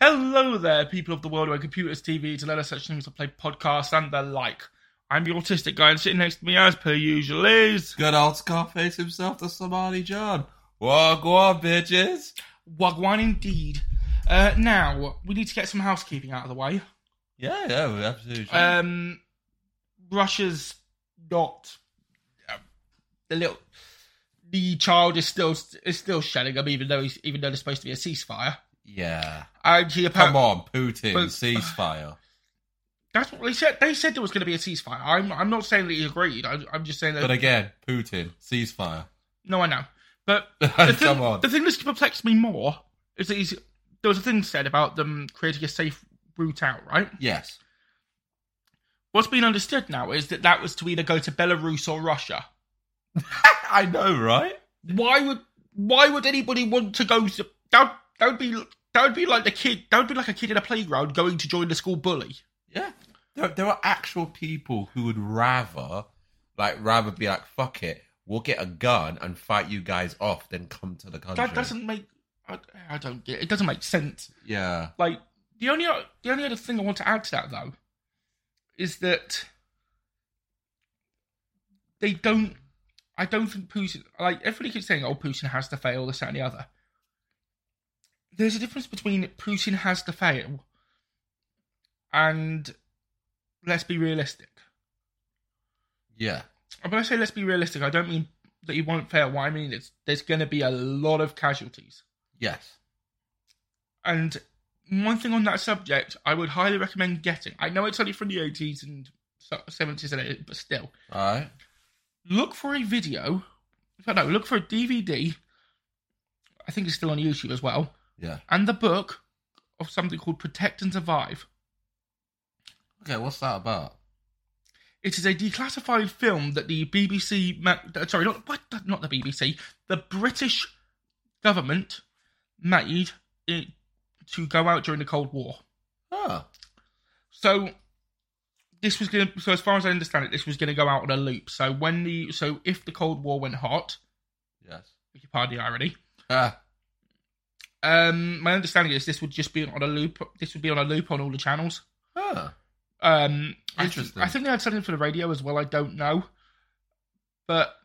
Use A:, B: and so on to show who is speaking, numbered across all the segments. A: Hello there, people of the world where computers, TV, to let us such things to play podcasts and the like. I'm the autistic guy, and sitting next to me, as per usual, is
B: Good old Scarface himself, the Somali John. Wagwan, bitches.
A: Wagwan indeed. Uh, now, we need to get some housekeeping out of the way.
B: Yeah, yeah, we absolutely. should.
A: Um, Russia's not um, the little. The child is still is still shedding him, even though he's, even though there's supposed to be a ceasefire.
B: yeah.
A: And he apparently
B: Come on, Putin,
A: but-
B: ceasefire.
A: That's what they said. They said there was going to be a ceasefire. I'm I'm not saying that he agreed. I, I'm just saying that.
B: But again, Putin, ceasefire.
A: no, I know. But the thing,
B: Oh, Come on.
A: the thing that's perplexed me more is that he's, there was a thing said about them creating a safe route out. Right.
B: Yes.
A: What's been understood now is that that was to either go to Belarus or Russia.
B: I know, right?
A: Why would Why would anybody want to go? To, that that would be that would be like the kid. That would be like a kid in a playground going to join the school bully.
B: Yeah. There, there are actual people who would rather, like, rather be like, fuck it, we'll get a gun and fight you guys off than come to the country.
A: That doesn't make. I, I don't get. It doesn't make sense.
B: Yeah.
A: like the only o- the only other thing I want to add to that though is that they don't. I don't think Putin like everybody keeps saying, "Oh, Putin has to fail," this that, and the other. There's a difference between Putin has to fail and let's be realistic.
B: Yeah.
A: And When I say let's be realistic, I don't mean that he won't fail. What I mean is there's going to be a lot of casualties.
B: Yes.
A: And one thing on that subject, I would highly recommend getting. I know it's only from the 80s and so- 70s and 80s, but still,
B: All right.
A: look for a video. in fact, No, look for a DVD. I think it's still on YouTube as well,
B: Yeah.
A: and the book of something called "Protect and Survive."
B: Okay, what's that about?
A: It is a declassified film that the BBC, ma- uh, sorry, not what, not the BBC, the British government made it to go out during the Cold War.
B: Oh.
A: So this was going to, so as far as I understand it, this was going to go out on a loop. So when the, so if the Cold War went hot,
B: Yes.
A: if you pardon the irony,
B: Ah.
A: um, my understanding is this would just be on a loop. This would be on a loop on all the channels.
B: Huh.
A: Um, I th-
B: Interesting.
A: I, think they had something for the radio as well. I don't know, but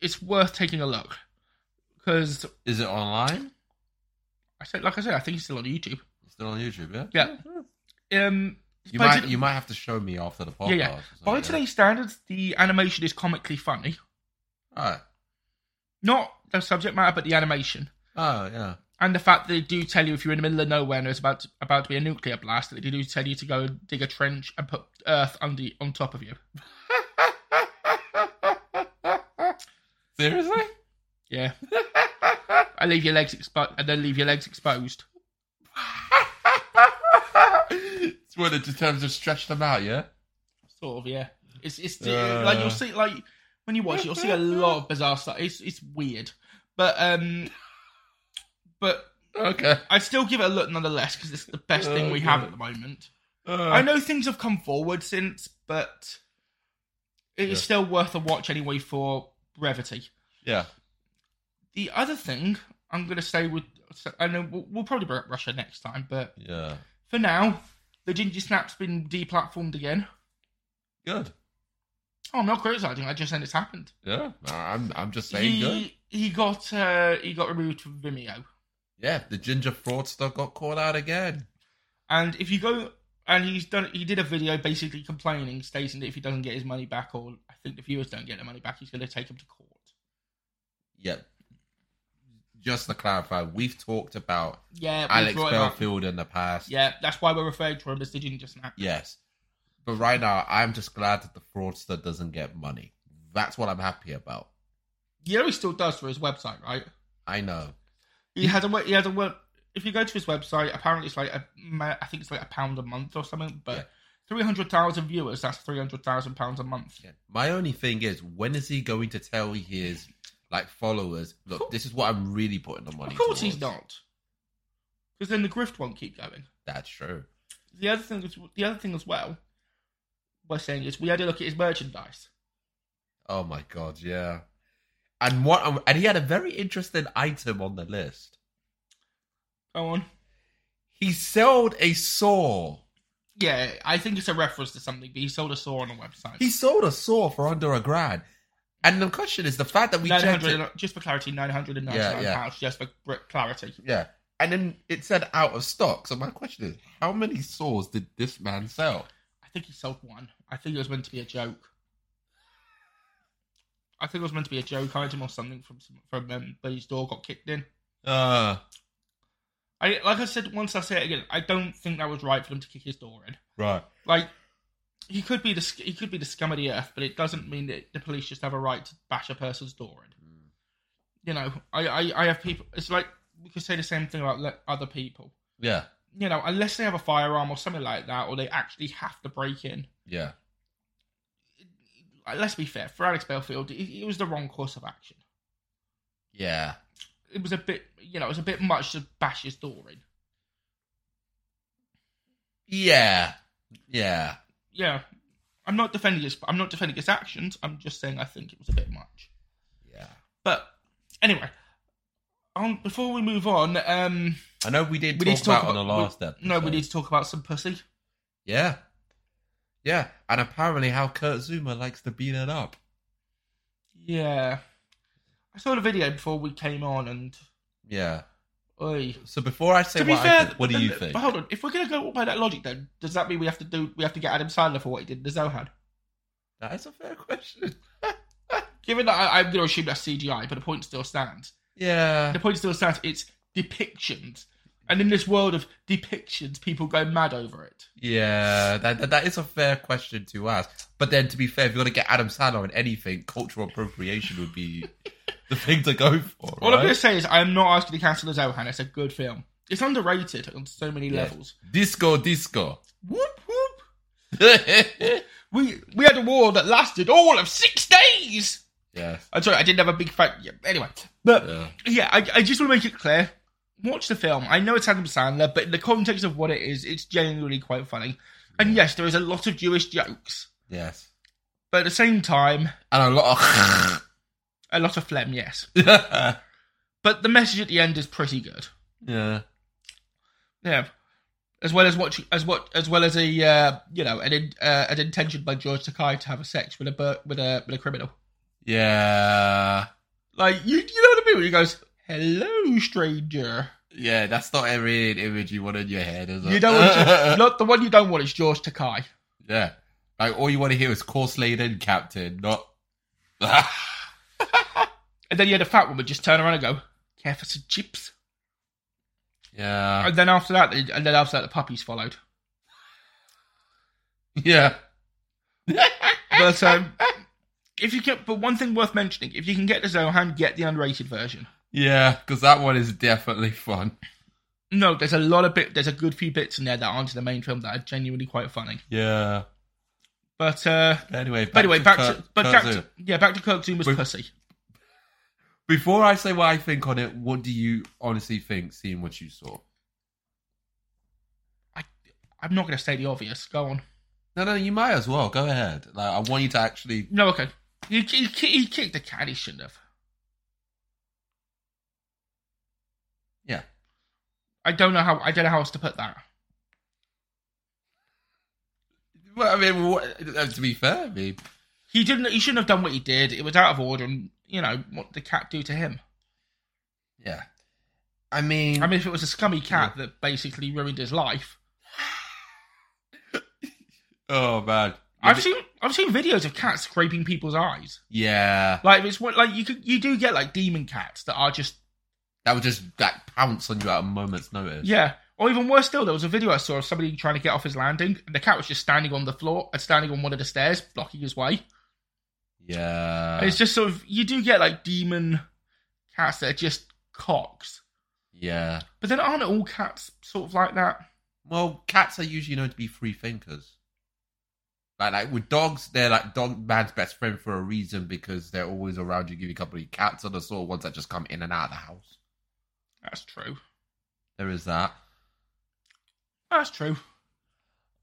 A: it's worth taking a look because
B: Is it online?
A: I said, like I said, I think it's still on YouTube.
B: It's still on YouTube, yeah?
A: Yeah. Um,
B: You
A: by
B: might
A: to-
B: you might have to show me after the podcast.
A: yeah, yeah.
B: or something,
A: By
B: yeah.
A: today's standards, the animation is comically funny.
B: Alright.
A: not the subject matter, but the animation
B: Oh yeah.
A: and the fact that they do tell you if you're in the middle of nowhere and there's about to, about to be a nuclear blast, that they do tell you to go and dig a trench and put earth under on top of you.
B: Seriously?
A: Yeah, and leave your legs exposed, and then leave your legs exposed.
B: it's what it in terms of stretch them out, yeah?
A: Sort of, yeah. It's it's like you'll see like when you watch it, you'll see a lot of bizarre stuff. It's it's weird, but um, but
B: Okay.
A: I still give it a look nonetheless because it's the best thing we have at the moment.
B: Uh,
A: I know things have come forward since, but it is
B: Yeah.
A: still worth a watch anyway for brevity.
B: Yeah.
A: The other thing I'm going to say would, I know we'll, we'll probably bring up Russia next time, but
B: Yeah.
A: for now, the Ginger Snap's been deplatformed again.
B: Good.
A: Oh, I'm not criticizing. I just said it's happened.
B: Yeah, I'm, I'm just saying good.
A: He, he got uh, he got removed from Vimeo,
B: Yeah, the ginger fraudster got called out again.
A: and if you go and he's done he did a video basically complaining, stating that if he doesn't get his money back or I think the viewers don't get their money back, he's going to take him to court.
B: Yeah. Just to clarify, we've talked about
A: Yeah, we
B: Alex
A: brought him up.
B: Belfield in the past.
A: Yeah, that's why we're referring to him as the Ginger Snap.
B: Yes. But right now, I'm just glad that the fraudster doesn't get money. That's what I'm happy about.
A: You know he still does for his website, right?
B: I know.
A: He has a we- he has a web. If you go to his website, apparently it's like a ma- I think it's like a pound a month or something. But
B: Yeah.
A: three hundred thousand viewers, that's three hundred thousand pounds a month.
B: Yeah. My only thing is, when is he going to tell his like followers, look, this is what I'm really putting the money.
A: Of course he's
B: towards."
A: not, because then the grift won't keep going.
B: That's true.
A: The other thing, is, the other thing as well, we're saying is we had a look at his merchandise.
B: Oh my god, yeah. And what? um, And he had a very interesting item on the list.
A: Go on.
B: He sold a saw.
A: Yeah, I think it's a reference to something, but he sold a saw on a website.
B: He sold a saw for under a grand. And the question is, the fact that we checked it,
A: 900, just for clarity, nine hundred and ninety-nine
B: Yeah, yeah.
A: pounds, just for gr- clarity.
B: yeah. And then it said out of stock. So my question is, how many saws did this man sell?
A: I think he sold one. I think it was meant to be a joke. I think it was meant to be a joke item or something from some- from um, but his door got kicked in.
B: Uh,
A: I like I said once. I say it again. I don't think that was right for them to kick his door in.
B: right.
A: Like he could be the sc- he could be the scum of the earth, but it doesn't mean that the police just have a right to bash a person's door in.
B: Hmm.
A: You know, I I, I have people. It's like we could say the same thing about le- other people.
B: Yeah.
A: You know, unless they have a firearm or something like that, or they actually have to break in.
B: Yeah.
A: Uh, let's be fair, for Alex Belfield, it, it was the wrong course of action.
B: Yeah.
A: It was a bit, you know, it was a bit much to bash his door in.
B: Yeah. Yeah.
A: Yeah, I'm not defending his, I'm not defending his actions. I'm just saying I think it was a bit much.
B: Yeah.
A: But anyway, um, before we move on, um,
B: I know we did
A: we
B: talk,
A: need to talk
B: about,
A: about
B: on the last
A: we-
B: episode.
A: No, we need to talk about some pussy.
B: Yeah. Yeah. And apparently how Kurt Zuma likes to beat it up.
A: Yeah, I saw the video before we came on, and
B: Yeah.
A: oi.
B: So before I say
A: To be
B: what I
A: fair,
B: think, what do you
A: then-
B: think?
A: but Hold on, if we're gonna go by that logic, then does that mean we have to do we have to get Adam Sandler for what he did to Zohan?
B: That is a fair question.
A: Given that I, I'm going to assume that's CGI, but the point still stands.
B: yeah.
A: The point still stands. It's depictions, and in this world of depictions, people go mad over it.
B: Yeah, that, that that is a fair question to ask. But then, to be fair, if you're gonna get Adam Sandler in anything, cultural appropriation would be the thing to go for. Right?
A: All I'm going to say is, I am not asking to cancel the Zohan. It's a good film. It's underrated on so many
B: Yeah.
A: levels.
B: Disco, disco.
A: Whoop whoop.
B: yes.
A: We we had a war that lasted all of six days. I'm sorry, I didn't have a big fight. Yeah, anyway, but
B: Yeah.
A: yeah, I, I just want to make it clear. Watch the film. I know it's Adam Sandler, but in the context of what it is, it's genuinely quite funny. And yes, there is a lot of Jewish jokes.
B: Yes.
A: But at the same time,
B: And a lot
A: a lot of phlegm, yes.
B: of.
A: But the message at the end is pretty good.
B: yeah.
A: Yeah. As well as what, as what, as well as a uh, you know an in, uh, an intention by George Takei to have a sex with a bur- with a with a criminal.
B: Yeah.
A: Like you, you know what I mean? When he goes, "Hello, stranger."
B: Yeah, that's not every image you want in your head, is it?
A: You don't want to, not the one you don't want is George Takei.
B: yeah. Like, all you want to hear is course laid in, Captain, not.
A: And then you had a fat woman just turn around and go, "Care for some chips?"
B: yeah.
A: And then after that, and then after that, the puppies followed.
B: Yeah.
A: But um, if you can, but one thing worth mentioning: if you can get the Zohan, get the unrated version.
B: Yeah, because that one is definitely fun.
A: No, there's a lot of bit. There's a good few bits in there that aren't in the main film that are genuinely quite funny.
B: Yeah.
A: But uh,
B: Anyway, back
A: but anyway,
B: to
A: back
B: Kurt-
A: to but
B: Kurt
A: back
B: Zoom.
A: to, yeah, back to Kirk Zuma's
B: We-
A: pussy.
B: Before I say what I think on it, what do you honestly think seeing what you saw?
A: I, I'm not going to say the obvious. Go on.
B: No, no, you might as well. Go ahead. Like, I want you to actually.
A: No, okay. He, he, he kicked a cat. He shouldn't have.
B: Yeah.
A: I don't know how. I don't know how else to put that.
B: Well, I mean, what, uh, to be fair, I mean,
A: He didn't. He shouldn't have done what he did. It was out of order, and you know what the cat do to him.
B: Yeah. I mean,
A: I mean, if it was a scummy cat that basically ruined his life,
B: oh man.
A: I've seen I've seen videos of cats scraping people's eyes.
B: Yeah.
A: Like if it's what like you could you do get like demon cats that are just
B: That would just like pounce on you at a moment's notice.
A: yeah. Or even worse still, there was a video I saw of somebody trying to get off his landing, and the cat was just standing on the floor and standing on one of the stairs, blocking his way.
B: Yeah.
A: And it's just sort of you do get like demon cats that are just cocks.
B: yeah.
A: But then aren't all cats sort of like that?
B: Well, cats are usually known to be free thinkers. Like, like with dogs, they're like dog man's best friend for a reason because they're always around you, giving company. Cats are the sort of ones that just come in and out of the house.
A: That's true.
B: There is that.
A: That's true.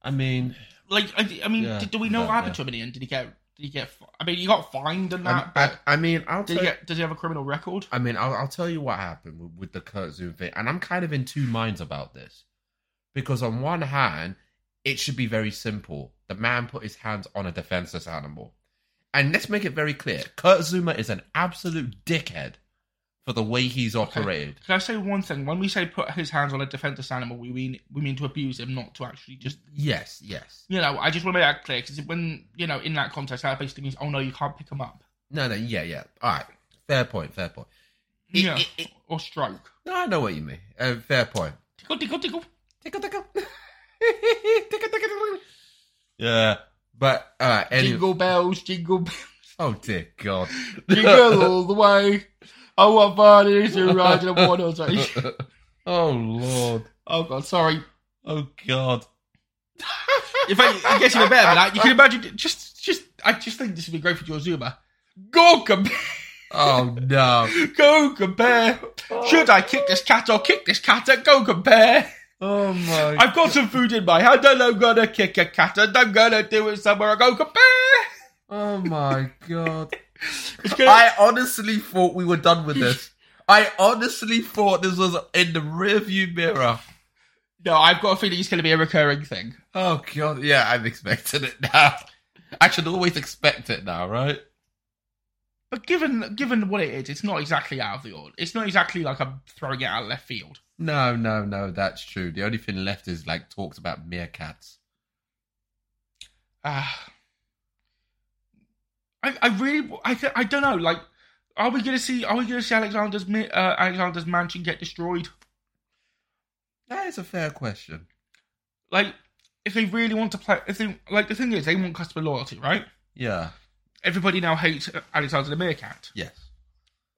B: I mean,
A: Like I, I mean,
B: Yeah,
A: did, do we know
B: yeah,
A: what happened
B: yeah.
A: to him in the end? Did he get? Did he get? fi- I mean, he got fined and that.
B: I,
A: but
B: I, I mean, I'll
A: did
B: tell
A: he
B: you,
A: get? Does he have a criminal record?
B: I mean, I'll, I'll tell you what happened with, with the Kurt Zoom thing, and I'm kind of in two minds about this because on one hand, it should be very simple. The man put his hands on a defenseless animal, and let's make it very clear: Kurt Zuma is an absolute dickhead for the way he's operated.
A: Can I say one thing? When we say put his hands on a defenseless animal, we mean we mean to abuse him, not to actually just.
B: Yes, yes.
A: You know, I just want to make that clear because when you know in that context, that basically means oh no, you can't pick him up.
B: No, no, yeah, yeah. All right, fair point, fair point. It-
A: Yeah,
B: it- it-
A: or stroke.
B: no, I know what you mean. Uh, fair point.
A: Tickle, tickle, tickle.
B: Tickle, tickle. Tickle, tickle, tickle. Yeah, but uh, anyway.
A: Jingle bells, jingle, bells,
B: Oh dear God!
A: jingle all the way. Oh, what fun it is to ride in a one horse race.
B: oh Lord!
A: Oh god, sorry.
B: Oh God!
A: In fact, it gets even better than that. You can imagine just just I just think this would be great for George Zuma. Go compare
B: Oh no!
A: Go compare. Should I kick this cat or kick this cat at go compare?
B: Oh my!
A: I've got some food in my hand and I'm gonna kick a cat and I'm gonna do it somewhere I go compare.
B: oh my God!
A: It's gonna,
B: I honestly thought we were done with this. I honestly thought this was in the rearview mirror.
A: no, I've got a feeling it's gonna be a recurring thing.
B: Oh God! Yeah, I'm expecting it now. I should always expect it now, right?
A: But given given what it is, it's not exactly out of the order. It's not exactly like I'm throwing it out of left field.
B: No, no, no. That's true. The only thing left is like talks about meerkats.
A: Ah, I, I really, I, th- I don't know. Like, are we gonna see? Are we gonna see Alexander's mi- uh, Alexander's mansion get destroyed?
B: That is a fair question.
A: Like, if they really want to play, if they like, the thing is, they want customer loyalty, right?
B: Yeah.
A: Everybody now hates Alexander the meerkat.
B: Yes.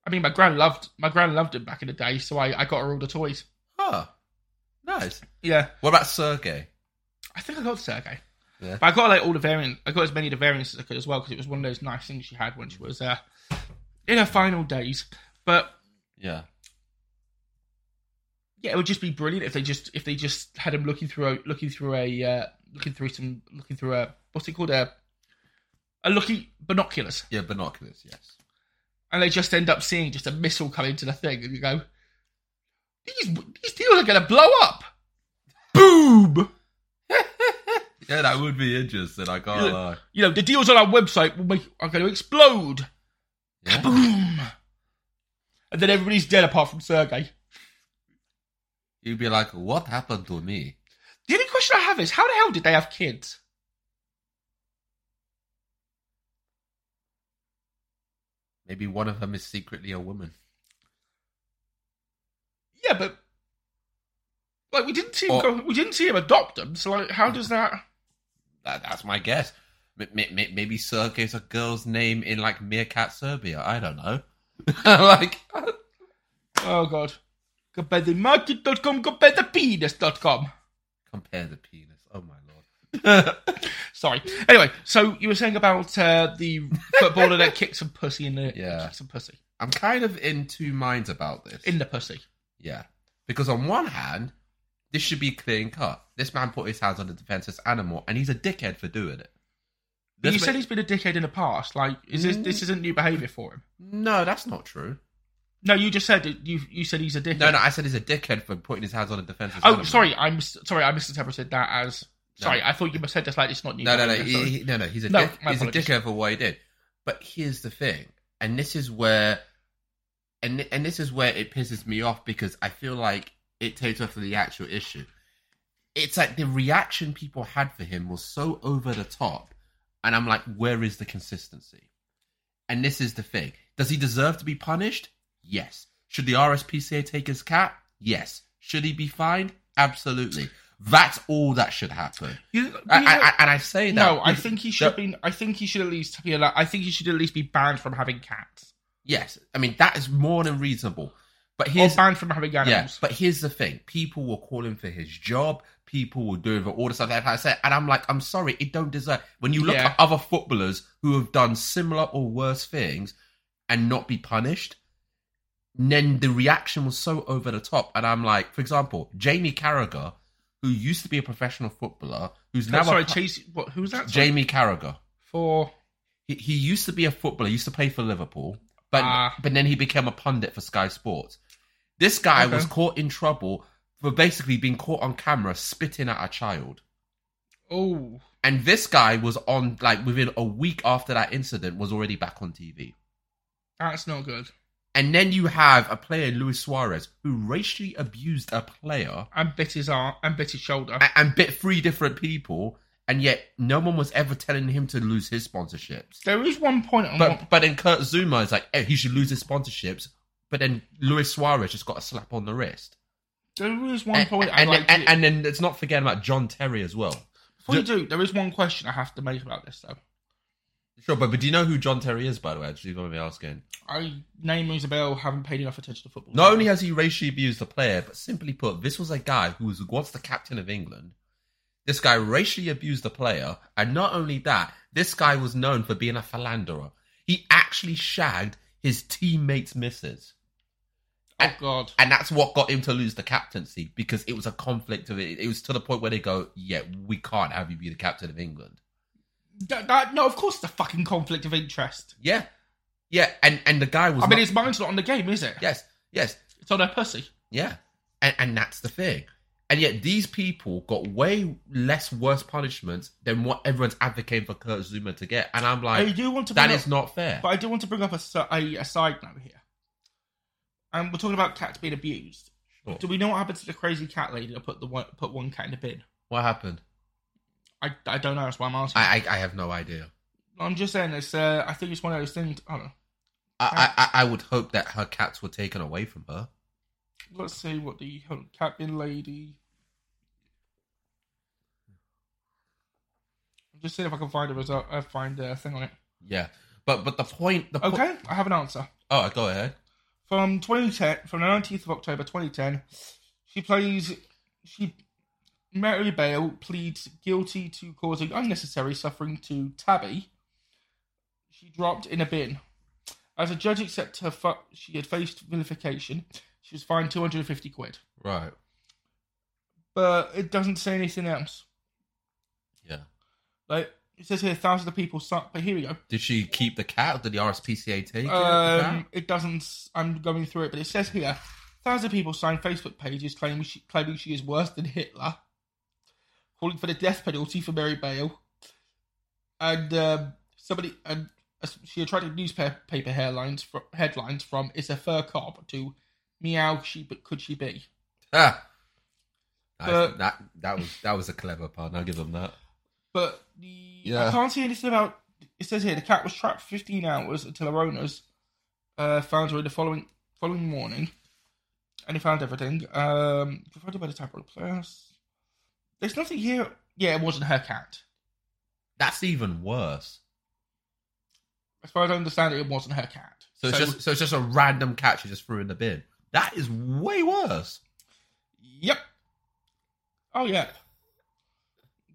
A: I mean, my gran loved my gran loved him back in the day, so I, I got her all the toys.
B: Huh. Nice.
A: Yeah,
B: What about Sergey?
A: I think I got Sergey.
B: Yeah.
A: But I got like all the variant. I got as many of the variants as I could as well because it was one of those nice things she had when she was uh, in her final days. But
B: Yeah.
A: yeah, it would just be brilliant if they just if they just had him looking through a looking through a uh, looking through some looking through a what's it called a a looking binoculars,
B: Yeah, binoculars, yes.
A: and they just end up seeing just a missile come into the thing, and you go, these these deals are gonna blow up, boom.
B: Yeah, that would be interesting. I can't
A: Yeah.
B: lie.
A: You know the deals on our website will make are going to explode,
B: Yeah.
A: boom, and then everybody's dead apart from Sergey.
B: You'd be like, what happened to me?
A: The only question I have is how the hell did they have kids?
B: Maybe one of them is secretly a woman.
A: Yeah, but like we didn't see him
B: Or-
A: go, we didn't see him adopt them. So like, how does that?
B: That, that's my guess. M- m- m- Maybe Sergey's a girl's name in like Meerkat Serbia. I don't know. like,
A: Oh god, compare the market.com, compare the penis.com.
B: compare the penis. Oh my lord.
A: Sorry. Anyway, so you were saying about uh, the footballer that kicked some pussy in the
B: Yeah.
A: kicked some pussy
B: I'm kind of in two minds about this.
A: in the pussy.
B: Yeah. Because on one hand, this should be clean cut. This man put his hands on a defenseless animal and he's a dickhead for doing it.
A: But you
B: This ma-
A: said he's been a dickhead in the past. Like, is this this isn't new behaviour for him?
B: No, that's not true.
A: No, you just said that you you said he's a dickhead.
B: No, no, I said he's a dickhead for putting his hands on a defenseless
A: Oh,
B: animal.
A: sorry. I'm sorry. I misinterpreted that as Sorry, I thought you said this like it's not new.
B: No, no, no,
A: Sorry.
B: he, he- no, no. He's a
A: No,
B: dick.
A: my
B: He's
A: apologies.
B: a dickhead for what he did. But here's the thing, and this is where, and thi- and this is where it pisses me off because I feel like it takes off the actual issue. It's like the reaction people had for him was so over the top, and I'm like, where is the consistency? And this is the thing: does he deserve to be punished? Yes. Should the RSPCA take his cat? Yes. Should he be fined? Absolutely. That's all that should happen.
A: You-
B: I,
A: you
B: I,
A: know-
B: I- and I say that.
A: No, I think he should have
B: that-
A: been. I think he should at least be allowed. I think he should at least be banned from having cats
B: Yes, I mean that is more than reasonable. But
A: or
B: here's
A: banned from having
B: yeah,
A: animals.
B: but here's the thing: people were calling for his job. People were doing for all the stuff that I said, and I'm like, I'm sorry, it don't deserve. When you look
A: Yeah.
B: at other footballers who have done similar or worse things and not be punished, then the reaction was so over the top, and I'm like, for example, Jamie Carragher, who used to be a professional footballer, who's now
A: No, sorry,
B: a, pu-
A: Chase. What? Who was that? Sorry.
B: Jamie Carragher.
A: for
B: he, he used to be a footballer, he used to play for Liverpool, but
A: Ah.
B: but then he became a pundit for Sky Sports. This guy
A: Okay.
B: was caught in trouble for basically being caught on camera spitting at a child.
A: oh
B: And this guy was on like within a week after that incident was already back on TV.
A: That's not good.
B: And then you have a player Luis Suarez who racially abused a player
A: And bit his arm and bit his shoulder.
B: a- and bit three different people and yet no one was ever telling him to lose his sponsorships.
A: there is one point on
B: But
A: what-
B: but then Kurt Zuma is like, eh, he should lose his sponsorships. But then Luis Suarez just got a slap on the wrist.
A: there is one
B: And,
A: point I
B: and,
A: like
B: and,
A: to-
B: and then let's not forget about John Terry as well.
A: before you do, there is one question I have to make about this though.
B: Sure, but, but do you know who John Terry is, by the way? I just want to be asking.
A: I name rings a bell. Haven't paid enough attention to football.
B: Not only has he racially abused the player, but simply put, this was a guy who was once the captain of England. This guy racially abused the player, and not only that, this guy was known for being a philanderer. He actually shagged his teammates' misses.
A: oh god,
B: and that's what got him to lose the captaincy because it was a conflict of it. It was to the point where they go, "Yeah, we can't have you be the captain of England."
A: that, that, no, of course the fucking conflict of interest.
B: Yeah, yeah, and and the guy was.
A: I mean,
B: not-
A: his mind's not on the game, is it?
B: yes, yes,
A: it's on her pussy.
B: yeah, and and that's the thing. And yet these people got way less worse punishments than what everyone's advocating for Kurt Zuma to get. And I'm like,
A: I do want to
B: that
A: bring
B: is
A: up-
B: not fair.
A: But I do want to bring up a, si- a, a side note here. And we're talking about cats being abused.
B: Sure.
A: Do we know what happened to the crazy cat lady that put the one, put one cat in the bin?
B: What happened?
A: I, I don't know. That's why I'm asking.
B: I I, I have no idea.
A: I, am just saying it's. Uh, I think it's one of those things. I don't know.
B: I, I I- I would hope that her cats were taken away from her.
A: Let's see what the hold on, cat bin lady. I'm just seeing if I can find a result. Uh, find a thing on it.
B: Yeah, but but the point. The po-
A: Okay, I have an answer.
B: Oh, go ahead.
A: from 2010 from the 19th of October 2010 she plays she Mary Bale pleads guilty to causing unnecessary suffering to Tabby she dropped in a bin as a judge accepted her fu- she had faced vilification she was fined 250 quid
B: Right.
A: but it doesn't say anything else
B: Yeah.
A: like it says here thousands of people suck but here we go
B: Did she keep the cat? Or did the RSPCA take it?
A: Um, it doesn't. s- I'm going through it, but it says here: thousand people signed Facebook pages claiming she, claiming she is worse than Hitler, calling for the death penalty for Mary Bale, and um, somebody and uh, she attracted newspaper headlines from headlines from "It's a fur cop" to "Meow, she but could she be?"
B: Ah.
A: But-
B: that that was that was a clever pun. I'll give them that.
A: But the I
B: Yeah.
A: can't see anything about. It says here the cat was trapped for 15 hours until her owners uh, found her in the following following morning, and they found everything. Um, provided by the Tabloid Press. There's nothing here. Yeah, it wasn't her cat.
B: That's even worse.
A: As far as I understand it, it wasn't her cat.
B: So, it's just so it's just a random cat she just threw in the bin. That is way worse.
A: yep. Oh yeah.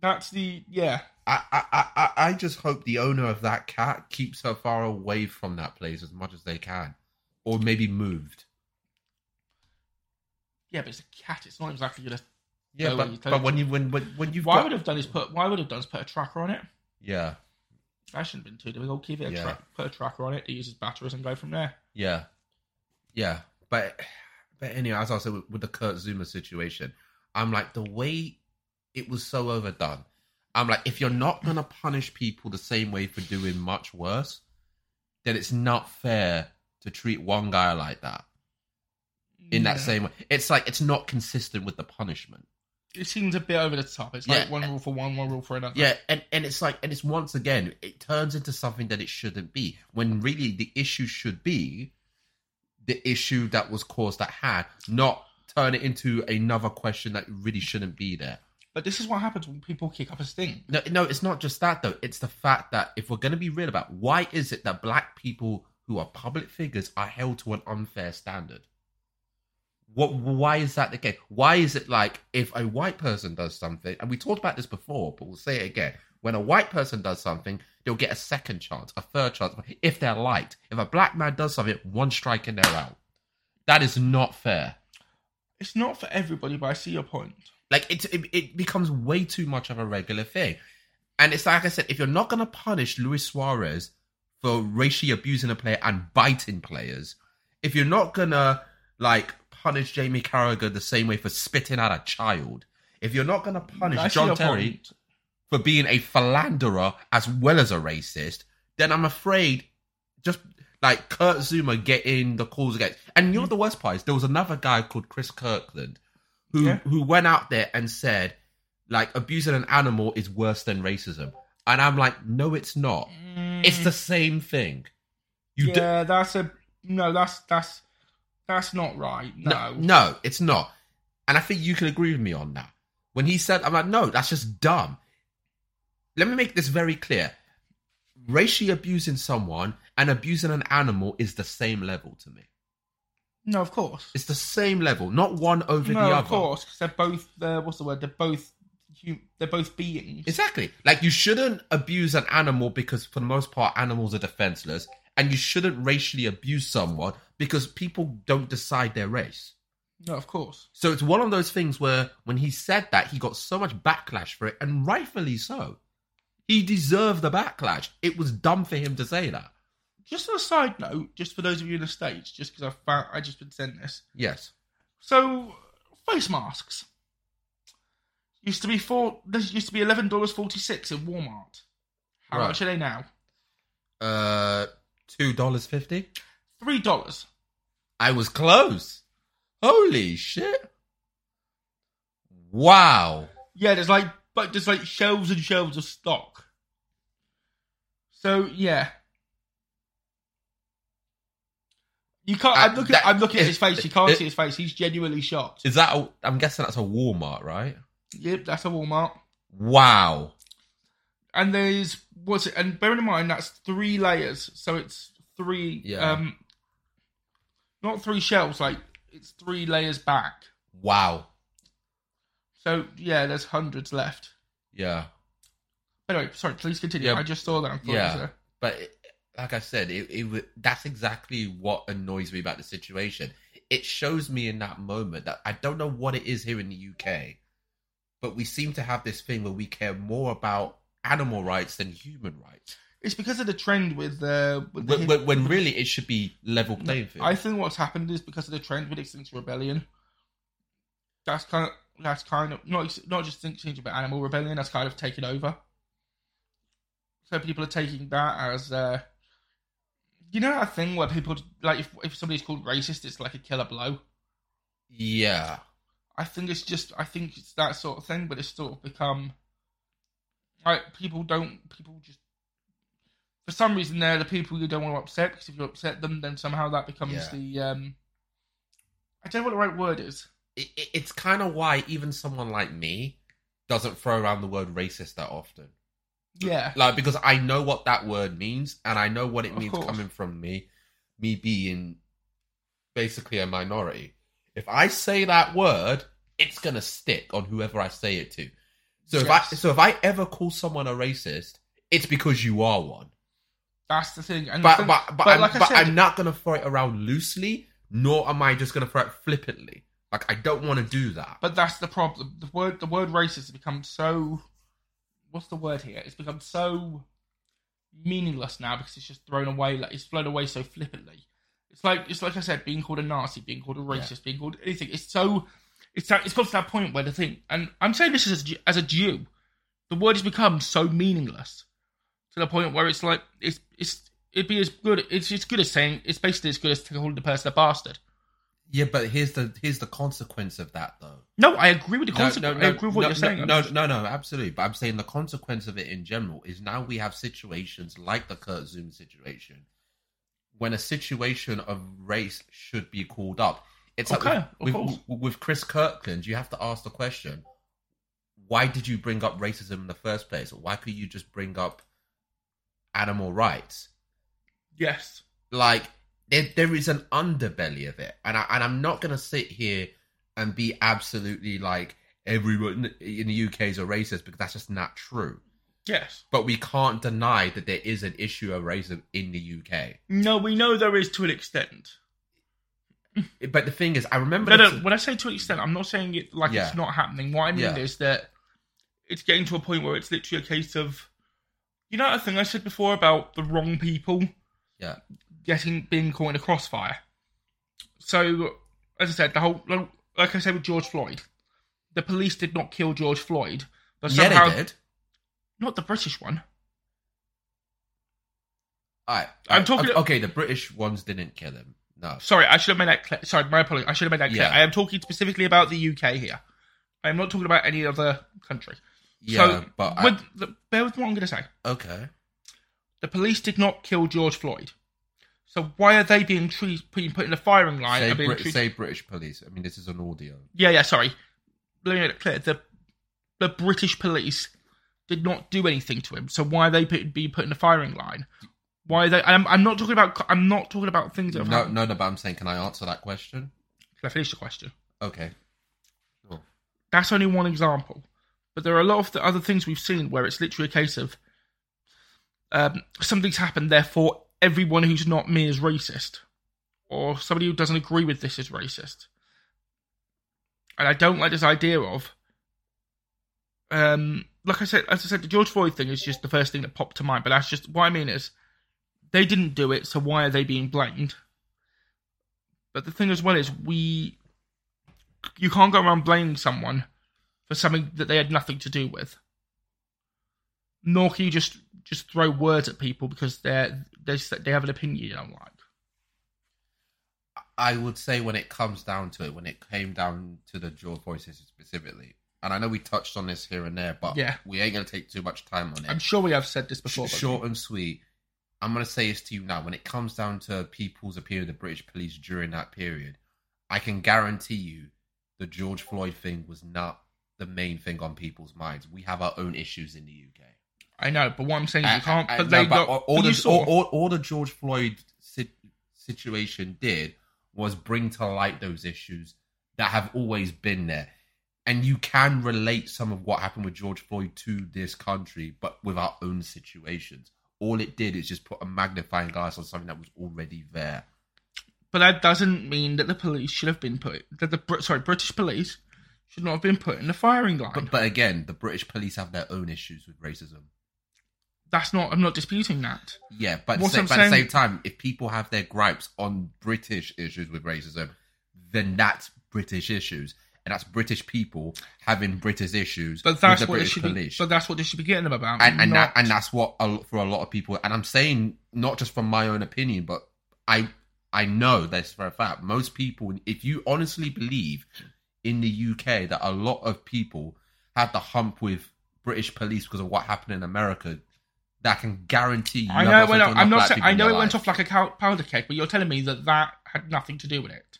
A: That's the yeah.
B: I, I, I- I, I just hope the owner of that cat keeps her far away from that place as much as they can. Or maybe moved.
A: Yeah, but it's a cat. It's not exactly gonna.
B: Yeah,
A: No, you
B: but,
A: don't-
B: but when you when when, when you've
A: Why
B: got-
A: would have done is put. Why would have done is put a tracker on it.
B: Yeah.
A: That shouldn't have been too difficult. Give it a
B: Yeah.
A: track, put a tracker on it, it uses batteries, and go from there.
B: Yeah, yeah, but but anyway, as I said with, with the Kurt Zuma situation, I'm like the way It was so overdone. I'm like, if you're not gonna punish people the same way for doing much worse, then it's not fair to treat one guy like that in that
A: Yeah.
B: same way. It's like it's not consistent with the punishment.
A: It seems a bit over the top. It's like
B: Yeah.
A: one rule for one, one rule for another.
B: Yeah, and, and it's like and it's once again, it turns into something that it shouldn't be. When really the issue should be the issue that was caused that had, not turn it into another question that really shouldn't be there.
A: But this is what happens when people kick up a sting.
B: No, no, it's not just that though. It's the fact that if we're going to be real about why is it that black people who are public figures are held to an unfair standard? What? Why is that the case? Why is it like if a white person does something, and we talked about this before, but we'll say it again. When a white person does something, they'll get a second chance, a third chance if they're liked. If a black man does something, one strike and they're out. That is not fair.
A: It's not for everybody, but I see your point.
B: Like it, it, it becomes way too much of a regular thing. And it's like I said, if you're not going to punish Luis Suarez for racially abusing a player and biting players, if you're not going to like punish Jamie Carragher the same way for spitting at a child, if you're not going to punish
A: I see
B: John
A: your
B: Terry
A: point.
B: for being a philanderer as well as a racist, then I'm afraid just like Kurt Zuma getting the calls against. And you know what the worst part is? There was another guy called Chris Kirkland who
A: Yeah.
B: who went out there and said like abusing an animal is worse than racism. And I'm like, no, it's not. It's the same thing. You do-
A: yeah, that's a no. That's that's that's not right. No,
B: No, it's not. And I think you can agree with me on that. When he said, I'm like, no, that's just dumb. Let me make this very clear. Racially abusing someone and abusing an animal is the same level to me.
A: No, of course.
B: It's the same level, not one over
A: no,
B: the other.
A: of course, because they're both. Uh, what's the word? They're both. hum- They're both beings.
B: Exactly. Like you shouldn't abuse an animal because for the most part animals are defenseless and you shouldn't racially abuse someone because people don't decide their race.
A: no, of course.
B: So it's one of those things where when he said that, he got so much backlash for it, and rightfully so. He deserved the backlash. It was dumb for him to say that.
A: Just on a side note, just for those of you in the states, just because I found I just been sent this.
B: Yes.
A: So, face masks used to be four. This used to be eleven dollars forty six in Walmart. How
B: Right.
A: much are they now?
B: Uh, two dollars fifty.
A: Three dollars.
B: I was close. Holy shit! Wow.
A: Yeah, there's like but there's like shelves and shelves of stock. So yeah. You can't. I'm
B: Uh,
A: looking.
B: that-
A: I'm looking at his face. You can't
B: it-
A: see his face. He's genuinely shocked.
B: Is that? A, I'm guessing that's a Walmart, right?
A: Yep, that's a Walmart.
B: Wow.
A: And there's what's it? And bear in mind that's three layers, so it's three.
B: Yeah.
A: Um, not three shelves. Like it's three layers back.
B: Wow.
A: So yeah, there's hundreds left.
B: Yeah.
A: Anyway, sorry. Please continue.
B: Yeah.
A: I just saw that. and thought it was
B: yeah,
A: a-
B: but it, like I said, it, it wa- that's exactly what annoys me about the situation. It shows me in that moment that I don't know what it is here in the UK, but we seem to have this thing where we care more about animal rights than human rights,
A: It's because of the trend with uh, with the
B: when, when, when really it should be level playing field.
A: I think what's happened is because of the trend with Extinction Rebellion. That's kind of that's kind of not ex- not just Extinction but Animal Rebellion. That's kind of taken over. So people are taking that as uh, you know that thing where people like if if somebody's called racist, it's like a killer blow.
B: yeah,
A: I think it's just I think it's that sort of thing, but it's sort of become like people don't people just for some reason they're the people you don't want to upset because if you upset them, then somehow that becomes the
B: Yeah.
A: um I don't know what the right word is.
B: it, it- it's kind of why even someone like me doesn't throw around the word racist that often.
A: Yeah,
B: like because I know what that word means and I know what it
A: Of
B: means
A: course.
B: coming from me, me being basically a minority. If I say that word, it's gonna stick on whoever I say it to. So if I
A: Yes.
B: so if I ever call someone a racist, it's because you are one.
A: that's the thing. And
B: But
A: the thing-
B: but but, I'm,
A: like I
B: but
A: said,
B: I'm not gonna throw it around loosely, nor am I just gonna throw it flippantly. Like I don't want to do that.
A: but that's the problem. The word the word racist has become so what's the word here? It's become so meaningless now because it's just thrown away like it's flown away so flippantly. It's like it's like I said, being called a Nazi, being called a racist, being called anything. It's so It's that, it's got to that point where the thing, and I'm saying this as a, Ju- as a Jew, the word has become so meaningless to the point where it's like it's it's it'd be as good it's it's good as saying it's basically as good as calling the person a bastard.
B: Yeah, but here's the here's the consequence of that though.
A: No, I agree with the
B: No,
A: concept.
B: no, no,
A: I agree with what
B: no,
A: you're saying. I'm
B: No,
A: just-
B: no, no, absolutely. But I'm saying the consequence of it in general is now we have situations like the Kurt Zoom situation, when a situation of race should be called up. It's like
A: Okay,
B: with,
A: of
B: with, with Chris Kirkland, you have to ask the question: Why did you bring up racism in the first place? Why could you just bring up animal rights?
A: yes.
B: like there, there is an underbelly of it and I, and I'm not going to sit here and be absolutely like everyone in the UK is a racist because that's just not true
A: Yes.
B: but we can't deny that there is an issue of racism in the UK
A: No, we know there is to an extent.
B: but the thing is I remember
A: No, no.
B: the-
A: When I say to an extent, I'm not saying it like
B: Yeah.
A: it's not happening. What I mean
B: Yeah.
A: is that it's getting to a point where it's literally a case of, you know, the thing I said before about the wrong people
B: yeah
A: getting being caught in a crossfire. So, as I said, the whole like, like I said with George Floyd, the police did not kill George Floyd, but
B: yeah
A: somehow
B: they did
A: not the British one.
B: all right
A: I'm talking-
B: okay, okay the British ones didn't kill him no
A: Sorry, I should have made that clear. Sorry, my apologies. I should have made that clear.
B: Yeah.
A: I am talking specifically about the UK here. I am not talking about any other country.
B: yeah
A: so,
B: but I-
A: with, the, bear with what I'm going to say.
B: okay
A: The police did not kill George Floyd. So why are they being treated, being put in the firing line?
B: say,
A: and being
B: Brit-
A: treated-
B: say British police I mean this is an audio
A: yeah, yeah. Sorry, let me make it clear. The the British police did not do anything to him. So why are they put, being put in the firing line? Why are they? and I'm, I'm not talking about. I'm not talking about things that
B: no
A: have
B: no
A: happened.
B: no but I'm saying can I answer that question
A: Can I finish the question?
B: okay Sure.
A: That's only one example, but there are a lot of the other things we've seen where it's literally a case of um, something's happened. Therefore, everyone who's not me is racist, or somebody who doesn't agree with this is racist. And I don't like this idea of, um, like I said, as I said, the George Floyd thing is just the first thing that popped to mind. But that's just what I mean is they didn't do it, so why are they being blamed? But the thing as well is we you can't go around blaming someone for something that they had nothing to do with. Nor can you just just throw words at people because they're they s- they have an opinion you don't like.
B: I would say when it comes down to it, when it came down to the dual voices specifically, and I know we touched on this here and there, but
A: Yeah.
B: we ain't gonna take too much time on it.
A: I'm sure we have said this before.
B: Sh-
A: but-
B: Short and sweet. I'm gonna say this to you now. When it comes down to people's opinion of the British police during that period, I can guarantee you the George Floyd thing was not the main thing on people's minds. We have our own issues in the UK.
A: I know, but what I'm saying is
B: I-
A: you can't.
B: I- I-
A: but
B: Uh, no,
A: they
B: but
A: got.
B: all, all
A: but you
B: the,
A: saw.
B: all, all, all the George Floyd sit, situation did was bring to light those issues that have always been there. And you can relate some of what happened with George Floyd to this country, but with our own situations. All it did is just put a magnifying glass on something that was already there.
A: but that doesn't mean that the police should have been put. That the Brit- sorry British police should not have been put in the firing line.
B: But, but again, the British police have their own issues with racism.
A: That's not. I'm not disputing that.
B: Yeah, but, at the
A: What
B: same,
A: I'm
B: but at the
A: saying-
B: same time, if people have their gripes on British issues with racism, then that's British issues, and that's British people having British issues
A: But that's
B: with the
A: what
B: British
A: they should
B: police.
A: be. But that's what they should be getting about.
B: and and, that,
A: not-
B: and that's what a, lot- for a lot of people. And I'm saying not just from my own opinion, but I I know this for a fact. Most people, if you honestly believe in the UK that a lot of people had the hump with British police because of what happened in America. That can guarantee you.
A: I
B: have
A: know it
B: also
A: went off,
B: done
A: I'm
B: with
A: not
B: black
A: saying
B: people
A: I
B: in
A: know
B: their
A: it went
B: life.
A: off like a cow- powder cake, but you're telling me that that had nothing to do with it.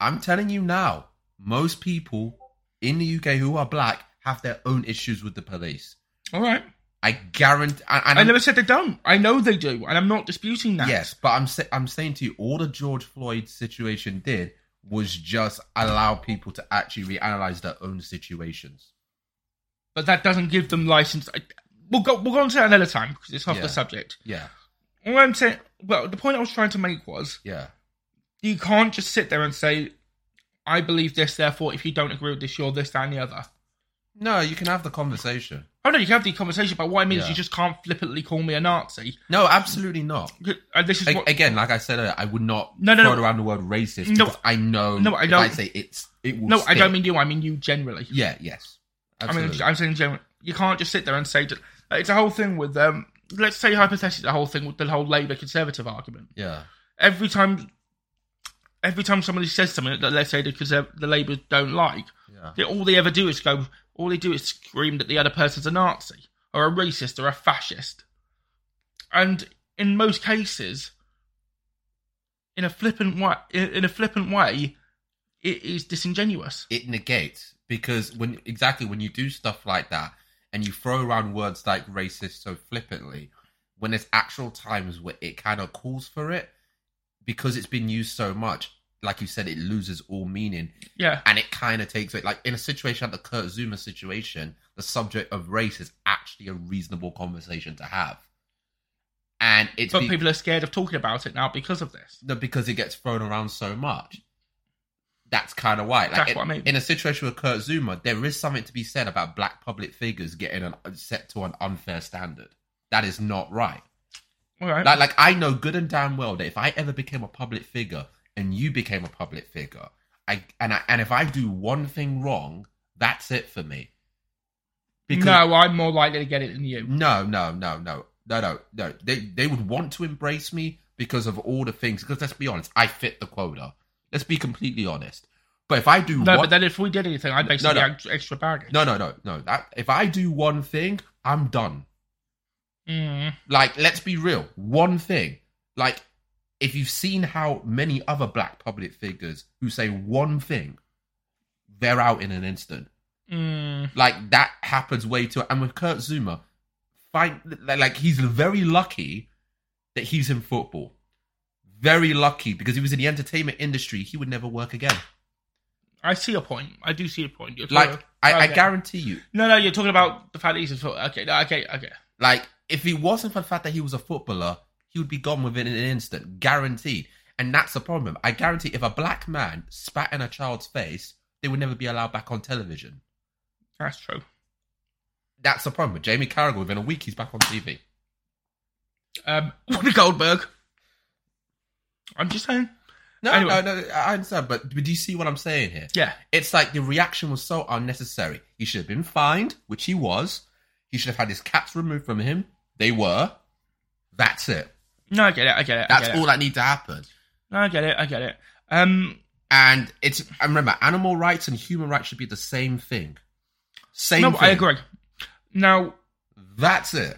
B: I'm telling you now, most people in the UK who are black have their own issues with the police.
A: All right,
B: I guarantee. And, and
A: I
B: I'm-
A: never said they don't. I know they do, and I'm not disputing that.
B: Yes, but I'm sa- I'm saying to you, all the George Floyd situation did was just allow people to actually reanalyze their own situations.
A: but that doesn't give them license. I, we'll go we'll go on to that another time because it's off
B: Yeah.
A: the subject.
B: Yeah,
A: All I'm saying, well, the point I was trying to make was
B: yeah,
A: you can't just sit there and say, "I believe this, therefore, if you don't agree with this, you're this that, and the other."
B: No, you can have the conversation.
A: Oh no, you can have the conversation, but what I mean is
B: Yeah.
A: you just can't flippantly call me a Nazi.
B: No, absolutely not.
A: And this is
B: A-
A: what
B: Again, like I said, earlier, I would not
A: No, no,
B: throw
A: no.
B: around the word racist
A: No.
B: because I know.
A: No, I
B: if
A: don't.
B: I say it's it will.
A: No, I
B: stick.
A: don't mean you. I mean you generally.
B: Yeah. Yes.
A: I
B: Absolutely.
A: mean, I'm saying generally. You can't just sit there and say that. It's a whole thing with um. Let's say hypothetically, the whole thing with the whole Labour Conservative argument.
B: yeah.
A: Every time, every time somebody says something that let's say the conserv- the Labour don't like,
B: Yeah.
A: they, all they ever do is go. All they do is scream that the other person's a Nazi or a racist or a fascist. And in most cases, in a flippant way, in in a flippant way, it is disingenuous.
B: It negates because when exactly when you do stuff like that and you throw around words like racist so flippantly, when there's actual times where it kind of calls for it because it's been used so much, like you said, it loses all meaning.
A: Yeah.
B: and it kind of takes it like in a situation like the Kurt Zuma situation, the subject of race is actually a reasonable conversation to have, and it's
A: but
B: be-
A: people are scared of talking about it now because of this.
B: no, because it gets thrown around so much. That's kind of why. Like,
A: That's
B: in,
A: what I mean.
B: In a situation with Kurt Zuma, there is something to be said about black public figures getting an, set to an unfair standard. That is not right.
A: All right.
B: Like, like I know good and damn well that if I ever became a public figure and you became a public figure, I and I, and if I do one thing wrong, that's it for me.
A: no, I'm more likely to get it than you.
B: No, no, no, no, no, no, no. They they would want to embrace me because of all the things. Because let's be honest, I fit the quota. Let's be completely honest. But if I do
A: No,
B: one,
A: but then if we did anything, I'd
B: No,
A: basically
B: no.
A: add extra baggage.
B: no, no, no, no. That, if I do one thing, I'm done.
A: Mm.
B: Like, let's be real. One thing, like, if you've seen how many other black public figures who say one thing, they're out in an instant.
A: Mm.
B: Like that happens way too. And with Kurt Zuma, find like he's very lucky that he's in football. Very lucky because he was in the entertainment industry, he would never work again.
A: I see your point. I do see your point. You're
B: Like
A: talking-
B: I, I
A: okay.
B: guarantee you,
A: No, no, you're talking about the fact that he's a foot. Okay, no, okay, okay.
B: Like, if it wasn't for the fact that he was a footballer, he would be gone within an instant, guaranteed. And that's the problem. I guarantee if a black man spat in a child's face, they would never be allowed back on television.
A: That's true.
B: That's the problem. With Jamie Carragher, within a week, he's back on TV.
A: Um, Whoopi Goldberg. I'm just saying.
B: No,
A: Anyway.
B: no, no, I understand, but, but do you see what I'm saying here?
A: Yeah.
B: It's like the reaction was so unnecessary. He should have been fined, which he was. He should have had his caps removed from him. They were. That's it.
A: No, I get it. I get it. I
B: That's
A: get it.
B: all that need to happen.
A: No, I get it. I get it. Um,
B: And it's and remember, animal rights and human rights should be the same thing. Same
A: no,
B: thing.
A: I agree. Now,
B: That's it.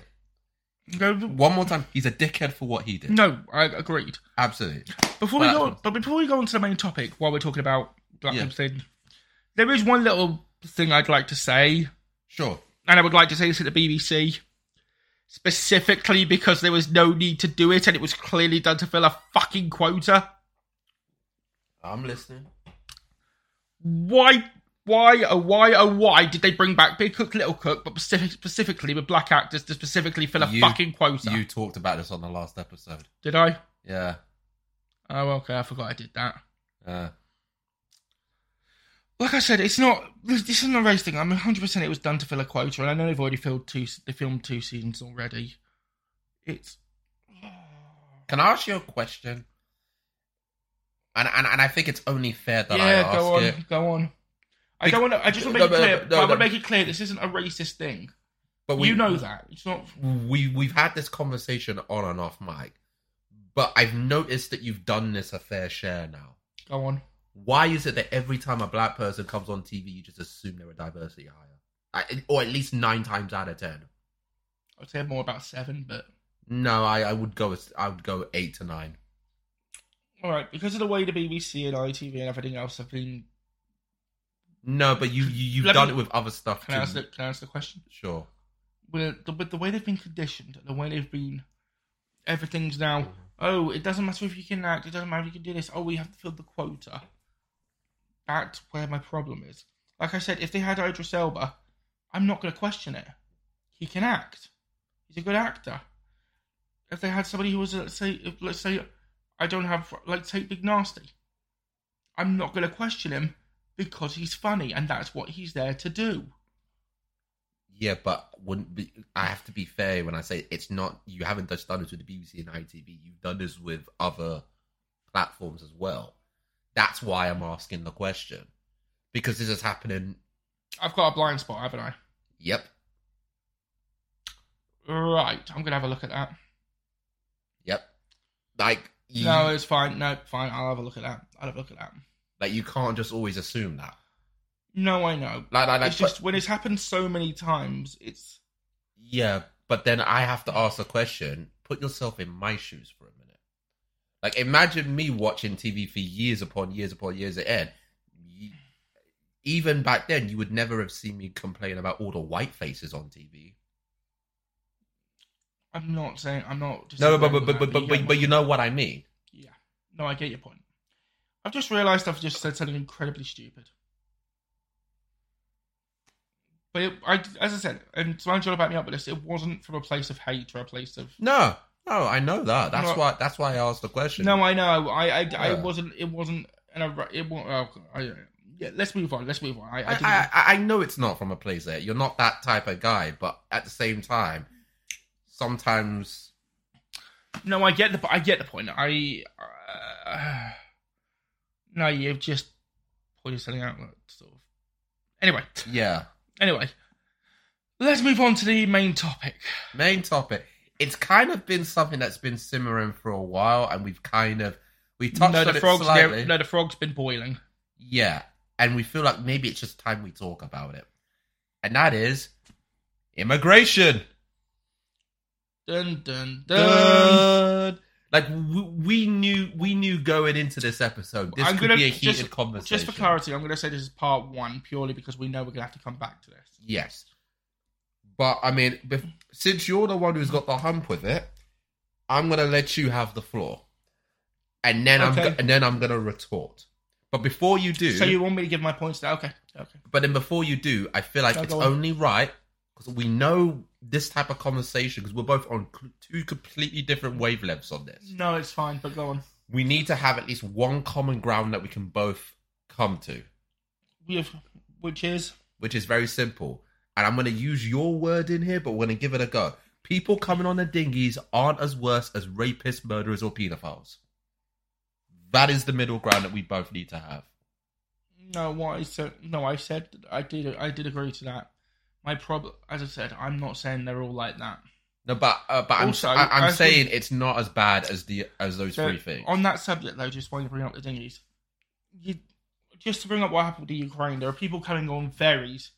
A: go.
B: One more time, he's a dickhead for what he did.
A: No, I agreed.
B: Absolutely.
A: Before we
B: Well-
A: go, on, but before we go on to the main topic, while we're talking about Black
B: Yeah.
A: Lives Matter, there is one little thing I'd like to say,
B: Sure.
A: and I would like to say this at the BBC specifically because there was no need to do it, and it was clearly done to fill a fucking quota.
B: I'm listening.
A: Why, why, oh why, oh why did they bring back Big Cook, Little Cook, but specific, specifically with black actors to specifically fill a
B: You-
A: fucking quota?
B: You talked about this on the last episode.
A: Did I?
B: Yeah.
A: Oh, okay, I forgot I did that.
B: Uh,
A: like I said, it's not this this isn't a race thing. I'm 100 percent it was done to fill a quota, and I know they've already filled two. They filmed two seasons already. It's
B: can I ask you a question? And, and and I think it's only fair that I
A: yeah,
B: ask
A: go on,
B: it.
A: go on. I don't want to. I just want to
B: No,
A: make
B: no,
A: it clear.
B: no, no,
A: I want
B: no.
A: to make it clear. This isn't a racist thing.
B: But
A: you know that. It's not.
B: we we've had this conversation on and off mic, but I've noticed that you've done this a fair share now.
A: Go on.
B: why is it that every time a black person comes on TV, you just assume they're a diversity hire, I- or at least nine times out of ten?
A: I'd say more about seven, but
B: No, I, I would go. as- I would go eight to nine.
A: all right. Because of the way the BBC and ITV and everything else have been.
B: No, but you, you you've
A: Let
B: done
A: me-
B: it with other stuff
A: Can I ask the,
B: too.
A: Can I ask the question?
B: Sure.
A: with the, with the way they've been conditioned, the way they've been, everything's now. Oh, it doesn't matter if you can act. It doesn't matter if you can do this. Oh, we have to fill the quota. That's where my problem is. Like I said, if they had Idris Elba, I'm not going to question it. He can act. He's a good actor. If they had somebody who was, let's say, if, let's say, I don't have like take Big Nasty. I'm not going to question him because he's funny and that's what he's there to do.
B: Yeah, but wouldn't be, I have to be fair when I say it's not. You haven't just done this with the BBC and ITV. You've done this with other platforms as well. That's why I'm asking the question because this is happening.
A: I've got a blind spot, haven't I?
B: Yep.
A: Right, I'm gonna have a look at that.
B: Yep. Like you,
A: No, it's fine. No, fine. I'll have a look at that. I'll have a look at that.
B: like you can't just always assume that.
A: No, I know.
B: Like, like, like
A: It's just
B: but-
A: when it's happened so many times, it's
B: yeah, but then I have to ask the question. Put yourself in my shoes for a minute. Like, imagine me watching TV for years upon years upon years at end. You- Even back then, you would never have seen me complain about all the white faces on TV.
A: I'm not saying I'm not.
B: No,
A: disagreeing
B: but but
A: with
B: but
A: that,
B: but, but,
A: get
B: but,
A: my-
B: you know what I mean.
A: yeah. No, I get your point. I've just realised I've just said something incredibly stupid. But it, I, as I said, and so Angela backed me up with this. It wasn't from a place of hate or a place of.
B: No, no, I know that. That's
A: No.
B: why. That's why I asked the question.
A: No, I know. I, I, I
B: Yeah.
A: wasn't. It wasn't. And I, it wa- oh, I, yeah, let's move on. Let's move on. I, I,
B: I,
A: didn't,
B: I, I- I know it's not from a place there. You're not that type of guy, but at the same time, sometimes
A: No, I get the. I get the point. I. Uh, no, you've just pointed something out. Like, sort of. Anyway,
B: yeah.
A: anyway, let's move on to the main topic.
B: Main topic. It's kind of been something that's been simmering for a while, and we've kind of we touched
A: no,
B: on
A: the
B: it
A: frog's
B: slightly.
A: no, the frog's been boiling.
B: Yeah, and we feel like maybe it's just time we talk about it, and that is immigration.
A: Dun dun dun.
B: Dun. Like we, we knew, we knew going into this episode, this could be a heated
A: just,
B: conversation.
A: Just for clarity, I'm going to say this is part one purely because we know we're going to have to come back to this.
B: Yes. But I mean, bef- since you're the one who's got the hump with it, I'm gonna let you have the floor, and then I'm
A: Okay.
B: go- and then I'm gonna retort. But before you do,
A: So you want me to give my points now? Okay, okay.
B: but then before you do, I feel like
A: No,
B: it's
A: go on.
B: only right because we know this type of conversation because we're both on cl- two completely different wavelengths on this.
A: No, it's fine. But go on.
B: We need to have at least one common ground that we can both come to.
A: We have, which is
B: which is very simple. And I'm going to use your word in here, but we're going to give it a go. People coming on the dinghies aren't as worse as rapists, murderers, or paedophiles. That is the middle ground that we both need to have.
A: No, what I said. No, I said I did. I did agree to that. My problem, as I said, I'm not saying they're all like that.
B: No, but uh, but I'm
A: Also,
B: I, I'm
A: I
B: saying it's not as bad as the as those
A: So,
B: three things.
A: on that subject, though, just while you bring up the dinghies, you, just to bring up what happened to Ukraine, there are people coming on ferries.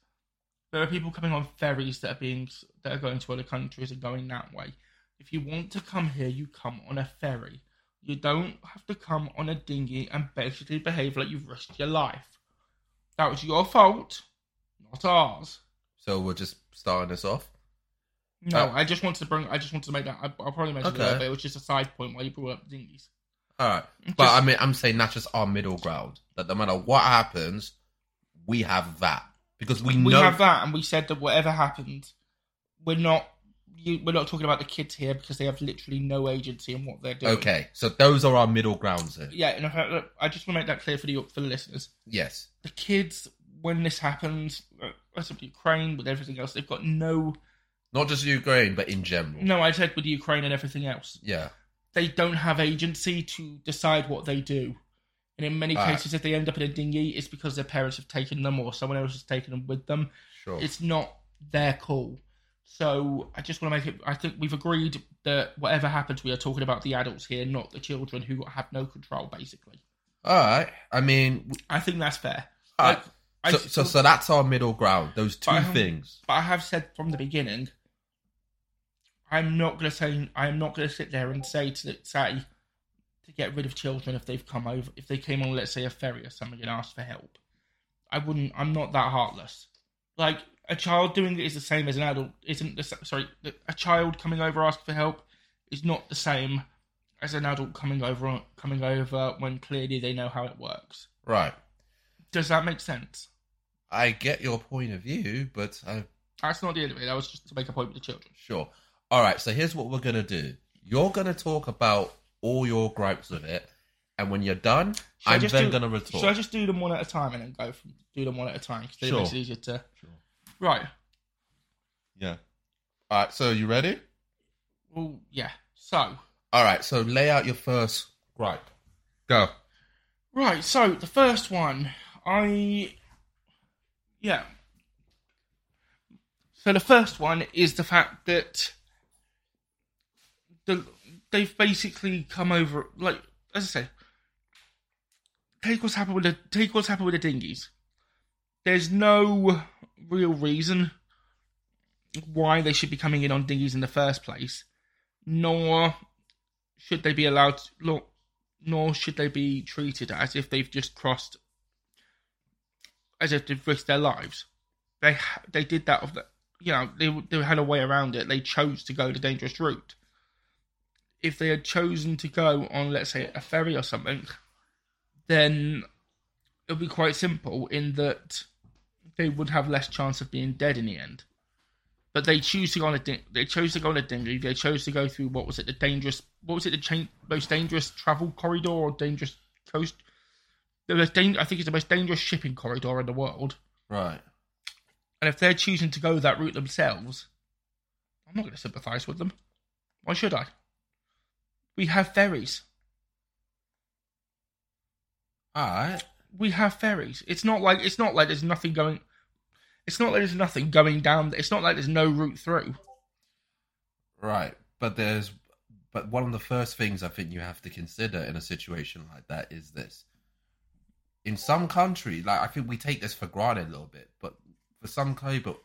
A: There are people coming on ferries that are being that are going to other countries and going that way. If you want to come here, you come on a ferry. You don't have to come on a dinghy and basically behave like you've risked your life. That was your fault, not ours.
B: so we're just starting this off.
A: No,
B: Uh,
A: Oh, I just wanted to bring. I just wanted to make that. I, I'll probably mention
B: Okay.
A: that, but it was just a side point while you brought up dinghies.
B: All right, but
A: Just-
B: I mean I'm saying that's just our middle ground. That no matter what happens, we have that because we,
A: We
B: know
A: have that, and we said that whatever happened, we're not. You, we're not talking about the kids here because they have literally no agency in what they're doing.
B: Okay, so those are our middle grounds. Here.
A: Yeah, and I, I just want to make that clear for the for the listeners.
B: Yes.
A: The kids, when this happens, as of Ukraine with everything else, they've got no.
B: Not just Ukraine, but in general.
A: No, I said with Ukraine and everything else,
B: Yeah.
A: they don't have agency to decide what they do. And in many
B: Ah.
A: cases, if they end up in a dinghy, it's because their parents have taken them or someone else has taken them with them.
B: Sure.
A: It's not their call. So I just want to make it. I think we've agreed that whatever happens, we are talking about the adults here, not the children who have no control. Basically,
B: All right. I mean,
A: I think that's fair.
B: Ah.
A: Like, I-
B: so, so so that's our middle ground. Those two
A: But I haven't-
B: things.
A: But I have said from the beginning, I'm not gonna say I'm not gonna sit there and say to say to get rid of children if they've come over if they came on let's say a ferry or something and asked for help. I wouldn't. I'm not that heartless. Like a child doing it is the same as an adult. Isn't the s- sorry a child coming over asking for help is not the same as an adult coming over coming over when clearly they know how it works.
B: Right.
A: Does that make sense?
B: I get your point of view, but i
A: That's not the end of it. That was just to make a point with the children.
B: sure. All right. So here's what we're gonna do. You're gonna talk about all your gripes with it, and when you're done,
A: Should I
B: I'm
A: just
B: then
A: do-
B: gonna retort.
A: Should I just do them one at a time and then go from do them one at a time because
B: Sure.
A: it makes it easier to. Right.
B: Yeah. All right. So you ready?
A: Well, yeah. So,
B: All right. So lay out your first gripe. Go.
A: right. So the first one, I, yeah. So the first one is the fact that the they've basically come over like as I said. Take what's happened with the take what's happened with the dinghies. There's no real reason why they should be coming in on dinghies in the first place, nor should they be allowed, nor, nor should they be treated as if they've just crossed, as if they've risked their lives. They ha- they did that of the, you know, they they had a way around it. They chose to go the dangerous route. If they had chosen to go on, let's say, a ferry or something, then it would be quite simple in that they would have less chance of being dead in the end but they choose to go on a ding- they chose to go on a dinghy. They chose to go through what was it the dangerous what was it the chain, most dangerous travel corridor or dangerous coast? The most dang- I think it's the most dangerous shipping corridor in the world.
B: Right.
A: And if they're choosing to go that route themselves, I'm not going to sympathise with them. Why should I? We have ferries.
B: All right.
A: we have ferries. It's not like it's not like there's nothing going. It's not like there's nothing going down. It's not like there's no route through.
B: Right. But there's but one of the first things I think you have to consider in a situation like that is this. In some country, like I think we take this for granted a little bit, but for some people,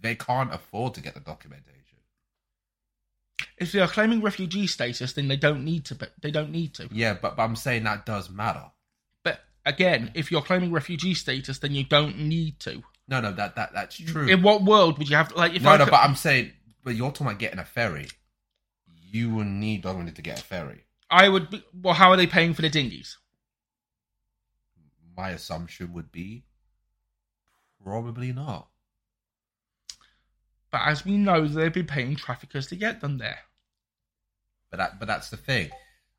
B: they can't afford to get the documentation.
A: If they are claiming refugee status, then they don't need to. But they don't need to.
B: Yeah, but, but I'm saying that does matter.
A: But again, if you're claiming refugee status, then you don't need to.
B: No, no, that that that's true.
A: In what world would you have like? If
B: Hmm. no,
A: I
B: no,
A: could-
B: but I'm saying, but you're talking about getting a ferry. You will need documentation to get a ferry.
A: I would. Be, well, how are they paying for the dinghies?
B: My assumption would be probably not.
A: But as we know, they've been paying traffickers to get them there.
B: But that, but that's the thing.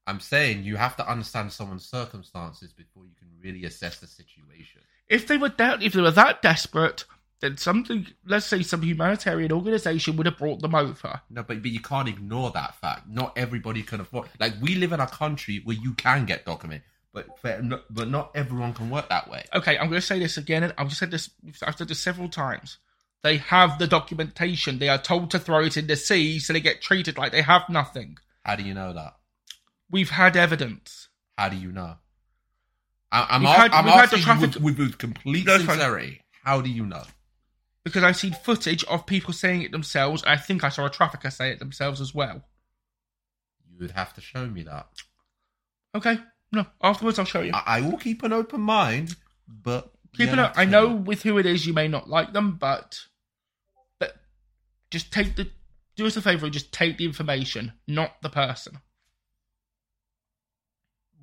B: I'm saying you have to understand someone's circumstances before you can really assess the situation.
A: if they were that if they were that desperate, then something let's say some humanitarian organization would have brought them over.
B: No, but, but you can't ignore that fact. Not everybody can afford. Like we live in a country where you can get document, but for, no- but not everyone can work that way.
A: Okay, I'm going to say this again, and I've said this I've said this several times. They have the documentation. They are told to throw it in the sea, so they get treated like they have nothing.
B: How do you know that?
A: We've had evidence.
B: How do you know? I, I'm,
A: We've
B: a-
A: had-
B: I'm
A: we've had
B: asking
A: the
B: you
A: traffic-
B: with, with, with complete
A: No, it's fine.
B: sincerity. How do you know?
A: Because I've seen footage of people saying it themselves. I think I saw a trafficker say it themselves as well.
B: You would have to show me that.
A: Okay, no. Afterwards, I'll show you.
B: I, I will keep an open mind, but
A: Keep it
B: Uh, Yeah,
A: up. I
B: that's
A: know
B: it.
A: with who it is, you may not like them, but but just take the do us a favor and just take the information, not the person.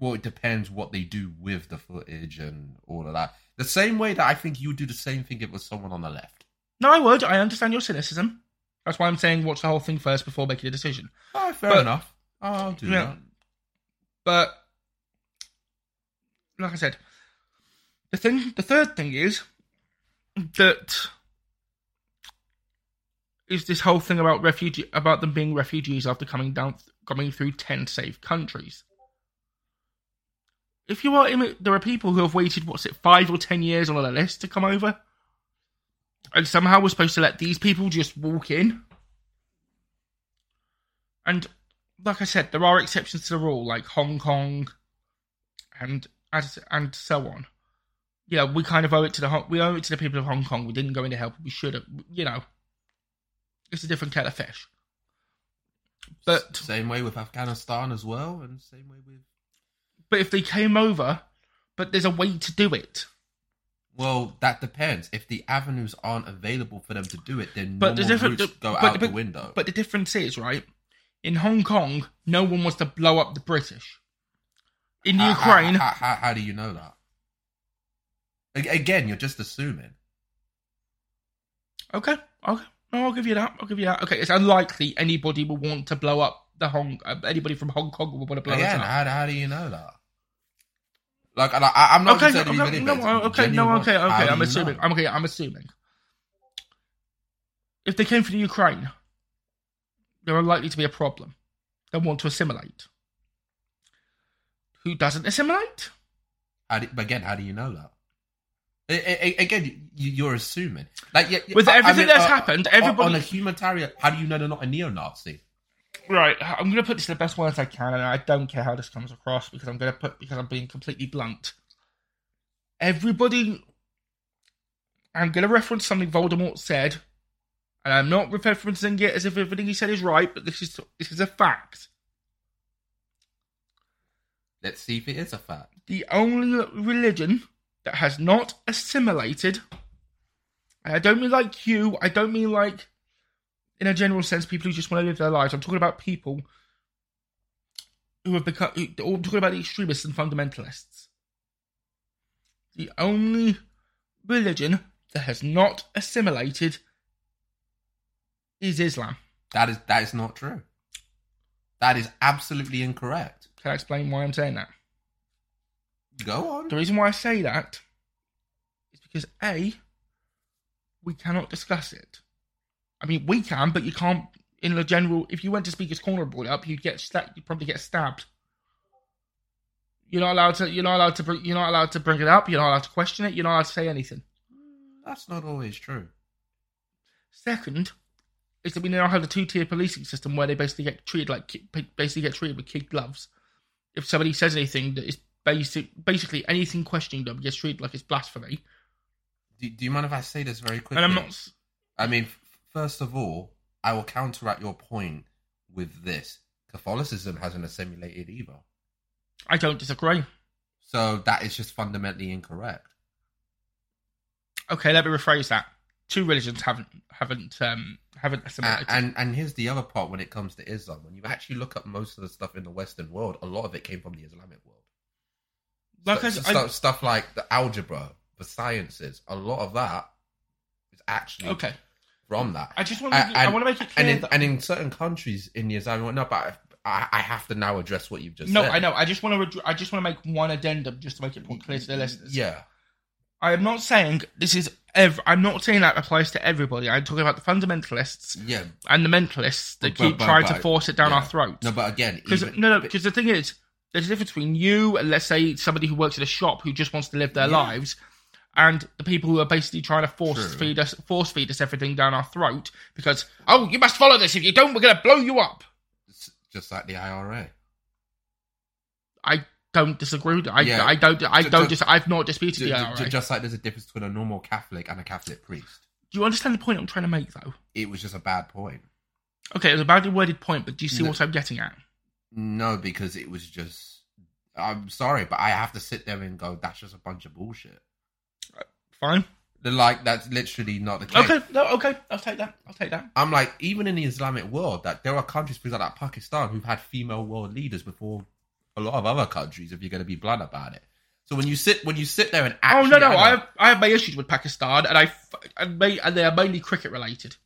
B: well, it depends what they do with the footage and all of that. The same way that I think you would do the same thing if it was someone on the left.
A: No, I would. I understand your cynicism. That's why I'm saying watch the whole thing first before making a decision.
B: Oh, fair
A: But-
B: enough. I'll do
A: Yeah.
B: that.
A: But like I said, the thing, the third thing is that is this whole thing about refugee about them being refugees after coming down coming through ten safe countries. If you are, in, there are people who have waited what's it five or ten years on a list to come over, and somehow we're supposed to let these people just walk in. And like I said, there are exceptions to the rule, like Hong Kong, and as and so on. Yeah, we kind of owe it to the Hon- we owe it to the people of Hong Kong. We didn't go in to help. We should have, you know. It's a different kettle of fish. But
B: Same way with Afghanistan as well, and same way with
A: but if they came over, but there's a way to do it.
B: well, that depends. If the avenues aren't available for them to do it, then
A: But the
B: normal
A: different
B: routes go
A: but,
B: out
A: but-
B: the window.
A: But the difference is right. In Hong Kong, no one wants to blow up the British. In
B: How- how-
A: Ukraine,
B: how, how, how do you know that? A- Again, you're just assuming. ah.
A: Okay, okay. No, I'll give you that. I'll give you that. Okay, it's unlikely anybody will want to blow up the Hong. Uh, anybody from Hong Kong will want to blow
B: Again,
A: it up.
B: how, how do you know that? Like, and I, I- I'm not
A: okay,
B: saying
A: okay, no, okay, no, okay, okay. I'm assuming. I'm okay. I'm assuming. If they came from Ukraine, they're unlikely to be a problem. They want to assimilate. Who doesn't assimilate?
B: How do, but again, how do you know that? A- a- a- again, you, you're assuming. Like yeah,
A: With
B: I- I
A: everything
B: mean,
A: that's
B: uh,
A: happened,
B: on-
A: everybody-
B: on a humanitarian. How do you know they're not a neo-Nazi?
A: Right, I'm going to put this in the best words I can, and I don't care how this comes across because I'm going to put because I'm being completely blunt. Everybody, I'm going to reference something Voldemort said, and I'm not referencing it as if everything he said is right, but this is this is a fact.
B: Let's see if it is a fact.
A: The only religion that has not assimilated, and I don't mean like you, I don't mean like in a general sense people who just want to live their lives. I'm talking about people who have become. Who, or I'm talking about the extremists and fundamentalists. The only religion that has not assimilated is Islam.
B: That is that is not true. That is absolutely incorrect.
A: Can I explain why I'm saying that?
B: Go on.
A: The reason why I say that is because A, we cannot discuss it. I mean, we can, but you can't. In the general, if you went to Speaker's Corner and brought it up, you'd get sta- you'd probably get stabbed. You're not allowed to. You're not allowed to. Bring, you're not allowed to bring it up. You're not allowed to question it. You're not allowed to say anything.
B: That's not always true.
A: Second, is that we now have the two-tier policing system where they basically get treated like ki- basically get treated with kid gloves. If somebody says anything that is basic, basically anything questioning them gets treated like it's blasphemy.
B: Do, do you mind if I say this very quickly?
A: And I'm not.
B: I mean, f- first of all, I will counteract your point with this: Catholicism hasn't assimilated either,
A: I don't disagree.
B: so that is just fundamentally incorrect.
A: Okay, let me rephrase that. Two religions haven't haven't um haven't assimilated.
B: A- and and here's the other part when it comes to Islam. When you actually look at most of the stuff in the Western world, a lot of it came from the Islamic world.
A: like I,
B: Stuff-
A: I-
B: stuff, stuff like the algebra, the sciences, a lot of that is actually
A: okay,
B: from that.
A: I just want to make it- I wanna make it
B: and
A: clear
B: in,
A: that-
B: and in certain countries in the Islamic world, no, but I, I, I have to now address what you've just
A: no,
B: said.
A: I know. I just want to I just want to make one addendum just to make it more clear to the listeners.
B: Yeah,
A: I am not saying this is. Ev- I'm not saying that applies to everybody. I'm talking about the fundamentalists
B: yeah.
A: and the mentalists that
B: But-
A: keep
B: but-
A: trying to
B: but-
A: force it down
B: yeah.
A: our throats.
B: No, but again,
A: Because
B: even-
A: no, no, because the thing is, there's a difference between you and let's say somebody who works at a shop who just wants to live their
B: Yeah.
A: lives, and the people who are basically trying to force
B: True.
A: feed us, force feed us everything down our throat because oh, you must follow this. If you don't, we're going to blow you up.
B: it's just like the IRA.
A: I don't disagree. with that. I,
B: Yeah.
A: I don't. I
B: Ju-
A: don't.
B: ju-
A: Just, I've not disputed
B: Ju-
A: the
B: ju-
A: IRA.
B: ju- Just like there's a difference between a normal Catholic and a Catholic priest.
A: do you understand the point I'm trying to make, though?
B: It was just a bad point.
A: Okay, it was a badly worded point, but do you see
B: No.
A: what I'm getting at?
B: No, because it was just. I'm sorry, but I have to sit there and go. That's just a bunch of bullshit.
A: Fine.
B: They're Like that's literally not the case.
A: Okay. No. Okay. I'll take that. I'll take that.
B: I'm like, even in the Islamic world, that there are countries, for example, like Pakistan, who've had female world leaders before a lot of other countries. If you're going to be blunt about it, so when you sit when you sit there and
A: Oh
B: actually,
A: no, no, I
B: analyze-
A: have I have my issues with Pakistan, and I f- and, ma- and they are mainly cricket related.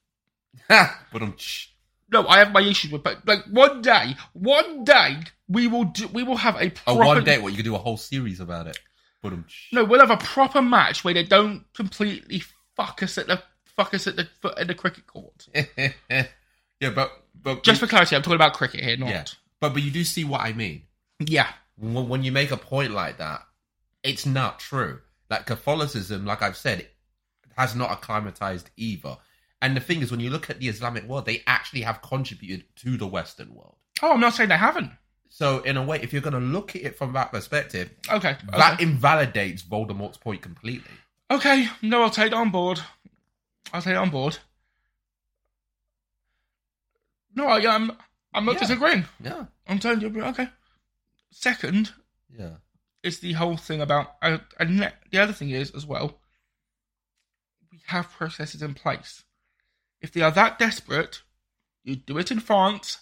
B: but I'm shh.
A: No, I have my issues with, but like one day, one day we will do, we will have a
B: Oh,
A: proper
B: one day, what you could do a whole series about it. But I'm shh.
A: No, we'll have a proper match where they don't completely fuck us at the fuck us at the foot in the cricket court.
B: yeah, but but
A: Just for clarity, I'm talking about cricket here,
B: yeah,
A: not
B: but but you do see what I mean.
A: yeah.
B: when, when you make a point like that, it's not true. Like Catholicism, like I've said, has not acclimatized either. And the thing is, when you look at the Islamic world, they actually have contributed to the Western world.
A: Oh, I'm not saying they haven't.
B: So, in a way, if you're going to look at it from that perspective,
A: Okay, okay.
B: that invalidates Voldemort's point completely.
A: Okay, no, I'll take it on board. I'll take it on board. No, I, I'm I'm not
B: Yeah.
A: disagreeing.
B: Yeah,
A: I'm telling you, okay. Second
B: yeah.
A: is the whole thing about, uh, and ne- the other thing is as well, we have processes in place. If they are that desperate, you do it in France,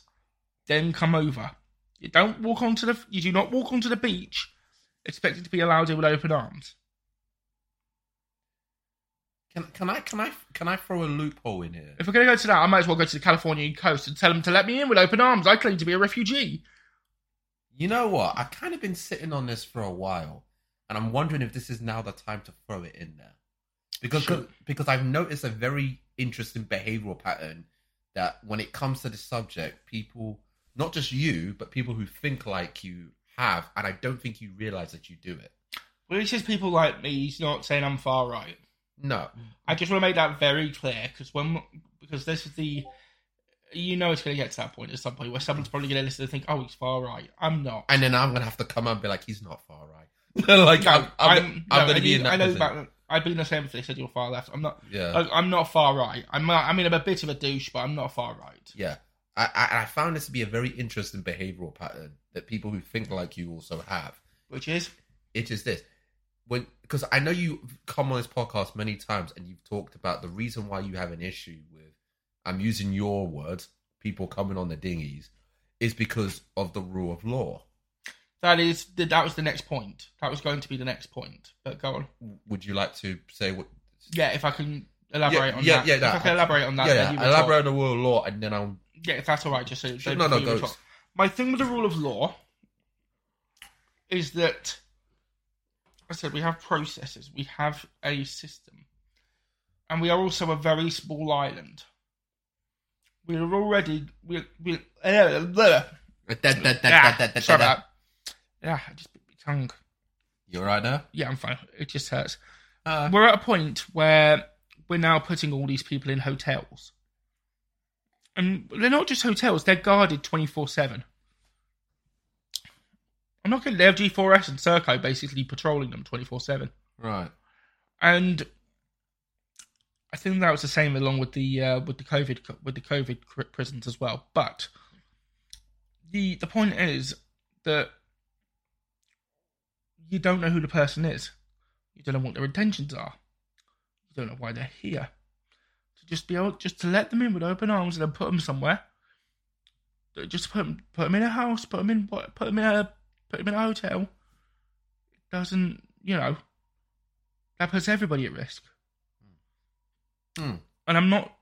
A: then come over. You don't walk onto the, you do not walk onto the beach, expecting to be allowed in with open arms.
B: Can, can I can I can I throw a loophole in here?
A: If we're going to go to that, I might as well go to the Californian coast and tell them to let me in with open arms. I claim to be a refugee.
B: You know what? I've kind of been sitting on this for a while, and I'm wondering if this is now the time to throw it in there. Because
A: Sure.
B: because I've noticed a very interesting behavioral pattern that when it comes to the subject, people, not just you, but people who think like you have, and I don't think you realize that you do it.
A: When he says people like me, he's not saying I'm far right.
B: No,
A: I just want to make that very clear because when because this is the you know it's going to get to that point at some point where someone's probably going to listen and think, oh, he's far right. I'm not.
B: and then I'm gonna have to come and be like, he's not far right. like I'm, I'm, I'm,
A: no,
B: gonna
A: I
B: be
A: mean,
B: in that.
A: I know
B: position.
A: that I've been the same for this. I do far left. I'm not.
B: Yeah.
A: I- I'm not far right. I'm. Not, I mean, I'm a bit of a douche, but I'm not far right.
B: Yeah. I, I, I found this to be a very interesting behavioral pattern that people who think like you also have.
A: Which is
B: It is this. When because I know you've come on this podcast many times and you've talked about the reason why you have an issue with I'm using your words, people coming on the dinghies, is because of the rule of law.
A: that is that was the next point. That was going to be the next point. But go on.
B: Would you like to say what
A: Yeah, if I can elaborate
B: yeah,
A: on
B: yeah,
A: that.
B: Yeah,
A: if
B: no,
A: I can elaborate on that.
B: Yeah,
A: then you
B: yeah.
A: were
B: elaborate
A: talking.
B: on the rule of law and then I'll
A: Yeah, if that's all right, just so
B: Sure,
A: so
B: no, no,
A: we were
B: go.
A: talk- My thing with the rule of law is that I said we have processes, we have a system, and we are also a very small island. We are already we we uh, bleh.
B: that, that, that,
A: Ah,
B: that, that, that,
A: sorry
B: that.
A: about that. Yeah, I just bit my tongue.
B: You alright now?
A: Yeah, I'm fine. It just hurts.
B: Uh,
A: We're at a point where we're now putting all these people in hotels. And they're not just hotels, they're guarded 24 7. I'm not kidding, they have G4S and Serco basically patrolling them 24 7.
B: right.
A: And I think that was the same along with the uh, with the COVID co- with the COVID cr- prisons as well. But the the point is that you don't know who the person is. You don't know what their intentions are. You don't know why they're here. To just be able just to let them in with open arms and then put them somewhere. Uh, Just put them, put them in a house, put them in what, put them in a put them in a hotel. It doesn't, you know, that puts everybody at risk.
B: Hmm.
A: And I'm not,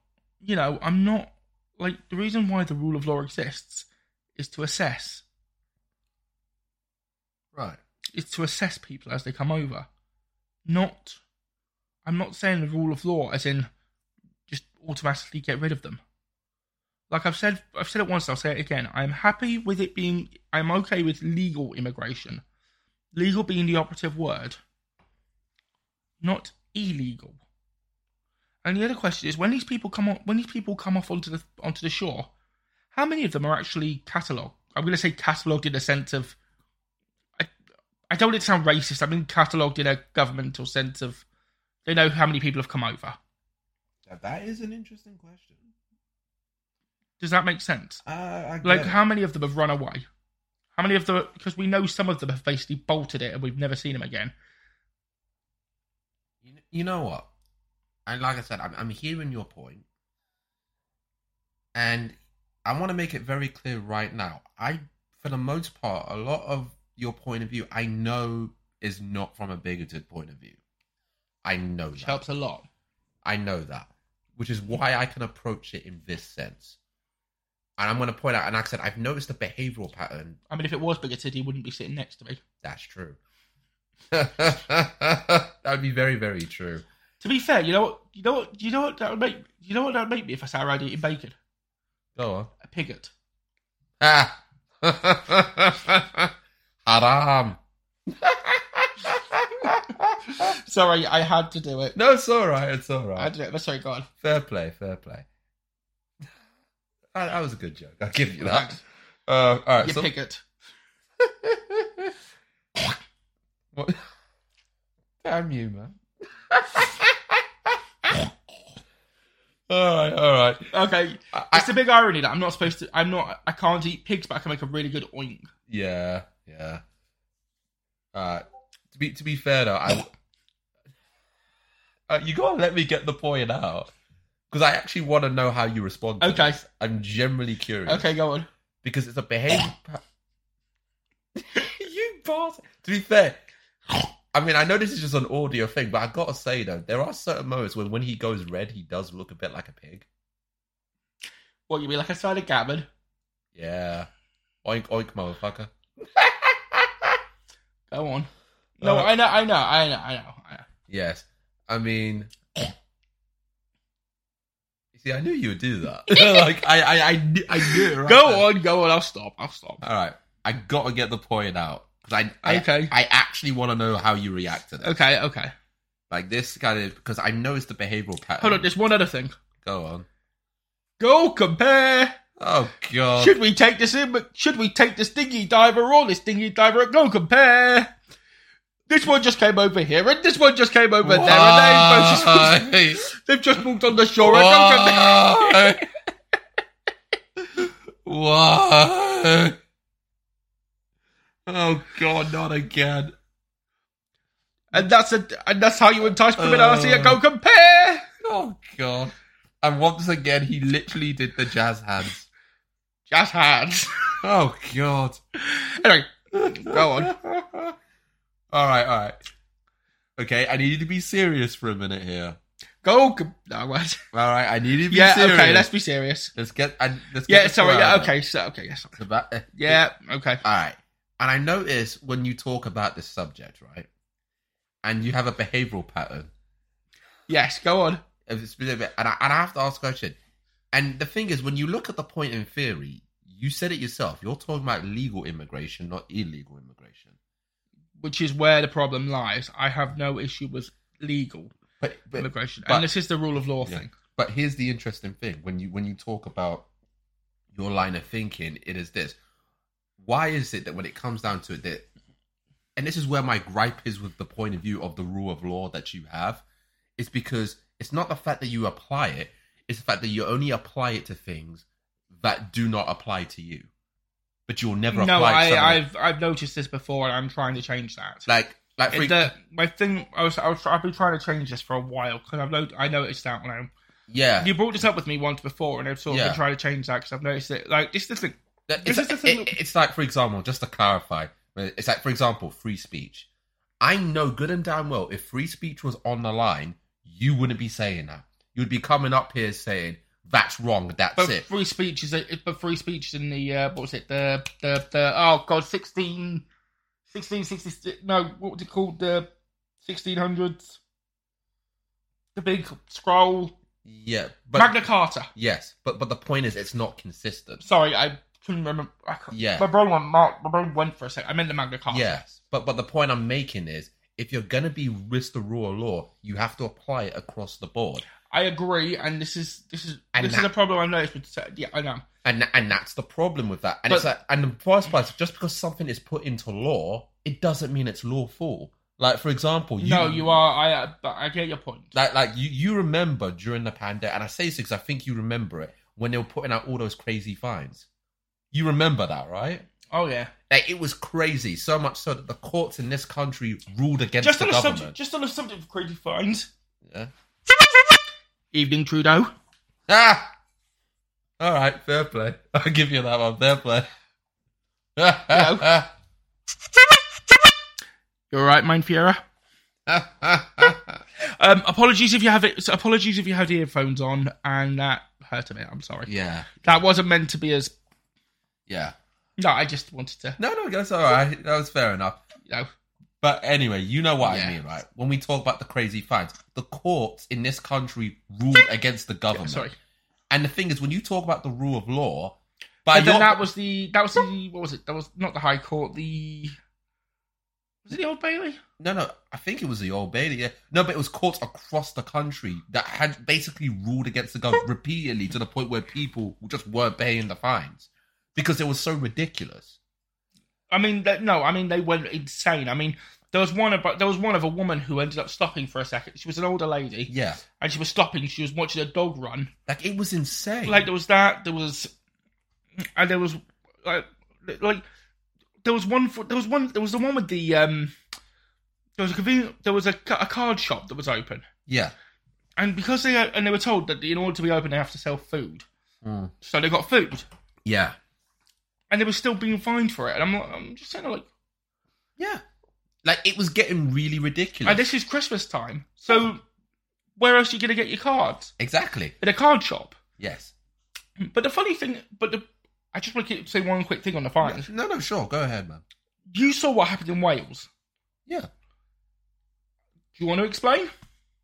A: you know, I'm not like the reason why the rule of law exists is to assess.
B: Right.
A: It's to assess people as they come over. Not, I'm not saying the rule of law as in just automatically get rid of them. Like I've said, I've said it once. I'll say it again. I'm happy with it being. I'm okay with legal immigration. Legal being the operative word, not illegal. And the other question is, when these people come on, when these people come off onto the onto the shore, how many of them are actually catalogued? I'm going to say catalogued in the sense of, I, I don't want it to sound racist. I mean catalogued in a governmental sense of, they know how many people have come over.
B: Now, that is an interesting question.
A: Does that make sense?
B: Uh, I
A: Like,
B: get it.
A: how many of them have run away? How many of the? Because we know some of them have basically bolted it, and we've never seen them again.
B: You kn- you know what? And like I said, I'm, I'm hearing your point, and I want to make it very clear right now. I, for the most part, a lot of your point of view, I know is not from a bigoted point of view. I know
A: Which
B: that.
A: helps a lot.
B: I know that, which is why I can approach it in this sense. And I'm going to point out, and like I said, I've noticed a behavioral pattern
A: I mean, if it was bigoted, he wouldn't be sitting next to me.
B: that's true. that would be very, very true.
A: To be fair, you know what? You know what? You know what that would make? You know what that would make me if I sat around eating bacon?
B: Go on.
A: A pigot.
B: Ah. Haram.
A: Sorry, I had to do it.
B: No, it's all right. It's all
A: I had
B: right.
A: to do it. But sorry, go on.
B: Fair play. Fair play. That, that was a good joke. I'll give you that. Uh, all right.
A: You
B: so-
A: pigot.
B: What? Damn you, man. all right. All right.
A: Okay,
B: I-
A: it's a big irony that I'm not supposed to. I'm not. I can't eat pigs, but I can make a really good oink.
B: Yeah, yeah. Uh, to be to be fair though, I uh, you gotta let me get the point out because I actually want to know how you respond. To
A: Okay.
B: this. I'm generally curious.
A: Okay, go on.
B: because it's a behavior. you bastard. To be fair, I mean I know this is just an audio thing, but I gotta say though, there are certain moments when when he goes red, he does look a bit like a pig.
A: What you mean, like a side of gammon?
B: Yeah, oink oink, motherfucker.
A: Go on. No,
B: Uh,
A: I know, I know, I know, I know, I know.
B: Yes. I mean, See, I knew you would do that. like, I, I, I, knew- I knew it. Right there.
A: Go on, go on. I'll stop. I'll stop.
B: All right, I gotta get the point out because I, I,
A: Okay.
B: I actually want to know how you react to this.
A: Okay, okay.
B: Like this kind of because I noticed the behavioural pattern.
A: Hold on. There's one other thing.
B: Go on.
A: Go compare.
B: Oh god.
A: Should we take this in? Should we take this dinghy diver or this dinghy diver? Go compare. This one just came over here, and this one just came over there,
B: Why?
A: and they both just, they've just walked on the shore. And go compare.
B: Why? Why? Oh god, not again.
A: And that's a, and that's how you entice criminality. at
B: Uh.
A: go compare.
B: Oh god. And once again, he literally did the jazz hands.
A: Jazz hands.
B: Oh god.
A: anyway, go on.
B: All right, all right. Okay, I need you to be serious for a minute here.
A: Go. Com- no, what?
B: All right, I need you to be
A: Yeah.
B: serious.
A: Okay. Let's be serious.
B: let's get. I, let's get
A: Yeah.
B: this
A: Sorry.
B: out
A: Yeah.
B: of
A: Okay. So. Okay. Yes.
B: the ba-
A: Yeah. Okay.
B: eh, All right. And I notice when you talk about this subject, right, and you have a behavioural pattern,
A: Yes. Go on.
B: of it's been a bit- and I, and I have to ask a question. And the thing is, when you look at the point in theory, you said it yourself. You're talking about legal immigration, not illegal immigration.
A: Which is where the problem lies. I have no issue with legal.
B: But, but
A: immigration.
B: but-
A: and this is the rule of law
B: Yeah.
A: thing.
B: But here's the interesting thing: when you when you talk about your line of thinking, it is this. Why is it that when it comes down to it, that and this is where my gripe is with the point of view of the rule of law that you have, it's because it's not the fact that you apply it; it's the fact that you only apply it to things that do not apply to you. But you'll never
A: No,
B: apply. it to
A: I,
B: someone-
A: I've I've noticed this before, and I'm trying to change that.
B: like like for,
A: It- the- my thing, I was, I was, I've been trying to change this for a while because I've no, I noticed that now.
B: yeah.
A: You brought this up with me once before, and I've sort of
B: Yeah.
A: been trying to change that because I've noticed it. Like this is the thing.
B: That-
A: This
B: It's,
A: is the thing
B: it-
A: that-
B: it's like, for example, just to clarify, it's like, for example, free speech. I know good and damn well if free speech was on the line, you wouldn't be saying that. You'd be coming up here saying that's wrong. That's
A: But
B: it.
A: free speech is, a, it- but free speech is in the uh, what was it? The the the oh god, 16, 1660 No, what was it called? The sixteen hundreds. The big scroll,
B: yeah, but
A: Magna Carta.
B: yes, but but the point is, it's not consistent.
A: Sorry, I couldn't remember. I can't-
B: Yeah.
A: my brain went. My, my brain went for a second. I meant the Magna Carta.
B: Yes, but but the point I'm making is, if you're gonna be with the rule of law, you have to apply it across the board,
A: I agree, and this is this is
B: And
A: this is
B: that-
A: a problem I've noticed. With, yeah, I know.
B: and and that's the problem with that. And it's
A: But-
B: like, and the first place, just because something is put into law, it doesn't mean it's lawful. Like for example, you,
A: no, you are. I uh, but I get your point.
B: Like, like you, you remember during the pandemic, and I say this because I think you remember it when they were putting out all those crazy fines. You remember that, right?
A: oh yeah.
B: Like, it was crazy, so much so that the courts in this country ruled against
A: Just
B: the
A: on a
B: government.
A: subject. Just on a subject of crazy fines.
B: Yeah.
A: Evening, Trudeau.
B: Ah, all right, fair play. I'll give you that one. Fair play.
A: You're all right, mind Fiera. Um, apologies if you have it. so Apologies if you had earphones on, and that hurt a bit. I'm sorry.
B: yeah,
A: That wasn't meant to be as.
B: yeah.
A: No, I just wanted to.
B: No, no, that's all right. That was fair enough.
A: You know,
B: But anyway, you know what
A: Yeah.
B: I mean, right? When we talk about the crazy fines, the courts in this country ruled against the government.
A: sorry.
B: And the thing is, when you talk about the rule of law, by
A: But
B: your,
A: then that was the that was the what was it? That was not the High Court. The was it the Old Bailey?
B: no, no, I think it was the Old Bailey. Yeah, no, but it was courts across the country that had basically ruled against the government repeatedly to the point where people just weren't paying the fines because it was so ridiculous.
A: I mean, that, no, I mean they went insane. I mean, there was one about there was one of a woman who ended up stopping for a second. She was an older lady,
B: Yeah,
A: and she was stopping. She was watching a dog run.
B: like it was insane.
A: Like there was that. There was, and there was like like there was one. for- There was one. There was the one with the um. There was a convenient, There was a, ca- a card shop that was open.
B: yeah,
A: and because they uh, and they were told that in order to be open they have to sell food,
B: Mm.
A: so they got food,
B: yeah,
A: and they were still being fined for it. And I'm like, I'm just saying, like,
B: yeah. Like it was getting really ridiculous.
A: and this is Christmas time, so where else are you going to get your cards?
B: exactly.
A: In a card shop.
B: Yes.
A: But the funny thing, but the, I just want to keep, say one quick thing on the fines.
B: No, no, sure. Go ahead, man.
A: You saw what happened in Wales.
B: Yeah.
A: Do you want to explain?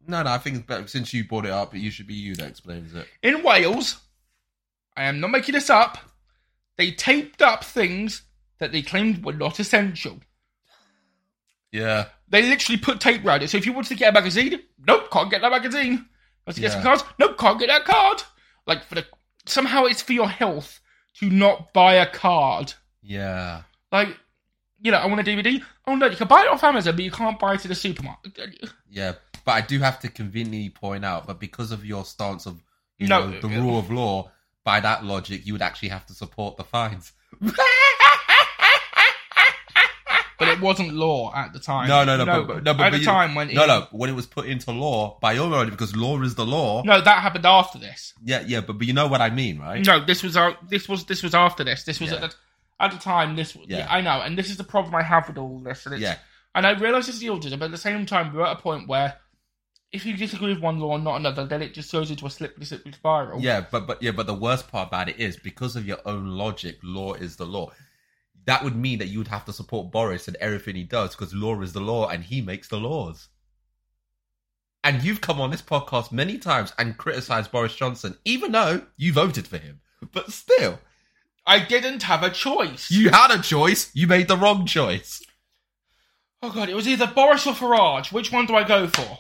B: No, no, I think it's better since you brought it up. You should be you that explains it.
A: In Wales, I am not making this up, they taped up things that they claimed were not essential.
B: Yeah,
A: They literally put tape around it. So if you wanted to get a magazine, nope, can't get that magazine. Want to get some
B: Yeah.
A: cards? Nope, can't get that card. Like for the somehow it's for your health to not buy a card.
B: yeah.
A: Like, you know, I want a DVD. Oh no, you can buy it off Amazon, but you can't buy it to the supermarket.
B: Yeah, but I do have to conveniently point out, but because of your stance of you
A: No,
B: know the
A: yeah.
B: rule of law, by that logic, you would actually have to support the fines.
A: But it wasn't law at the time.
B: No, no, no,
A: no.
B: but, no, but
A: at
B: but
A: the
B: you-
A: time when
B: no,
A: it-
B: no, when it was put into law by your own, because law is the law.
A: no, that happened after this.
B: Yeah, yeah, but but you know what I mean, right?
A: No, this was uh, this was this was after this. This was
B: Yeah.
A: at the, at the time. This was,
B: Yeah.
A: yeah. I know, and this is the problem I have with all this. And it's,
B: Yeah.
A: and I realize it's the auditor, but at the same time, we're at a point where if you disagree with one law and not another, then it just goes into a slippery, slippery spiral.
B: Yeah, but but yeah, but the worst part about it is because of your own logic, law is the law. That would mean that you would have to support Boris and everything he does because law is the law and he makes the laws. And you've come on this podcast many times and criticized Boris Johnson, even though you voted for him. But still,
A: I didn't have a choice.
B: you had a choice. You made the wrong choice.
A: oh god, it was either Boris or Farage. Which one do I go for?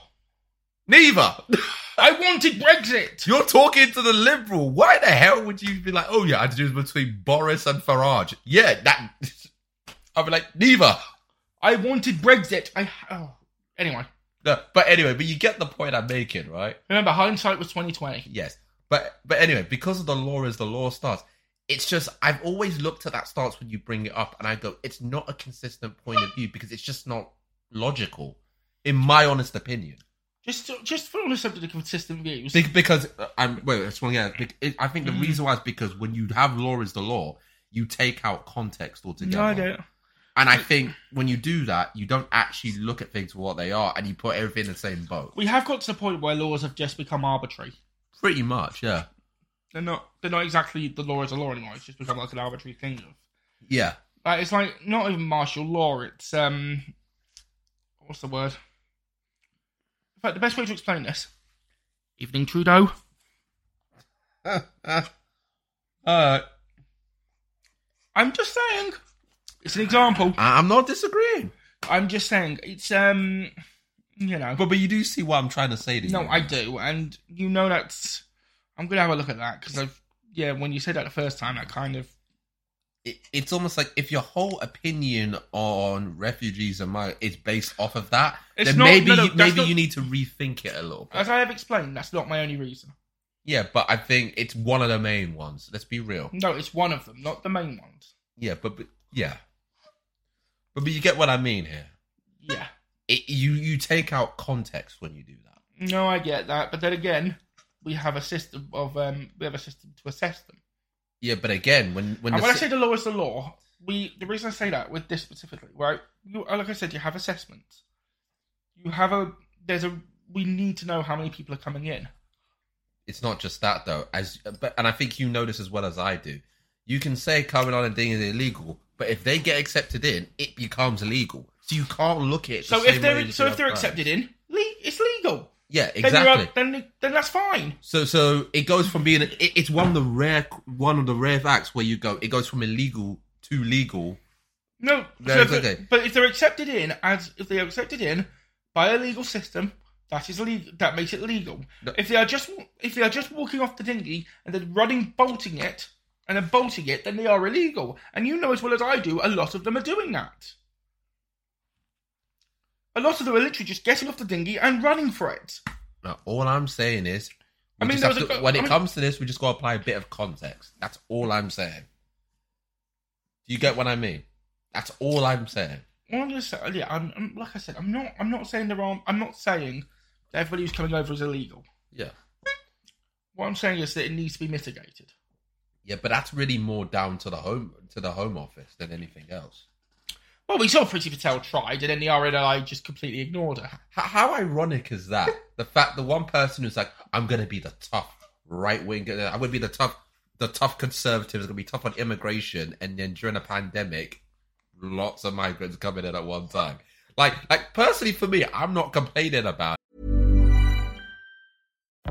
B: Neither.
A: I wanted Brexit.
B: You're talking to the liberal. Why the hell would you be like, oh yeah, I'd choose between Boris and Farage? Yeah, that. I'd be like, neither.
A: I wanted Brexit. I oh. anyway.
B: No, but anyway, but you get the point I'm making, right?
A: Remember, hindsight was twenty twenty.
B: Yes. But but anyway, because of the law is the law stance, it's just I've always looked at that stance when you bring it up and I go, it's not a consistent point of view because it's just not logical, in my honest opinion.
A: Just, just for on a subject of consistent views.
B: Be- Because uh, I'm wait, I just want to get. it- I think the reason why is because when you have law is the law, you take out context altogether.
A: no, I don't.
B: And I think when you do that, you don't actually look at things for what they are, and you put everything in the same boat.
A: We have got to the point where laws have just become arbitrary.
B: Pretty much, yeah,
A: They're not. They're not exactly the law is a law anymore. It's just become like an arbitrary thing. Of
B: yeah.
A: like, it's like not even martial law. It's um, what's the word? In fact, the best way to explain this. Evening, Trudeau.
B: Uh,
A: I'm just saying. It's an example.
B: I- I'm not disagreeing,
A: I'm just saying. It's um, you know.
B: but but you do see what I'm trying to say to you.
A: No, I do, and you know that's. I'm gonna have a look at that because I've yeah. When you said that the first time, that kind of
B: It, it's almost like if your whole opinion on refugees and my is based off of that,
A: It's
B: then
A: not-
B: maybe
A: no, no,
B: you-
A: that's
B: maybe
A: not-
B: you need to rethink it a little bit.
A: as I have explained, that's not my only reason.
B: Yeah, but I think it's one of the main ones. Let's be real.
A: No, it's one of them, not the main ones.
B: Yeah, but, but yeah, but but you get what I mean here.
A: Yeah.
B: It, you you take out context when you do that.
A: No, I get that, but then again, we have a system of um, we have a system to assess them.
B: Yeah, but again, when when,
A: and
B: the
A: Uh, when I
B: si-
A: say the law is the law, we the reason I say that with this specifically, right? You, uh, like I said, you have assessments. You have a there's a we need to know how many people are coming in.
B: it's not just that though. As but, and I think you know this as well as I do. You can say coming on and thing is illegal, but if they get accepted in, it becomes legal. So you can't look at it. the
A: So if
B: same way
A: they're
B: you
A: so
B: do
A: if they're
B: other
A: accepted
B: crimes.
A: in, le- it's legal.
B: yeah,
A: Then, you're,
B: exactly.
A: out- then then that's fine.
B: So so it goes from being it, it's one of the rare one of the rare acts where you go it goes from illegal to legal.
A: No, so
B: No, it's
A: if they're-
B: okay.
A: but if they're accepted in as if they are accepted in by a legal system, that is legal. That makes it legal.
B: No.
A: If they are just if they are just walking off the dinghy and then running, bolting it, and then bolting it, then they are illegal. And you know as well as I do, a lot of them are doing that. A lot of them are literally just getting off the dinghy and running for it.
B: Now, all I'm saying is,
A: I
B: we
A: mean,
B: just
A: there
B: have
A: was
B: to-
A: a-
B: when
A: I
B: it
A: mean-
B: comes to this, we just got to apply a bit of context. That's all I'm saying. Do you get what I mean? That's all I'm saying.
A: Well, I'm just yeah. I'm, I'm like I said. I'm not. I'm not saying they're wrong. I'm not saying that everybody who's coming over is illegal.
B: Yeah.
A: What I'm saying is that it needs to be mitigated.
B: Yeah, but that's really more down to the home to the home office than anything else.
A: Well, we saw Pretty Patel tried, and then the RNLI just completely ignored her.
B: How, how ironic is that? the fact the one person who's like, "I'm gonna be the tough right wing, I'm gonna be the tough, the tough conservatives, gonna be tough on immigration," and then during a pandemic, lots of migrants coming in at one time. Like, like personally for me, I'm not complaining about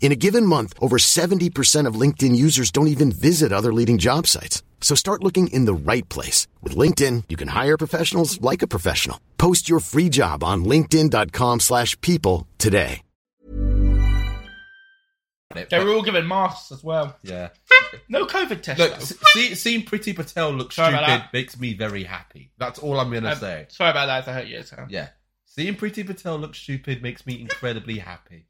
C: In a given month, over 70% of LinkedIn users don't even visit other leading job sites. So start looking in the right place. With LinkedIn, you can hire professionals like a professional. Post your free job on linkedin.com/people slash people today.
B: But-
A: They were all given masks as well.
B: yeah.
A: No COVID test.
B: Look,
A: though.
B: s- see, seeing Pretty Patel look
A: Sorry about
B: stupid
A: that.
B: makes me very happy. That's all I'm gonna
A: Um,
B: say.
A: Sorry about that. If I hurt you. Sam.
B: Yeah, seeing Pretty Patel look stupid makes me incredibly happy.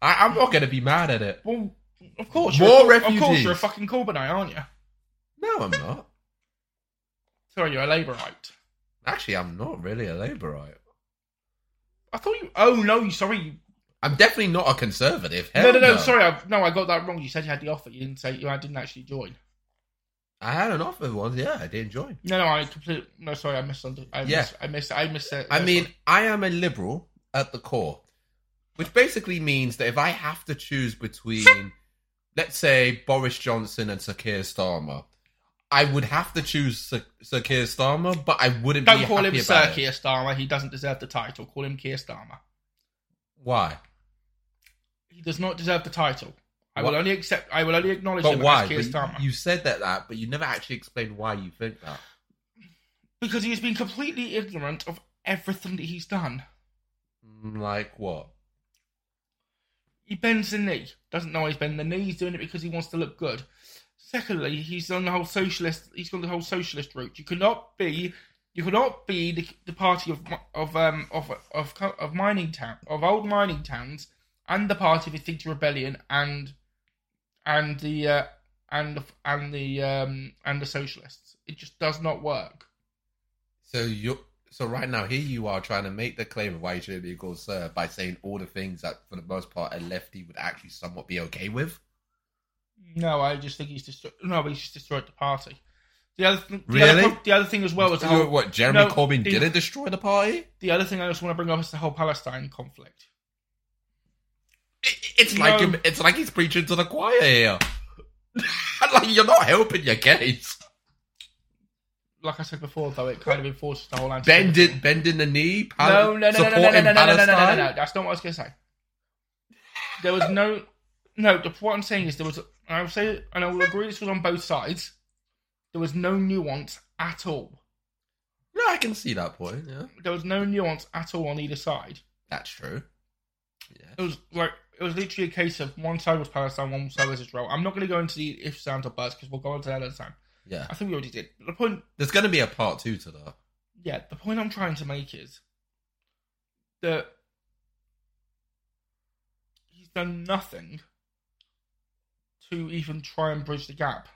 B: I, I'm not gonna be mad at it.
A: Well, of course.
B: More
A: you're a, Of course,
B: refugees.
A: you're a fucking Corbynite, aren't you?
B: No, I'm not.
A: Sorry, you're a Labourite.
B: Actually, I'm not really a Labourite.
A: I thought you. Oh no, you sorry. you-
B: I'm definitely not a conservative.
A: No,
B: Hell
A: no, no. Sorry, I, no, I got that wrong. You said you had the offer. You didn't say you. I didn't actually join.
B: I had an offer once. Yeah, I didn't join.
A: No, no, I completely. No, sorry, I misunderstood. I
B: Yeah.
A: mis- uh, I missed. I missed. it.
B: I mean, I am a liberal at the core, which basically means that if I have to choose between, let's say, Boris Johnson and Sir Keir Starmer, I would have to choose Sir, Sir Keir Starmer, but I wouldn't
A: don't
B: be
A: call him
B: happy
A: Sir
B: about it.
A: Keir Starmer. He doesn't deserve the title. Call him Keir Starmer.
B: Why?
A: He does not deserve the title. I
B: What?
A: will only accept. I will only acknowledge
B: But
A: him
B: why?
A: as Keir
B: But
A: Starmer
B: you, you said that, that, but you never actually explained why you think that.
A: because he has been completely ignorant of everything that he's done.
B: Mm, Like what?
A: He bends the knee. Doesn't know he's bending the knee. He's doing it because he wants to look good. Secondly, he's on the whole socialist. He's on the whole socialist route. You cannot be, you cannot be the, the party of mi- of um of of co- of mining town of old mining towns and the party of Extinction Rebellion and and the uh, and the, and the um and the socialists. It just does not work.
B: So you. So right now, here you are trying to make the claim of why you shouldn't be called sir by saying all the things that, for the most part, a lefty would actually somewhat be okay with.
A: No, I just think he's destroyed. No, he's just destroyed the party. The other thing, the
B: Really?
A: Other, pro- the other thing as well was the
B: You-
A: whole,
B: what Jeremy
A: no,
B: Corbyn
A: the-
B: didn't destroy the party.
A: The other thing I just want to bring up is the whole Palestine conflict.
B: It- It's
A: No.
B: like him, it's like he's preaching to the choir here. like you're not helping your case.
A: Like I said before, though, it kind of enforces the whole anti.
B: Bending, bending the knee.
A: No,
B: Pal-
A: no, no, no, no, no, no, no, no, no, no, no, no, no, no. That's not what I was going to say. There was no, no. The, what I'm saying is there was. I would say, and I will agree, this was on both sides. There was no nuance at all.
B: No, I can see that point. Yeah,
A: There was no nuance at all on either side.
B: that's true. Yeah.
A: It was like it was literally a case of one side was Palestine, one side was Israel. I'm not going to go into the ifs, ands, or buts because we'll go into that another time.
B: Yeah,
A: I think we already did. But the point,
B: there's going to be a part two to that.
A: yeah, the point I'm trying to make is that he's done nothing to even try and bridge the gap?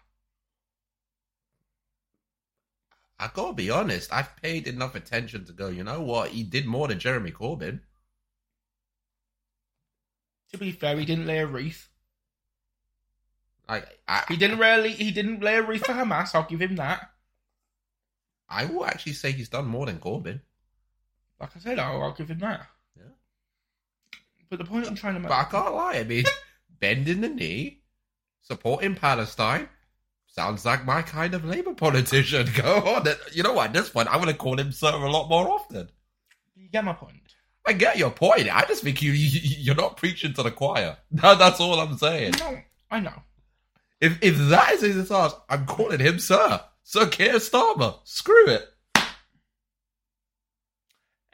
B: I gotta be honest, I've paid enough attention to go, you know what, he did more than Jeremy Corbyn.
A: To be fair, he didn't lay a wreath.
B: Like I
A: He didn't really. He didn't lay a wreath for Hamas. I'll give him that.
B: I will actually say he's done more than Corbyn.
A: Like I said, I'll, I'll give him that.
B: Yeah.
A: But the point I'm trying to make.
B: But I can't lie, I mean bending the knee, supporting Palestine. Sounds like my kind of Labour politician. Go on. You know what? At this point, I'm going to call him sir a lot more often.
A: You get my point.
B: I get your point. I just think you, you you're not preaching to the choir. That, that's all I'm saying.
A: No, I know.
B: If if that is his ass, I'm calling him sir, Sir Keir Starmer. Screw it.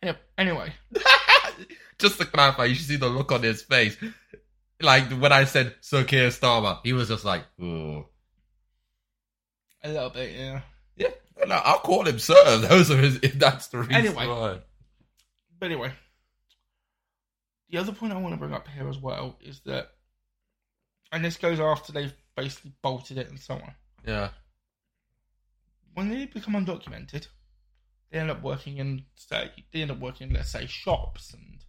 A: Any- Anyway,
B: just to clarify, you should see the look on his face. Like when I said Sir Keir Starmer, he was just like, "Ooh,
A: a little bit. Yeah.
B: yeah, no, I'll call him sir." Those are his. If that's the reason.
A: Anyway.
B: why.
A: But anyway, the other point I want to bring up here as well is that, and this goes after they've basically bolted it and so on.
B: yeah,
A: When they become undocumented, they end up working in say they end up working in let's say shops and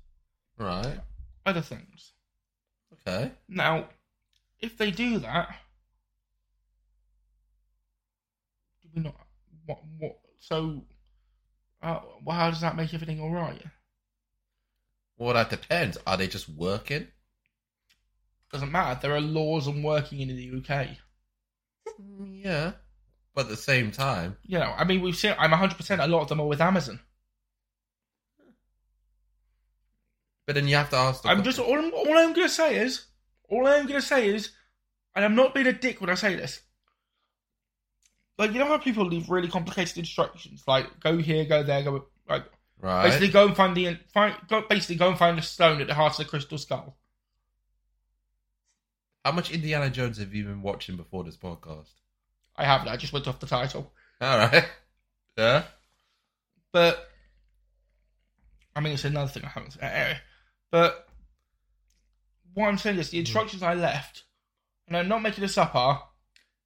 B: right,
A: other things.
B: okay,
A: Now, if they do that, do we not what what so? Uh, well, how does that make everything all right?
B: well, that depends. Are they just working?
A: Doesn't matter. There are laws on working in the UK.
B: Yeah, but at the same time,
A: You know, I mean, we've seen. I'm 100. percent A lot of them are with Amazon.
B: but then you have to ask. The
A: I'm just all I'm, all I'm gonna say is all I'm gonna say is, and I'm not being a dick when I say this. Like you know how people leave really complicated instructions, like go here, go there, go like
B: right.
A: basically go and find the find go, basically go and find the stone at the heart of the crystal skull.
B: How much Indiana Jones have you been watching before this podcast?
A: I haven't. I just went off the title,
B: All right. Yeah.
A: but I mean it's another thing I haven't. Seen. Eh, eh. But what I'm saying is
B: Hmm.
A: the instructions I left, and I'm not making this up. Are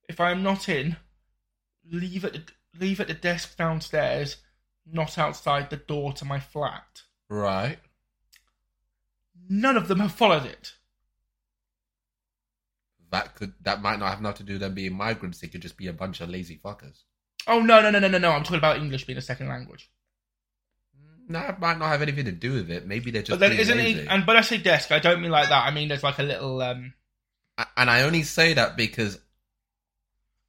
A: if I'm not in, leave at the, leave at the desk downstairs, not outside the door to my flat.
B: Right.
A: None of them have followed it.
B: That could that might not have nothing to do with them being migrants. They could just be a bunch of lazy fuckers.
A: Oh no no no no no no! I'm talking about English being a second language.
B: That might not have anything to do with it. Maybe they're just.
A: but then
B: being
A: isn't
B: lazy.
A: it? And when I say desk, I don't mean like that. I mean there's like a little um.
B: A- and I only say that because,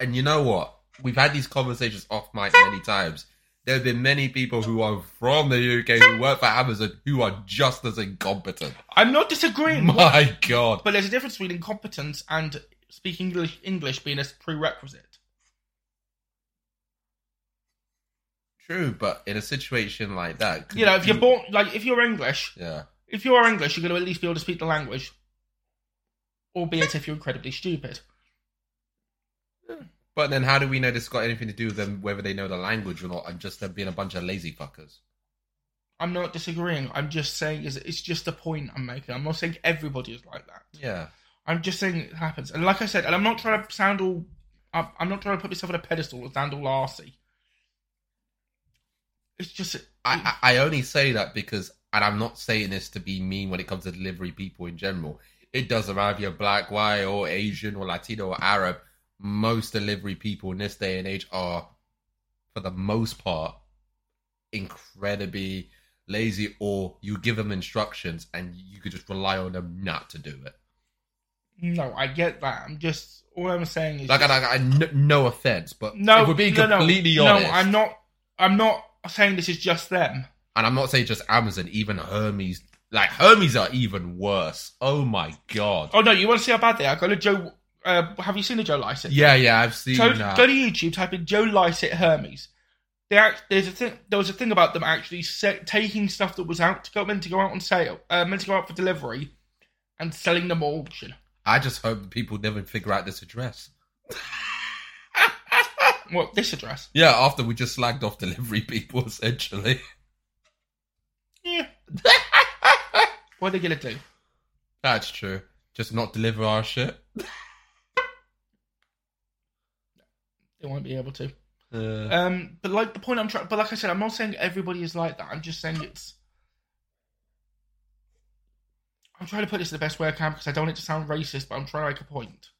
B: and you know what? We've had these conversations off mic many times. There have been many people who are from the UK who work for Amazon who are just as incompetent.
A: I'm not disagreeing,
B: My God.
A: but there's a difference between incompetence and speaking English English being a prerequisite.
B: True, but in a situation like that, could
A: You know,
B: it
A: if you're
B: be-
A: born like if you're English,
B: yeah.
A: if you are English, you're going to at least be able to speak the language, albeit if you're incredibly stupid.
B: But then, how do we know this has got anything to do with them, whether they know the language or not, and just them being a bunch of lazy fuckers?
A: I'm not disagreeing. I'm just saying is it's just a point I'm making. I'm not saying everybody is like that.
B: Yeah,
A: I'm just saying it happens. And like I said, and I'm not trying to sound all. I'm I'm not trying to put myself on a pedestal or sound all arsey. It's just
B: I, I I only say that because, and I'm not saying this to be mean when it comes to delivery people in general. It doesn't matter if you're black, white, or Asian, or Latino, or Arab. Most delivery people in this day and age are, for the most part, incredibly lazy. Or you give them instructions, and you could just rely on them not to do it.
A: no. I get that. I'm just all I'm saying is
B: Like,
A: just-
B: I, I, I- no, no offense, but
A: no.
B: if we're being
A: no, no,
B: completely
A: no,
B: honest,
A: I'm not. I'm not saying this is just them.
B: and I'm not saying just Amazon, even Hermes, like Hermes are even worse. Oh my god!
A: Oh no, you want to see how bad they are? Go to Joe. Uh, have you seen the Joe Lycett?
B: Yeah, yeah, I've seen
A: So
B: that.
A: go to YouTube, type in Joe Lycett Hermes. They act, there's a thing. There was a thing about them actually se- taking stuff that was out to go meant to go out on sale, uh, meant to go out for delivery, and selling them at auction.
B: I just hope people never figure out this address.
A: Well, this address.
B: Yeah, after we just slagged off delivery people, essentially.
A: Yeah. what are they gonna do?
B: That's true. Just not deliver our shit.
A: They won't be able to.
B: Uh,
A: Um, but like the point I'm trying, but like I said, I'm not saying everybody is like that. I'm just saying it's. I'm trying to put this the best way I can because I don't want it to sound racist, but I'm trying to make a point.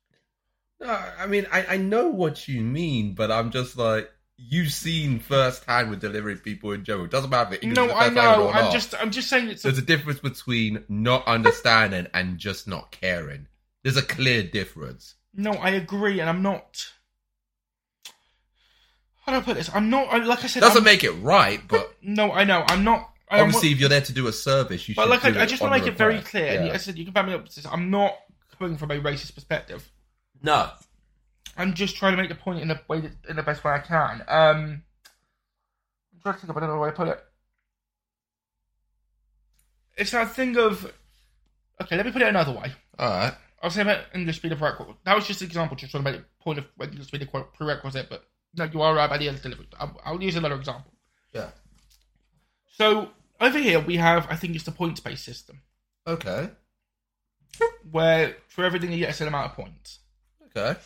B: No, I mean, I, I know what you mean, but I'm just like, you've seen firsthand with delivering people in general. It doesn't matter if English
A: no,
B: is their
A: I
B: first language
A: know.
B: or
A: I'm
B: not.
A: just, I'm just saying it's. A,
B: There's a difference between not understanding and just not caring. There's a clear difference.
A: no, I agree, and I'm not. How do I put this? I'm not. I, like I said,
B: Doesn't
A: I'm-
B: make it right, but
A: No, I know. I'm not. I don't want-
B: obviously, if you're there to do a service, you
A: But
B: should.
A: like,
B: do
A: I, I
B: it
A: just
B: on
A: want to make it very
B: request.
A: clear. And
B: Yeah.
A: I said you can back me up. with this. I'm not coming from a racist perspective.
B: No,
A: I'm just trying to make the point in the way that, in the best way I can. Um, I'm trying to think of another way to put it. It's that thing of okay. Let me put it another way.
B: all right.
A: I was saying about English being a prerequisite. That was just an example, just trying to make the point of whether English being a quote prerequisite. But no, you are right about the other delivery. I'll, I'll use another example.
B: Yeah.
A: So over here we have, I think it's the points-based system
B: Okay.
A: where for everything you get a certain amount of points.
B: Okay.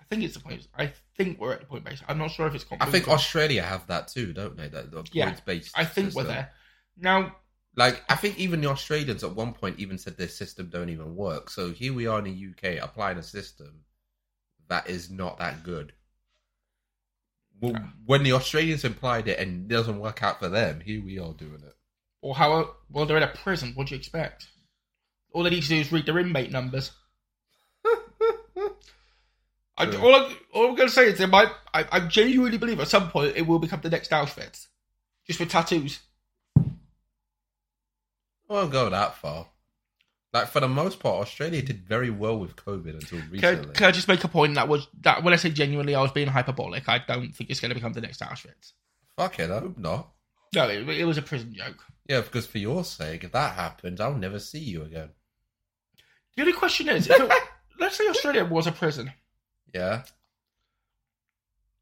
A: I think it's the point. I think we're at the point base. I'm not sure if it's.
B: I think
A: completely-
B: Australia have that too, don't they? That the
A: Yeah,
B: points based.
A: I think we're there. Now,
B: Like I think even the Australians at one point even said their system don't even work. So here we are in the UK applying a system that is not that good. Well, when the Australians implied it and it doesn't work out for them, here we are doing it.
A: or how? Well, they're in a prison. What do you expect? All they need to do is read their inmate numbers. I,
B: True.
A: all, I, all I'm going to say is, they might. I, I genuinely believe at some point it will become the next Auschwitz, just with tattoos.
B: I won't go that far. Like for the most part, Australia did very well with COVID until
A: Can,
B: recently.
A: I- can I just make a point that was that when I say genuinely, I was being hyperbolic. I don't think it's going to become the next Auschwitz.
B: Fuck it, I hope not.
A: No, it, it was a prison joke.
B: Yeah, because for your sake, if that happens, I'll never see you again.
A: The only question is, if it, let's say Australia was a prison.
B: Yeah.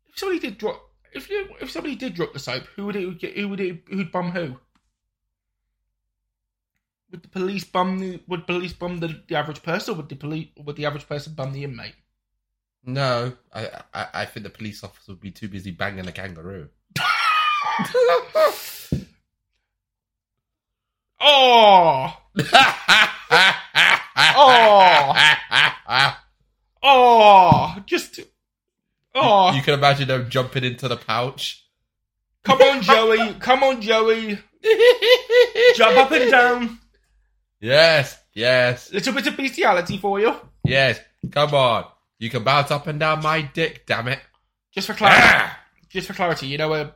A: If somebody did drop, if you, if somebody did drop the soap, who would it? get- Who would it? Who'd bum who? Would the police bum? The, would police bum the, the average person? Or would the police? Would the average person bum the inmate?
B: No, I, I I think the police officer would be too busy banging a kangaroo.
A: Oh, Oh. oh, just oh!
B: You can imagine them jumping into the pouch.
A: come on, Joey! Come on, Joey! Jump up and down.
B: Yes, yes,
A: Little bit of bestiality for you,
B: yes. Come on. You can bounce up and down my dick, damn it.
A: just for clarity. Just for clarity, you know a,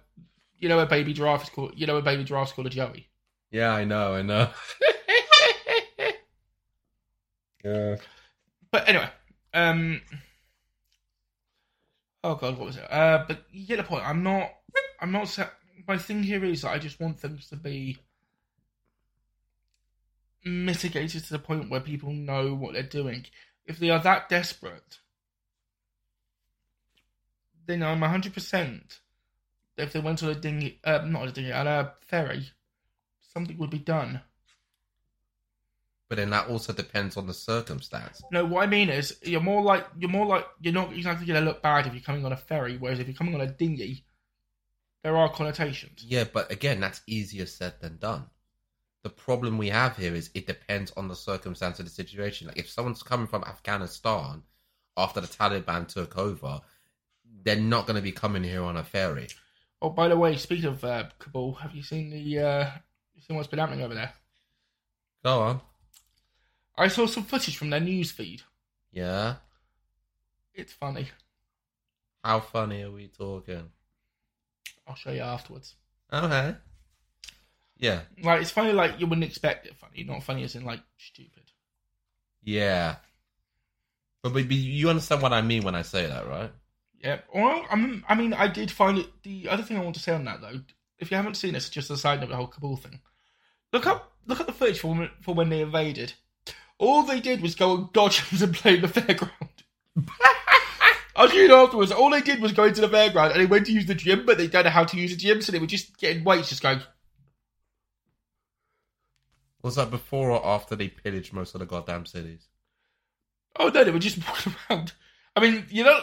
A: you know a baby giraffe is called, you know a baby giraffe's called a Joey.
B: Yeah, I know, I know. yeah.
A: But anyway, um, oh god, what was it? Uh, but you get the point. I'm not. I'm not. Set, my thing here is that I just want things to be mitigated to the point where people know what they're doing. If they are that desperate, then I'm 100. percent If they went on a dinghy, uh, not on a dinghy, on a ferry, something would be done.
B: But then that also depends on the circumstance.
A: No, what I mean is you're more like you're more like you're not exactly gonna look bad if you're coming on a ferry, whereas if you're coming on a dinghy, there are connotations.
B: Yeah, but again, that's easier said than done. The problem we have here is it depends on the circumstance of the situation. Like if someone's coming from Afghanistan after the Taliban took over, they're not going to be coming here on a ferry.
A: Oh, by the way, speaking of uh, Kabul, have you seen the uh, you seen what's been happening over there?
B: Go on.
A: I saw some footage from their news feed.
B: Yeah.
A: It's funny.
B: How funny are we talking?
A: I'll show you afterwards.
B: Okay. Yeah.
A: Like it's funny, like you wouldn't expect it funny. Not funny as in like stupid.
B: Yeah. But, but but you understand what I mean when I say that, right?
A: Yeah. Well, I mean, I mean, I did find it. The other thing I want to say on that though, if you haven't seen this, just a side note, the whole Kabul thing. Look up, look at the footage for when, for when they invaded. All they did was go on dodgems and play in the fairground. I was reading afterwards. All they did was go into the fairground and they went to use the gym, but they don't know how to use the gym, so they were just getting weights, just going.
B: Was that before or after they pillaged most of the goddamn cities?
A: Oh no, they were just walking around. I mean, you know,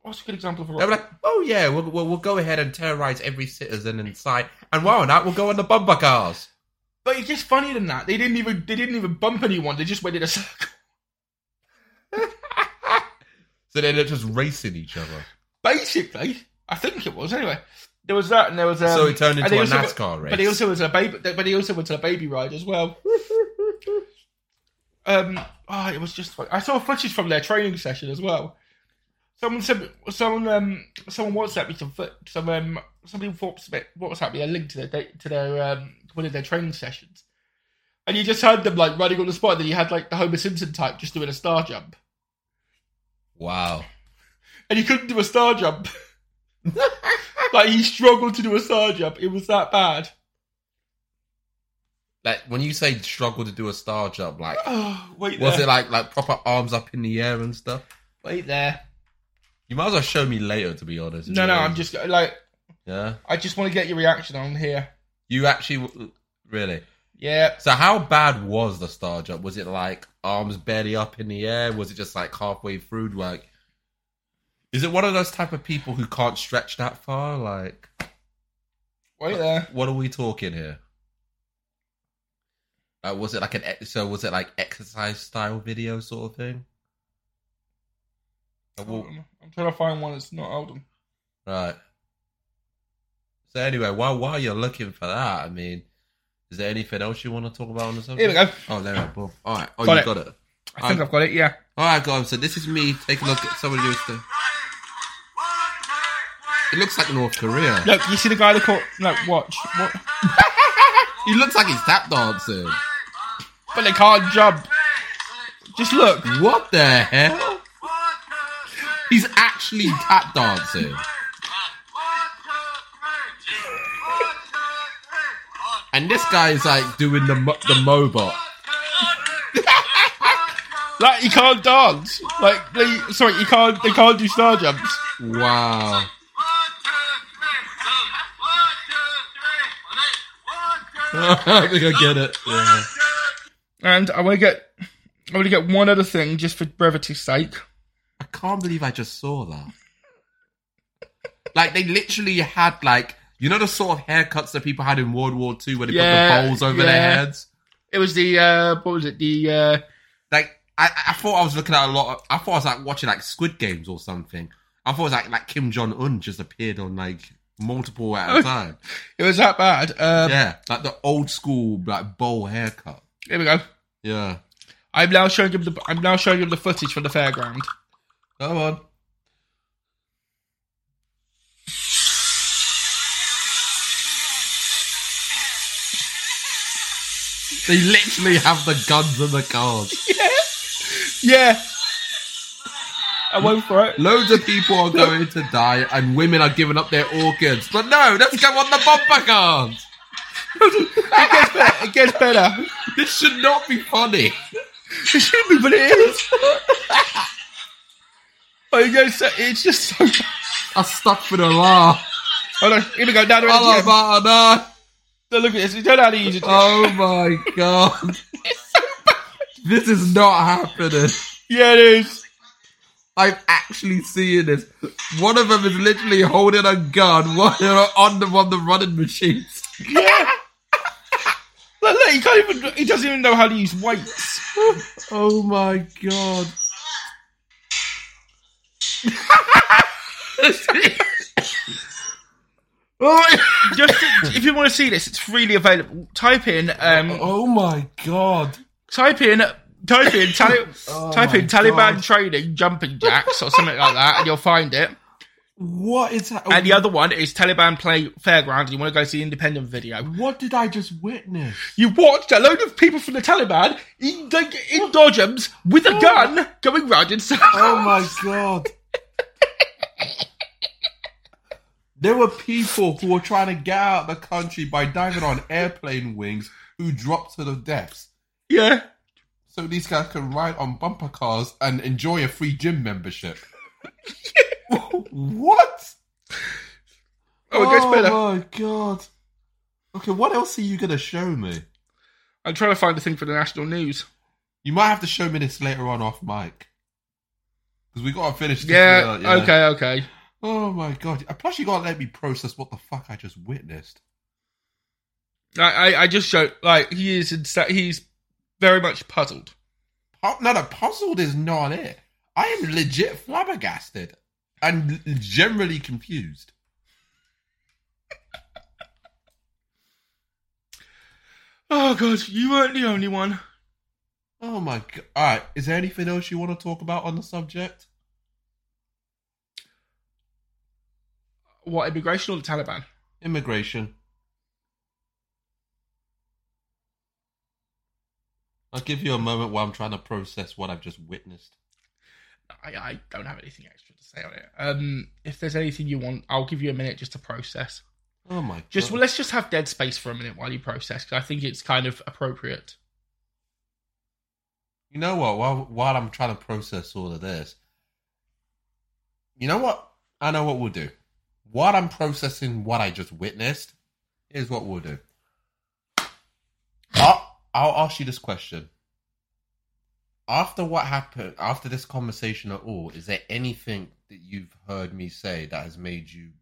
A: What's a good example of a
B: They were like, oh yeah, we'll, we'll, we'll go ahead and terrorize every citizen in sight. And while on that, we'll go on the bumper cars.
A: But it's just funnier than that. They didn't even they didn't even bump anyone. They just went in a circle.
B: So they end up just racing each other.
A: Basically, I think it was anyway. There was that, and there was um,
B: So it turned
A: and
B: into
A: they
B: a
A: also-
B: NASCAR race.
A: But he also was a baby. But he also went to a baby ride as well. um, oh, it was just. fun. I saw footage from their training session as well. Someone said someone um someone WhatsApped me some foot some um somebody WhatsApp WhatsApp me a link to their da- to their um to one of their training sessions, and you just heard them like running on the spot. And then you had like the Homer Simpson type just doing a star jump,
B: Wow.
A: and he couldn't do a star jump. like he struggled to do a star jump. It was that bad.
B: Like when you say struggle to do a star jump, like
A: Oh wait,
B: was
A: there.
B: it like like proper arms up in the air and stuff?
A: wait there?
B: You might as well show me later, to be honest.
A: No, no, I'm just like
B: yeah.
A: I just want to get your reaction on here.
B: You actually really.
A: Yeah,
B: So how bad was the star jump? Was it like arms barely up in the air? Was it just like halfway through? Like, is it one of those type of people who can't stretch that far? Like,
A: wait there.
B: what are we talking here? Uh, was it like an ex- so? Was it like exercise style video sort of thing? Uh, well,
A: Hold on. I'm trying to find one that's not Alden.
B: right. So anyway, while while you're looking for that, I mean, is there anything else you want to talk about on the subject?
A: Here we go.
B: Oh, there. we go. Boom. All right. Oh,
A: Got
B: you
A: it.
B: got it.
A: I think
B: Um,
A: I've got it. Yeah.
B: All right, guys. So this is me taking a look at some of your stuff. It looks like North Korea.
A: Look, you see the guy that caught? No, watch. What?
B: He looks like he's tap dancing.
A: But they can't jump. Just look.
B: What the hell? He's actually tap dancing. And this guy is like doing the mo- the mobot.
A: Like you can't dance. Like they, sorry, you can't. They can't do star jumps.
B: Wow. I think I get it. Yeah.
A: And I want to get. I want to get one other thing just for brevity's sake.
B: I can't believe I just saw that. Like they literally had like you know the sort of haircuts that people had in World War II where they put
A: Yeah,
B: the bowls over their
A: yeah.
B: heads.
A: It was the uh, what was it? The uh,
B: Like I, I thought I was looking at a lot. Of, I thought I was like watching like Squid Games or something. I thought it was like like Kim Jong Un just appeared on like multiple at a time.
A: it was that bad. Um,
B: yeah, like the old school like bowl haircut.
A: Here we go.
B: Yeah.
A: I'm now showing him the. I'm now showing him the footage from the fairground.
B: Come on. They literally have the guns and the cars.
A: Yeah. I went for it.
B: Loads of people are going to die and women are giving up their organs. But no, let's go on the bumper cars.
A: It gets better. It gets better.
B: This should not be funny.
A: It should be, but it is. oh, it goes. so- It's just so. bad.
B: I stuck for the laugh.
A: Hold on. Here we go. Now they're at
B: Oh,
A: the gym.
B: my God.
A: Now Look at this. We don't know how to use it.
B: Oh my god. This is not happening.
A: Yeah, it is.
B: I'm actually seeing this. One of them is literally holding a gun, one of them are on the on the running machines.
A: Yeah. Look, look, he can't even. He doesn't even know how to use weights.
B: Oh my god. oh,
A: Just if you want to see this, it's freely available. Type in um,
B: oh my god.
A: type in type in Tali- type in
B: Oh my
A: Taliban
B: God.
A: training jumping jacks or something like that, and you'll find it.
B: What is that?
A: And the other one is Taliban play fairground. And you want to go see the independent video?
B: What did I just witness?
A: You watched a load of people from the Taliban in, in dodgems with a gun going round in circles.
B: Oh my god. There were people who were trying to get out of the country by diving on airplane wings who dropped to the depths.
A: Yeah,
B: So these guys can ride on bumper cars and enjoy a free gym membership. what?
A: oh, it gets better.
B: Oh my god. Okay, what else are you going to show me?
A: I'm trying to find a thing for the national news.
B: You might have to show me this later on off mic. 'Cause because we got to finish. This
A: Yeah,
B: now, yeah.
A: okay, okay.
B: Oh my god! Uh, Plus, you got to let me process what the fuck I just witnessed.
A: I, I, I just show like he is insta- he's very much puzzled.
B: Oh, no, no, puzzled is not it. I am legit flabbergasted and l- generally confused.
A: Oh god, you weren't the only one.
B: Oh my god! All right, is there anything else you want to talk about on the subject?
A: What immigration or the Taliban?
B: Immigration. I'll give you a moment while I'm trying to process what I've just witnessed.
A: I, I don't have anything extra to say on it. Um, if there's anything you want, I'll give you a minute just to process.
B: Oh my god!
A: Just well, let's just have dead space for a minute while you process, 'cause I think it's kind of appropriate.
B: You know what? While while I'm trying to process all of this, you know what? I know what we'll do. While I'm processing what I just witnessed, here's what we'll do. I'll, I'll ask you this question. After what happened, after this conversation at all, is there anything that you've heard me say that has made you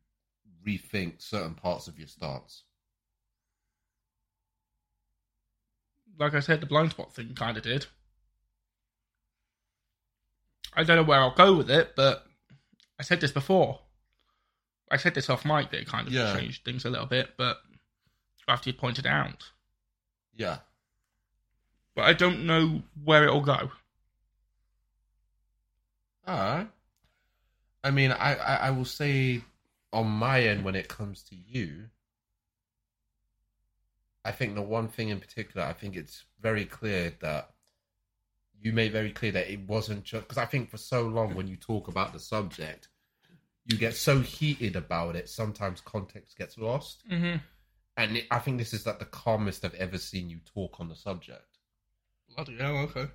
B: rethink certain parts of your stance?
A: Like I said, the blind spot thing kind of did. I don't know where I'll go with it, but I said this before. I said this off mic that it kind of
B: Yeah.
A: changed things a little bit, but after you pointed it out.
B: Yeah.
A: But I don't know where it'll go.
B: Alright. I mean, I, I, I will say on my end, when it comes to you, I think the one thing in particular, I think it's very clear that you made very clear that it wasn't just because I think for so long when you talk about the subject, you get so heated about it, sometimes context gets lost.
A: Mm-hmm.
B: And it, I think this is like the calmest I've ever seen you talk on the subject.
A: Bloody hell, okay.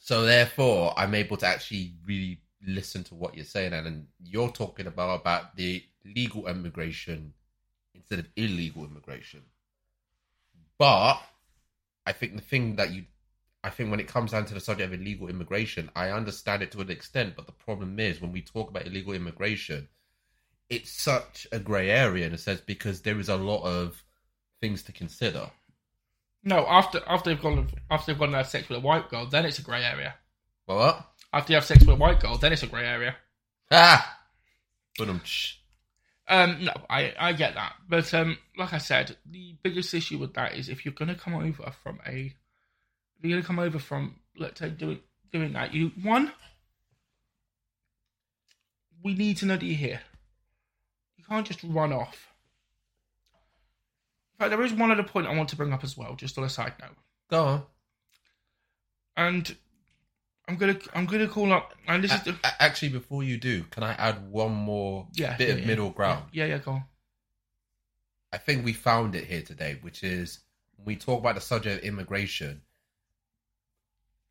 B: So therefore, I'm able to actually really listen to what you're saying, and, and you're talking about about the legal immigration instead of illegal immigration. But I think the thing that you, I think when it comes down to the subject of illegal immigration, I understand it to an extent, but the problem is when we talk about illegal immigration, it's such a grey area in a sense because there is a lot of things to consider.
A: No, after after they've gone after they've gone and had sex with a white girl, then it's a grey area.
B: Well,
A: After you have sex with a white girl, then it's a grey area.
B: ah, but um, tsh.
A: Um, no, I I get that, but um, like I said, the biggest issue with that is if you're gonna come over from a, if you're gonna come over from let's say doing doing that, you one, we need to know that you're here. You can't just run off. In fact, there is one other point I want to bring up as well, just on a side note.
B: go on.
A: and I'm gonna I'm gonna call up and this is
B: A-
A: the,
B: a- actually, before you do, can I add one more
A: yeah
B: bit
A: yeah,
B: of
A: yeah.
B: middle ground?
A: Yeah, yeah, go on.
B: I think we found it here today, which is when we talk about the subject of immigration,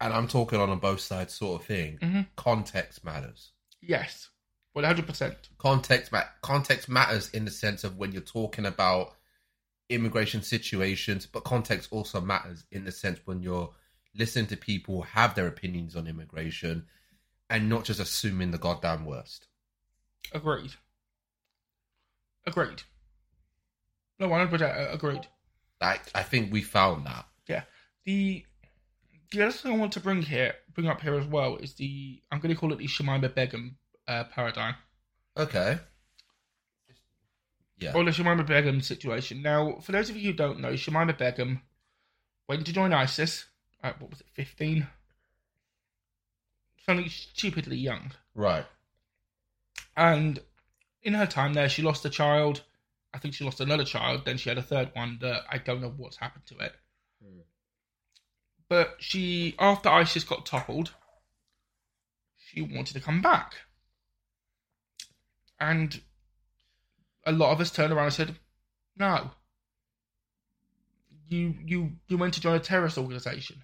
B: and I'm talking on a both sides sort of thing.
A: Mhm.
B: Context matters.
A: Yes, one hundred percent.
B: Context ma- context matters in the sense of when you're talking about immigration situations, but context also matters in the sense when you're listening to people have their opinions on immigration, and not just assuming the goddamn worst.
A: Agreed. Agreed. No, one hundred percent uh, agreed.
B: Like I think we found that.
A: Yeah. The the other thing I want to bring here, bring up here as well, is the I'm gonna call it the Shemima Begum uh, paradigm
B: Okay. Yeah.
A: or the Shemima Begum situation. Now, for those of you who don't know, Shemima Begum went to join ISIS at what was it, fifteen? Something stupidly young.
B: Right.
A: And in her time there, she lost a child. I think she lost another child. Then she had a third one that I don't know what's happened to it. But she, after ISIS got toppled, she wanted to come back. And a lot of us turned around and said, no. You you you went to join a terrorist organization.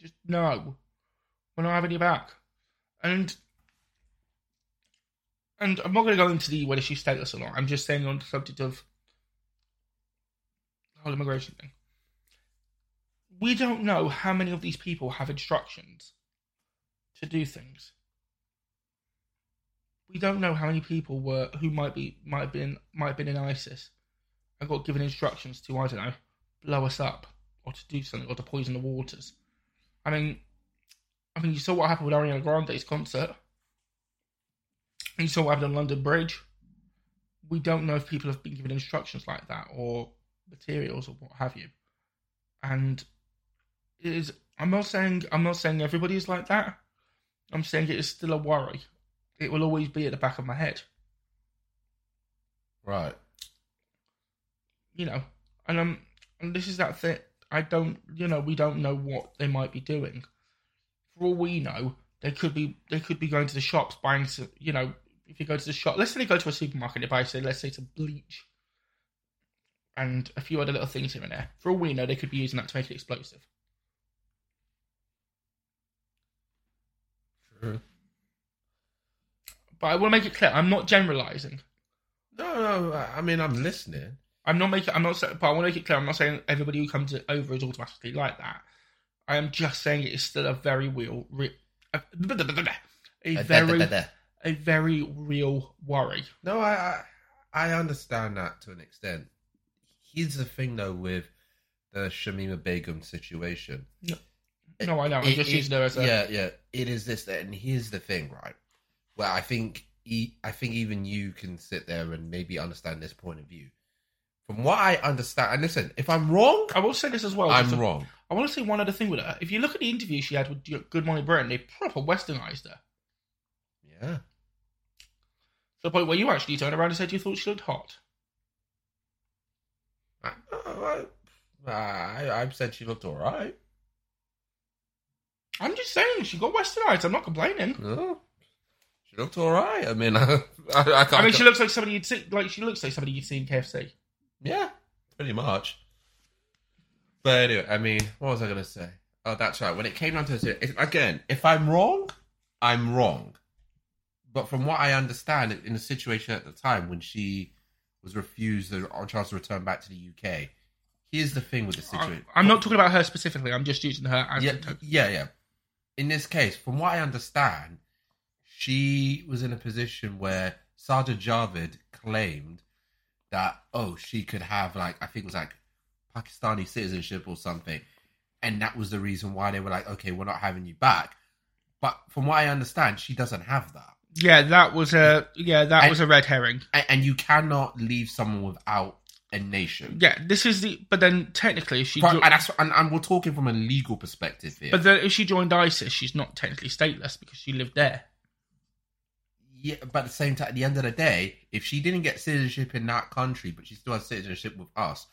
A: Just no. We're not having you back. And and I'm not going to go into the whether she's status or not. I'm just saying on the subject of the whole immigration thing. We don't know how many of these people have instructions to do things. we don't know how many people were who might be might have been might have been in ISIS and got given instructions to I don't know blow us up or to do something or to poison the waters. I mean, I mean you saw what happened with Ariana Grande's concert. You saw what happened on London Bridge. We don't know if people have been given instructions like that or materials or what have you. And it is I'm not saying I'm not saying everybody is like that. I'm saying it is still a worry. It will always be at the back of my head.
B: Right.
A: you know, and um, and this is that thing. I don't, you know, we don't know what they might be doing. For all we know, they could be they could be going to the shops buying some, you know, if you go to the shop, let's say they go to a supermarket, they buy say, let's say some bleach and a few other little things here and there. For all we know, they could be using that to make it explosive.
B: True.
A: But I want to make it clear, I'm not generalizing.
B: No, no. I I mean, I'm listening.
A: I'm not making. I'm not. sa- But I want to make it clear. I'm not saying everybody who comes over is automatically like that. I am just saying it is still a very real, re- a, a very, a very real worry.
B: No, I, I I understand that to an extent. Here's the thing though with the Shamima Begum situation.
A: No, I know. I'm
B: It-
A: just
B: it-
A: using her as a.
B: yeah, yeah. It is this, that, and here's the thing, right? Where I think e- I think even you can sit there and maybe understand this point of view. From what I understand, and listen, if I'm wrong,
A: I will say this as well.
B: I'm
A: just a-
B: wrong.
A: I want to say one other thing with her. If you look at the interview she had with Good Morning Britain, they proper westernized her
B: Yeah,
A: to the point where you actually turned around and said you thought she looked hot.
B: I, I, I, I've said she looked all right.
A: I'm just saying she got westernized. I'm not complaining.
B: No, she looked all right. I mean, I, I, can't.
A: I mean, she looks like somebody you'd see. Like she looks like somebody you'd see in KFC.
B: Yeah, pretty much. But anyway, I mean, what was I going to say? Oh, that's right. When it came down to this, it, again, if I'm wrong, I'm wrong. But from what I understand, in the situation at the time when she was refused the chance to return back to the UK, here's the thing with the situation.
A: I'm not talking about her specifically. I'm just using her as
B: yeah,
A: a token.
B: yeah, yeah. In this case, from what I understand, she was in a position where Saja Javed claimed that oh, she could have like I think it was like Pakistani citizenship or something, and that was the reason why they were like, okay, we're not having you back. But from what I understand, she doesn't have that,
A: Yeah, that was a yeah, that
B: And-
A: was a red herring.
B: and, and you cannot leave someone without a nation.
A: Yeah, this is the but then technically if she
B: But-
A: jo-
B: and, that's, and, and we're talking from a legal perspective here.
A: but then if she joined ISIS, she's not technically stateless because she lived there.
B: Yeah, but at the same time, at the end of the day, if she didn't get citizenship in that country, but she still has citizenship with us,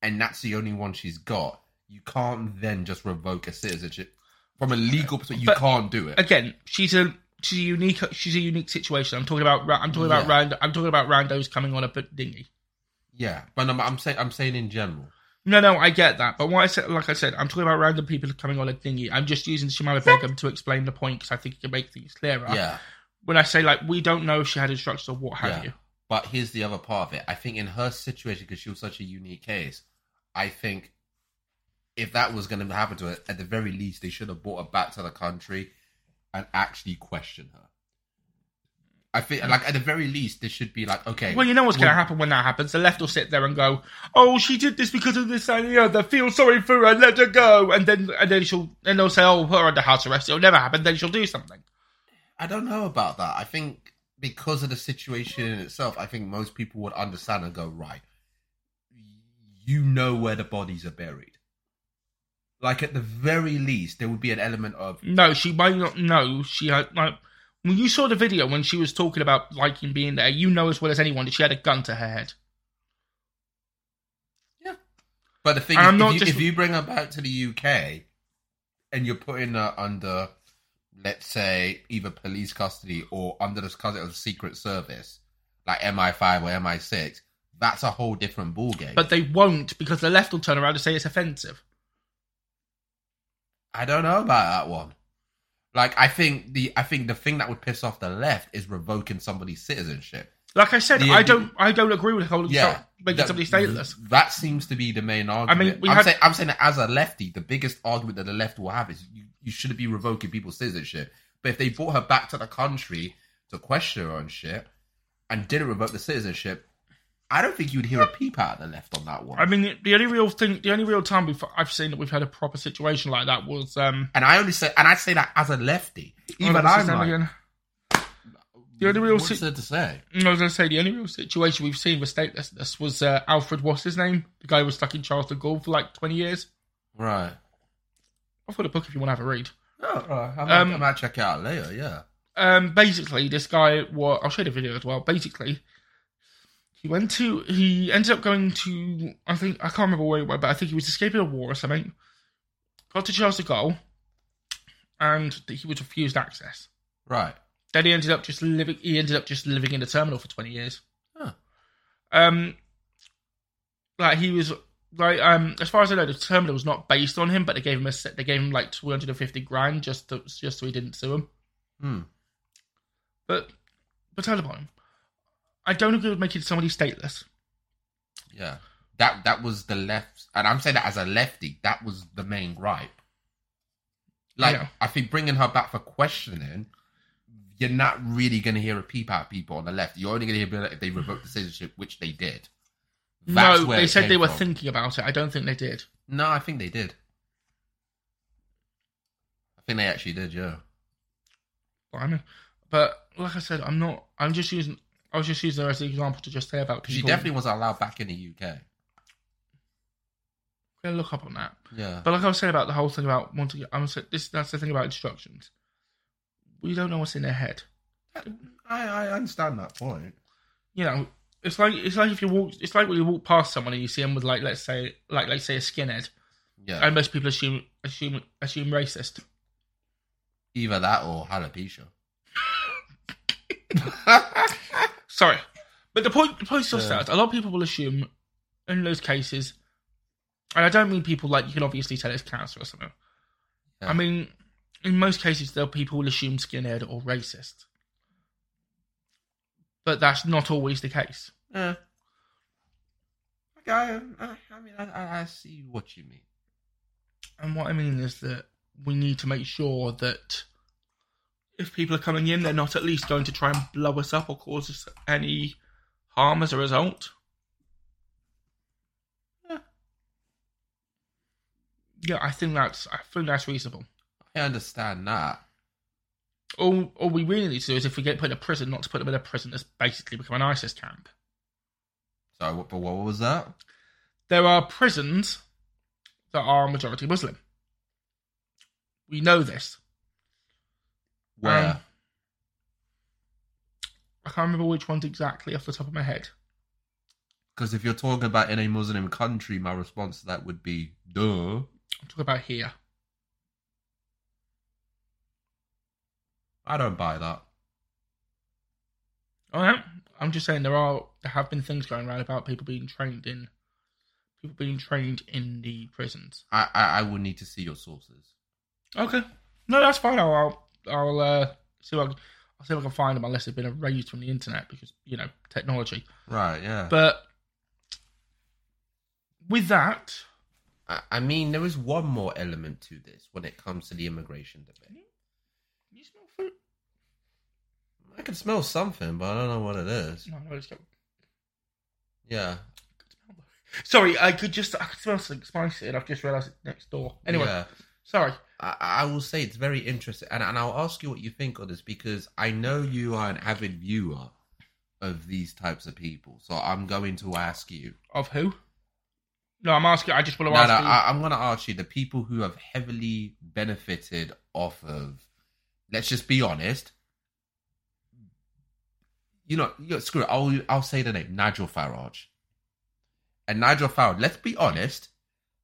B: and that's the only one she's got, you can't then just revoke a citizenship from a legal perspective.
A: But-
B: you can't do it.
A: Again, she's a she's a unique she's a unique situation. I'm talking about ra- I'm talking about
B: Yeah.
A: rando I'm talking about randos coming on a bit dingy.
B: Yeah, but I'm, I'm saying I'm saying in general.
A: No, no, I get that, but what I said, like I said, I'm talking about random people coming on a dinghy. I'm just using Shimala Begum to explain the point because I think it can make things clearer.
B: Yeah,
A: When I say like we don't know if she had instructions or what have
B: yeah.
A: you.
B: But here's the other part of it. I think in her situation, because she was such a unique case, I think if that was going to happen to her, at the very least, they should have brought her back to the country and actually questioned her. I think, like at the very least, this should be like, okay.
A: Well, you know what's going to
B: well-
A: happen when that happens. The left will sit there and go, "Oh, she did this because of this and the other. Feel sorry for her, let her go." And then, and then she'll, and they'll say, "Oh, put her under house arrest. It'll never happen." Then she'll do something.
B: I don't know about that. I think because of the situation in itself, I think most people would understand and go, right, you know where the bodies are buried. Like at the very least, there would be an element of
A: No, she might not know. She had like when you saw the video when she was talking about liking being there. You know as well as anyone that she had a gun to her head.
B: But the thing
A: And
B: is,
A: I'm
B: if,
A: not
B: you,
A: just-
B: if you bring her back to the UK and you're putting her under, let's say, either police custody or under the custody of the Secret Service, like MI5 or MI6, that's a whole different ballgame.
A: But they won't because the left will turn around and say it's offensive.
B: I don't know about that one. Like, I think the I think the thing that would piss off the left is revoking somebody's citizenship.
A: Like I said,
B: Yeah,
A: I
B: you-
A: don't, I don't agree with holding
B: Yeah,
A: making
B: that- Mm.
A: somebody stateless.
B: That seems to be the main argument. I mean,
A: we
B: I'm,
A: had-
B: saying, I'm saying that as a lefty, the biggest argument that the left will have is you, you shouldn't be revoking people's citizenship. But if they brought her back to the country to question her on shit and didn't revoke the citizenship, I don't think you'd hear a peep out of the left on that one.
A: I mean, the only real thing, the only real time we've, I've seen that we've had a proper situation like that was. um
B: and I only say, and I say that as a lefty. Even
A: what's his
B: I'm
A: name
B: Oh, like,
A: again? The only real
B: what's
A: si-
B: there to say?
A: I was going to say the only real situation we've seen with statelessness was uh, Alfred. What's his name? The guy who was stuck in Charles de Gaulle for like twenty years.
B: Right.
A: I've got a book if you want to have a read.
B: Oh, right. I, might,
A: Um,
B: I might check it out later, yeah.
A: um, basically, this guy was. I'll show you the video as well. Basically, he went to. He ended up going to. I think I can't remember where he went, but I think he was escaping a war or something. Got to Charles de Gaulle, and th- he was refused access.
B: Right.
A: Then he ended up just living. He ended up just living in the terminal for twenty years.
B: Huh.
A: Um, like he was like um as far as I know, the terminal was not based on him, but they gave him a set. They gave him like two hundred and fifty grand just to just so he didn't sue him.
B: Hmm.
A: But but Taliban, I don't agree with making somebody stateless.
B: Yeah. That that was the left, and I'm saying that as a lefty, that was the main gripe. Like,
A: Yeah.
B: I think bringing her back for questioning, you're not really going to hear a peep out of people on the left. You're only going to hear people if they revoke the citizenship, which they did. That's
A: no,
B: where
A: they
B: it
A: said
B: came
A: they were
B: from.
A: thinking about it. I don't think they did.
B: No, I think they did. I think they actually did, yeah.
A: But I mean, but like I said, I'm not. I'm just using. I was just using her as an example to just say about
B: Because she
A: people.
B: definitely wasn't allowed back in the UK.
A: Gonna look up on that.
B: Yeah.
A: But like I was saying about the whole thing about wanting, I'm saying this. That's the thing about instructions. We don't know what's in their head.
B: I, I understand that point.
A: You know, it's like it's like if you walk, it's like when you walk past someone and you see them with like, let's say, like let's say a skinhead,
B: Yeah.
A: and most people assume assume assume racist.
B: Either that or alopecia.
A: Sorry, but the point the point still stands. A lot of people will assume in those cases, and I don't mean people like you can obviously tell it's cancer or something.
B: Yeah.
A: I mean, in most cases, though, people will assume skinhead or racist, but that's not always the case.
B: Yeah. Okay, I, I, I mean, I- I, I see what you mean.
A: And what I mean is that we need to make sure that if people are coming in, they're not at least going to try and blow us up or cause us any harm as a result. Yeah, Yeah, I think that's I think that's reasonable.
B: I understand that.
A: All all we really need to do is if we get put in a prison, not to put them in a prison that's basically become an ISIS camp.
B: So, what- but what was that?
A: There are prisons that are majority Muslim. We know this.
B: Where?
A: Um, I can't remember which ones exactly off the top of my head.
B: Because if you're talking about in a Muslim country, my response to that would be, duh.
A: I'm talking about here.
B: I don't buy that.
A: All right. I'm just saying there are there have been things going around about people being trained in people being trained in the prisons.
B: I, I, I will need to see your sources.
A: Okay. No, that's fine. I'll I'll, I'll uh, see what I, I'll see if I can find them unless they've been erased from the internet because you know technology.
B: Right, yeah.
A: But with that,
B: I, I mean, there is one more element to this when it comes to the immigration debate.
A: you smell fruit?
B: I can smell something, but I don't know what it is.
A: No, no, it's got.
B: Yeah.
A: Sorry, I could just I could smell something spicy, and I've just realised it's next door. Anyway,
B: Yeah.
A: sorry.
B: I, I will say it's very interesting, and, and I'll ask you what you think of this because I know you are an avid viewer of these types of people. So I'm going to ask you.
A: Of who? No, I'm asking. I just want
B: No,
A: to
B: no,
A: ask. you,
B: I, I'm going to ask you the people who have heavily benefited off of. Let's just be honest. You know, you know, screw it. I'll I'll say the name Nigel Farage. And Nigel Farage, let's be honest,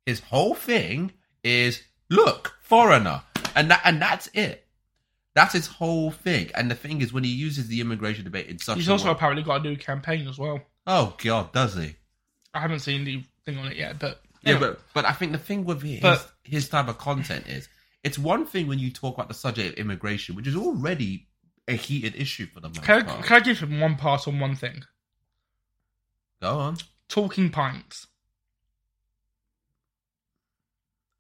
B: his whole thing is look foreigner, and that and that's it. That's his whole thing. And the thing is, when he uses the immigration debate in such
A: He's
B: a
A: also
B: way-
A: apparently got a new campaign as well.
B: oh god, does he?
A: I haven't seen the thing on it yet, but
B: Yeah,
A: anyway.
B: but but I think the thing with his
A: But-
B: his type of content is it's one thing when you talk about the subject of immigration, which is already a heated issue for the most
A: can I,
B: part.
A: can I give him one pass on one thing?
B: Go on.
A: Talking pints.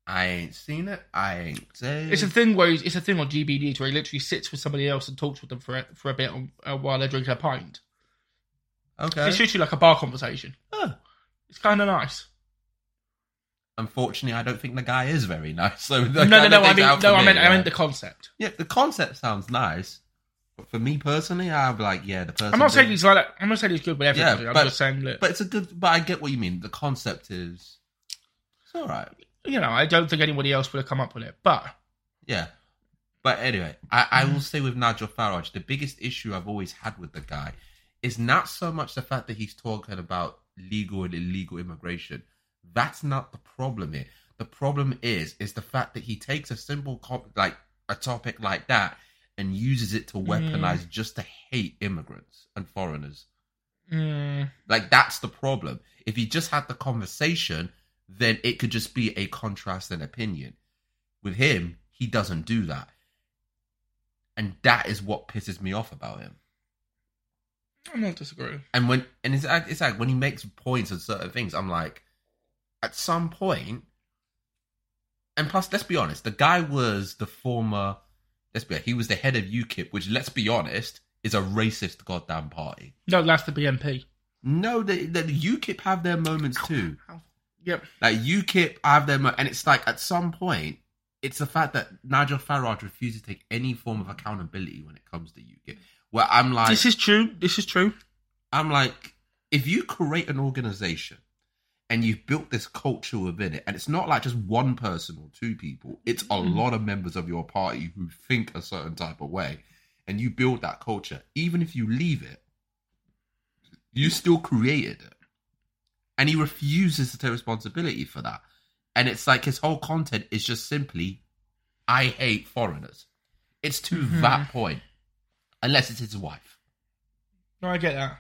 B: I ain't seen it. I ain't seen
A: It's a thing where he's, it's a thing on GBDs where he literally sits with somebody else and talks with them for a, for a bit on, uh, while they're drinking a pint.
B: Okay.
A: It's usually like a bar conversation.
B: Huh.
A: It's kind of nice.
B: Unfortunately, I don't think the guy is very nice. So
A: No, no, no. I mean, no. I meant, I meant the concept.
B: yeah. The concept sounds nice, but for me personally, I'm like, yeah, the person.
A: I'm not saying
B: did-
A: he's like. that- I'm not saying he's good with everything.
B: Yeah,
A: I'm
B: but,
A: just saying that.
B: but it's a good. But I get what you mean. The concept is it's all right.
A: you know, I don't think anybody else would have come up with it. But
B: Yeah. But anyway, I, I will say with Nigel Farage, the biggest issue I've always had with the guy is not so much the fact that he's talking about legal and illegal immigration. That's not the problem here. The problem is is the fact that he takes a simple cop, like a topic like that and uses it to weaponize just to hate immigrants and foreigners.
A: mm,
B: Like that's the problem. If you just had the conversation, then it could just be a contrast and opinion. With him, he doesn't do that. And that is what pisses me off about him.
A: I'm not disagreeing.
B: And when and it's like, it's like when he makes points on certain things, I'm like, at some point, and plus, let's be honest, the guy was the former. Let's be he was the head of UKIP, which let's be honest is a racist goddamn party.
A: No, that's the BNP.
B: No, the, the UKIP have their moments too.
A: Yep.
B: Like UKIP have their mo- and it's like at some point, it's the fact that Nigel Farage refuses to take any form of accountability when it comes to UKIP. Where I'm like,
A: this is true. This is true.
B: I'm like, if you create an organization and you've built this culture within it, and it's not like just one person or two people, it's a lot of members of your party who think a certain type of way, and you build that culture, even if you leave it, you still created it. And he refuses to take responsibility for that. And it's like his whole content is just simply, I hate foreigners. It's to that point, unless it's his wife.
A: No, I get that.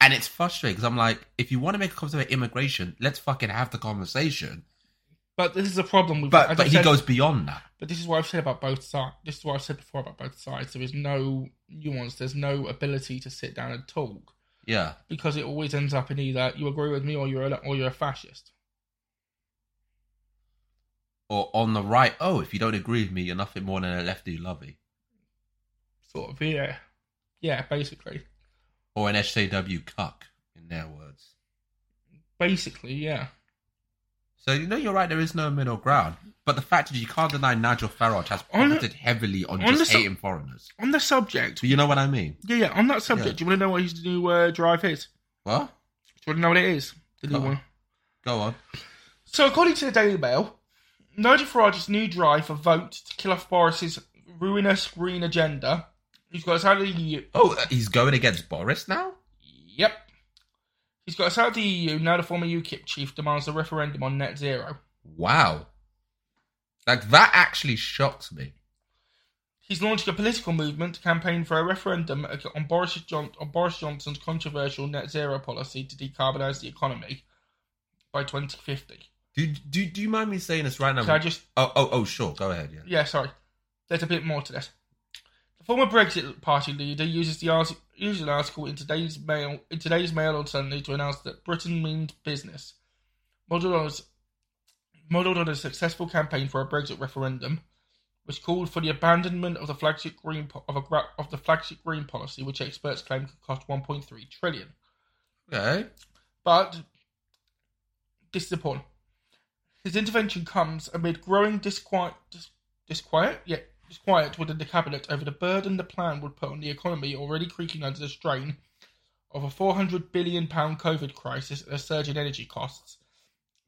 B: And it's frustrating because I'm like, if you want to make a conversation about immigration, let's fucking have the conversation.
A: But this is a problem. With, as
B: But
A: I've
B: but he
A: said-
B: goes beyond that.
A: But this is what I've said about both sides. This is what I've said before about both sides. There is no nuance. There's no ability to sit down and talk
B: Yeah.
A: because it always ends up in either you agree with me or you're a, or you're a fascist.
B: Or on the right, oh, if you don't agree with me, you're nothing more than a lefty lovey.
A: Sort of. Yeah. Yeah. Basically.
B: Or an SJW cuck, in their words.
A: Basically. Yeah.
B: So you know you're right, there is no middle ground. But the fact is you can't deny Nigel Farage has
A: On the-
B: profited heavily on,
A: on the
B: just
A: su-
B: hating foreigners.
A: On the subject.
B: Do you know what I mean?
A: Yeah. Yeah. On that subject,
B: Yeah.
A: do you want to know what his new uh, drive is?
B: What?
A: Do you want to know what it is? The new
B: Go on.
A: one.
B: Go on.
A: So, according to the Daily Mail, Nigel Farage's new drive for vote to kill off Boris's ruinous green agenda. He's got us out of the E EU.
B: Oh, uh, he's going against Boris now?
A: Yep. He's got us out of the EU. Now, the former UKIP chief demands a referendum on net zero.
B: Wow. Like that actually shocks me.
A: He's launching a political movement to campaign for a referendum on Boris, John- on Boris Johnson's controversial net zero policy to decarbonise the economy by 2050.
B: Do, do do you mind me saying this right now?
A: Can I just-
B: Oh oh oh sure, go ahead. Yeah.
A: Yeah, sorry. There's a bit more to this. The former Brexit Party leader uses the art- uses an article in today's Mail in today's Mail on Sunday to announce that Britain means business, modelled on its- modelled on a successful campaign for a Brexit referendum, which called for the abandonment of the flagship green po- of, a, gra- of the flagship green policy, which experts claim could cost 1.3 trillion.
B: Okay.
A: But this is important. His intervention comes amid growing disquiet, dis, disquiet, yeah, disquiet within the cabinet over the burden the plan would put on the economy, already creaking under the strain of a 400 billion pound COVID crisis and a surge in energy costs,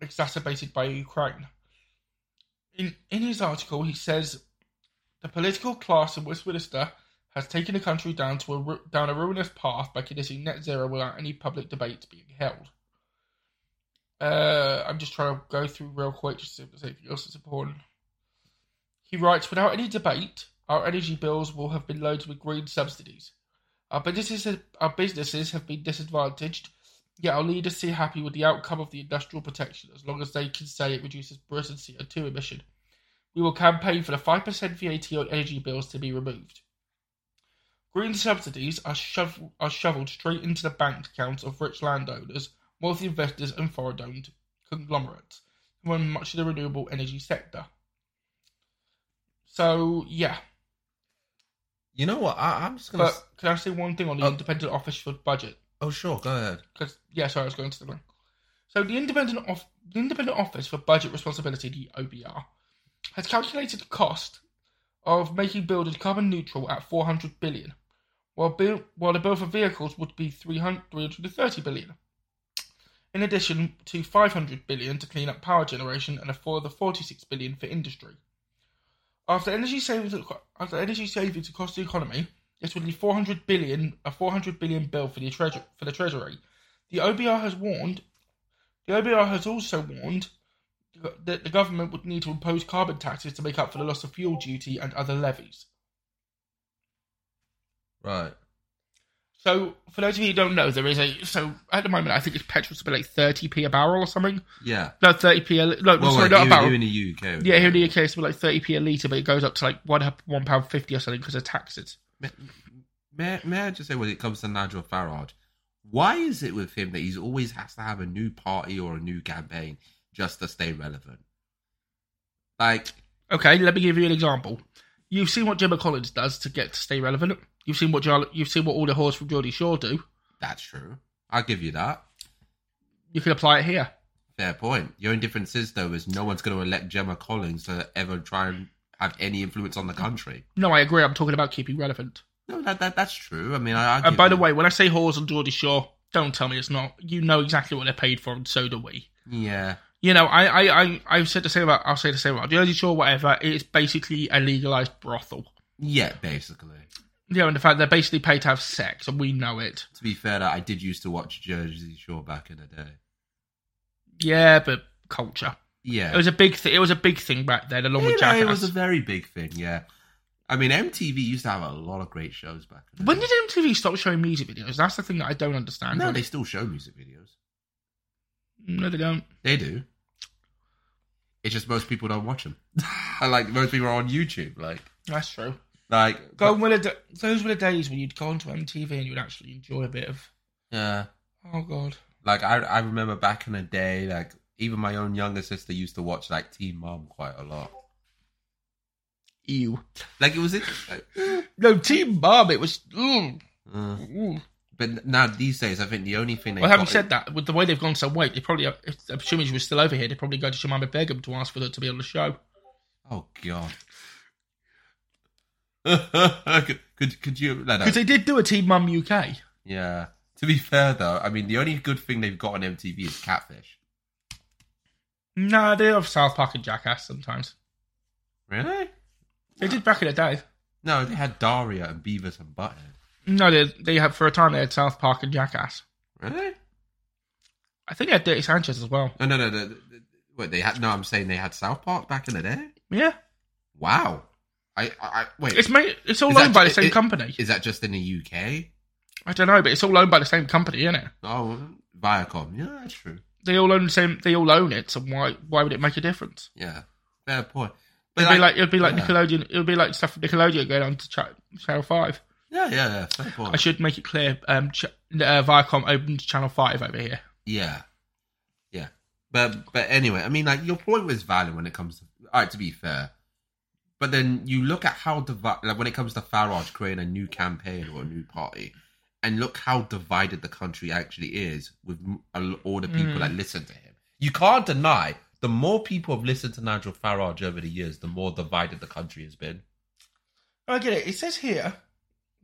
A: exacerbated by Ukraine. In in his article, he says the political class in Westminster has taken the country down to a ru- down a ruinous path by conditioning net zero without any public debate being held. Uh, I'm just trying to go through real quick just to see if there's anything else that's important. He writes, without any debate, our energy bills will have been loaded with green subsidies. Our businesses, our businesses have been disadvantaged, yet our leaders seem happy with the outcome of the industrial protection as long as they can say it reduces Britain's CO2 emission. We will campaign for the 5% VAT on energy bills to be removed. Green subsidies are, shov- are shoveled straight into the bank accounts of rich landowners, wealthy investors, and foreign owned conglomerates run much of the renewable energy sector. So yeah,
B: You know what? I, I'm just gonna.
A: but can I say one thing on the
B: Oh.
A: independent office for budget?
B: oh sure, go ahead.
A: Because yeah, sorry, I was going to the wrong. So the independent off the independent office for budget responsibility, the OBR, has calculated the cost of making buildings carbon neutral at 400 billion, while bill while the bill for vehicles would be 300, 330 billion. In addition to 500 billion to clean up power generation and a further 46 billion for industry. After energy savings, after energy savings across the economy, this would be 400 billion, a 400 billion bill for the treasury, for the treasury. The OBR has warned. The OBR has also warned that the government would need to impose carbon taxes to make up for the loss of fuel duty and other levies.
B: Right.
A: So, for those of you who don't know, there is a so at the moment I think it's petrol's about like 30p a barrel or something.
B: Yeah.
A: No, 30p. A, li- no,
B: Well,
A: sorry,
B: wait,
A: not
B: you,
A: a barrel.
B: you in the UK.
A: yeah, here in the UK it's about like 30p a litre, but it goes up to like one one pound fifty or something because of taxes.
B: May, may I just say, when it comes to Nigel Farage, why is it with him that he's always has to have a new party or a new campaign just to stay relevant? Like,
A: Okay, let me give you an example. You've seen what Gemma Collins does to get to stay relevant. You've seen what Jar- you've seen what all the whores from Geordie Shore do.
B: that's true. I'll give you that.
A: You can apply it here.
B: Fair point. Your indifference is, though, is no one's going to elect Gemma Collins to ever try and have any influence on the country.
A: No, I agree. I'm talking about keeping relevant.
B: No, that, that that's true. I mean, I. I'll
A: And
B: give
A: Uh, by the
B: you-
A: way, when I say whores on Geordie Shore, don't tell me it's not. You know exactly what they're paid for, and so do we.
B: yeah,
A: You know, I, I, I I've said the same about I'll say the same about Geordie Shore, whatever. It's basically a legalized brothel.
B: yeah, basically.
A: You know, and the fact they're basically paid to have sex, and we know it.
B: To be fair, that I did used to watch Jersey Shore back in the day.
A: Yeah, but culture.
B: Yeah,
A: It was a big thing. It was a big thing back then, along with
B: Yeah,
A: Jackass.
B: it was a very big thing. Yeah, I mean MTV used to have a lot of great shows back. In the
A: When
B: day.
A: did MTV stop showing music videos? That's the thing that I don't understand.
B: No, they still show music videos.
A: no, they don't.
B: They do. It's just most people don't watch them. like most people are on YouTube. Like,
A: That's true.
B: like
A: Go
B: but-
A: were the da- those were the days when you'd go onto MTV and you'd actually enjoy a bit of.
B: Yeah,
A: Oh God.
B: like I I remember back in the day. Like even my own younger sister used to watch like Teen Mom quite a lot.
A: Ew.
B: Like it was, int- like,
A: No, Team Mum. It was. Mm,
B: uh,
A: mm.
B: but now these days, I think the only thing they
A: Well, having
B: got-
A: said that, with the way they've gone so late, they probably, if, assuming she was still over here, they probably go to Shemima Begum to ask for her to be on the show.
B: Oh God. could, could could you no, no.
A: Because they did do a Team Mum UK.
B: Yeah. To be fair though, I mean the only good thing they've got on MTV is catfish.
A: Nah, they have South Park and Jackass sometimes.
B: Really?
A: They did back in the day.
B: No, they had Daria and Beavis and Butthead.
A: No, they they had for a time they had South Park and Jackass.
B: Really?
A: I think they had Dirty Sanchez as well.
B: No, no, no. no, no, no. wait, they had no. I'm saying they had South Park back in the day.
A: Yeah,
B: Wow. I, I, I wait.
A: it's made, it's all
B: Is that
A: owned by the
B: ju-
A: same
B: i-
A: company.
B: Is that just in the UK?
A: I don't know, but it's all owned by the same company, isn't it?
B: Oh, Viacom. Yeah, that's true.
A: They all own the same. They all own it. So why why would it make a difference?
B: Yeah, fair point.
A: It'd be like it'd be like
B: yeah.
A: Nickelodeon. It'd be like stuff from Nickelodeon going on to cha- Channel Five.
B: Yeah, yeah, yeah. Fair point.
A: I should make it clear. Um, ch- uh, Viacom opened Channel Five over here.
B: Yeah, yeah. But but anyway, I mean, like your point was valid when it comes to. All right, to be fair, but then you look at how divi- like when it comes to Farage creating a new campaign or a new party, and look how divided the country actually is with m- a l- all the
A: Mm.
B: people that listen to him. You can't deny the more people have listened to Nigel Farage over the years, the more divided the country has been.
A: I get it. It says here.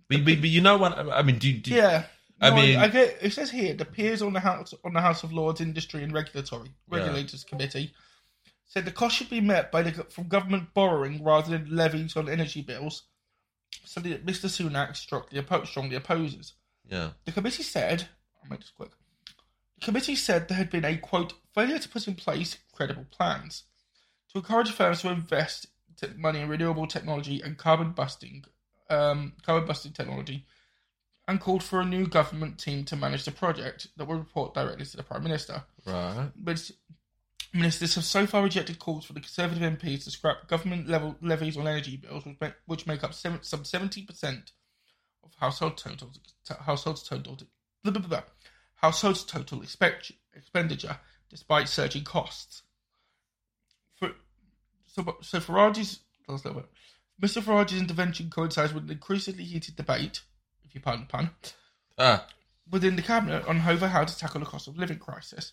B: But, but, but you know what I I mean? Do, do
A: Yeah.
B: I
A: No,
B: mean-
A: I get it says here the peers on the house on the House of Lords Industry and Regulatory
B: Yeah.
A: Regulators Committee said the cost should be met by the, go- from government borrowing rather than levies on energy bills. Something that Mr. Sunak struck the oppo- strongly opposes.
B: yeah,
A: The committee said, I'll make this quick. The committee said there had been a quote failure to put in place credible plans to encourage firms to invest t- money in renewable technology and carbon busting, um, carbon busting technology, and called for a new government team to manage the project that would report directly to the prime minister.
B: right.
A: But ministers have so far rejected calls for the Conservative MPs to scrap government level levies on energy bills, which make, which make up seven, some seventy percent of household total t- households total blah, blah, blah, blah, households total expect, expenditure, despite surging costs. So, but- so Farage's that was a little bit. Mr. Farage's intervention coincides with an increasingly heated debate, if you pardon the pun,
B: Ah,
A: within the cabinet on over how to tackle the cost of living crisis.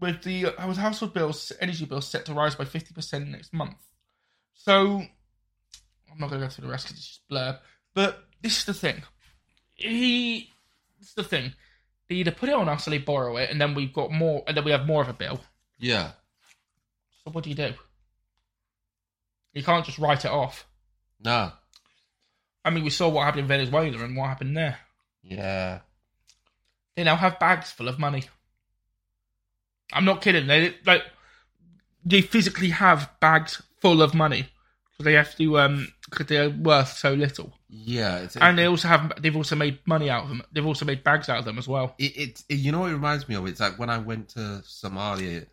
A: With the with household bills, energy bills set to rise by fifty percent next month. So, I'm not going to go through the rest because it's just blurb. But this is the thing. He, this is the thing. They either put it on us or they borrow it, and then we've got more, and then we have more of a bill.
B: yeah.
A: So what do you do? You can't just write it off.
B: Nah.
A: I mean, we saw what happened in Venezuela and what happened there.
B: Yeah.
A: They now have bags full of money. I'm not kidding. They like they physically have bags full of money because they have to um because they're worth so little.
B: Yeah. It's,
A: And they also have they've also made money out of them. They've also made bags out of them as well.
B: it, it, it- you know what it reminds me of it's like when i went to somalia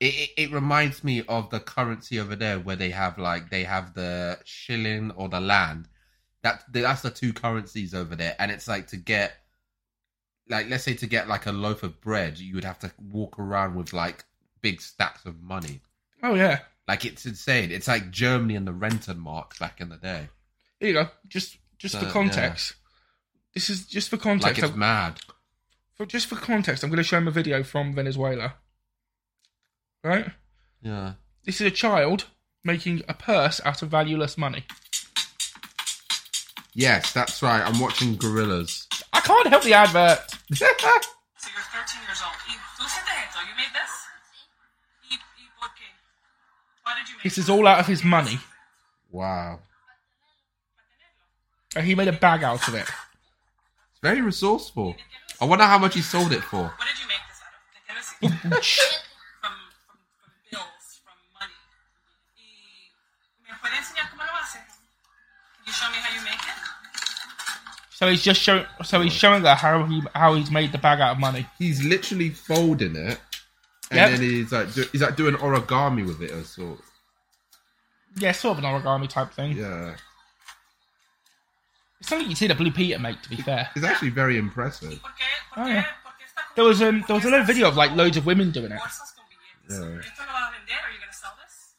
B: it, it, it reminds me of the currency over there where they have like they have the shilling or the land that that's the two currencies over there and it's like to get like let's say to get like a loaf of bread you would have to walk around with like big stacks of money
A: Oh yeah.
B: like it's insane it's like germany and the rentenmark back in the day
A: Here you go. Just just
B: So,
A: for
B: yeah.
A: context. This is just for context.
B: like it's
A: I've-
B: mad
A: for just for context, I'm going to show him a video from Venezuela. Right?
B: yeah
A: This is a child making a purse out of valueless money.
B: yes that's right i'm watching gorillas
A: I can't help the advert.
D: So you're 13 years old. Y tú siete esto? You made this? ¿Y, y por qué? Why did you make
A: This is all out of his money,
B: wow
A: and he made a bag out of it.
B: It's very resourceful. I wonder how much he sold it for.
D: What did you make this out of? ¿De qué lo hiciste? from, from, from bills, from money. Y ¿Me puede enseñar cómo lo haces? Can you show me how you make it?
A: So he's just showing. So he's showing her how he how he's made the bag out of money.
B: He's literally folding it, and
A: Yep.
B: then he's like, do, he's like doing origami with it or sort.
A: Yeah, sort of an origami type thing.
B: Yeah,
A: It's something you'd see the Blue Peter make. To be fair,
B: it's actually very impressive.
D: ¿Por qué? ¿Por
A: Oh,
D: qué?
A: yeah.
D: ¿Por qué está con-
A: there was um
D: por
A: there was
D: qué
A: a little
D: estás
A: video of like
D: con
A: loads of women doing it.
D: bolsas con billetes?
B: Yeah.
D: ¿Esto lo vas a vender? Are you going to sell this?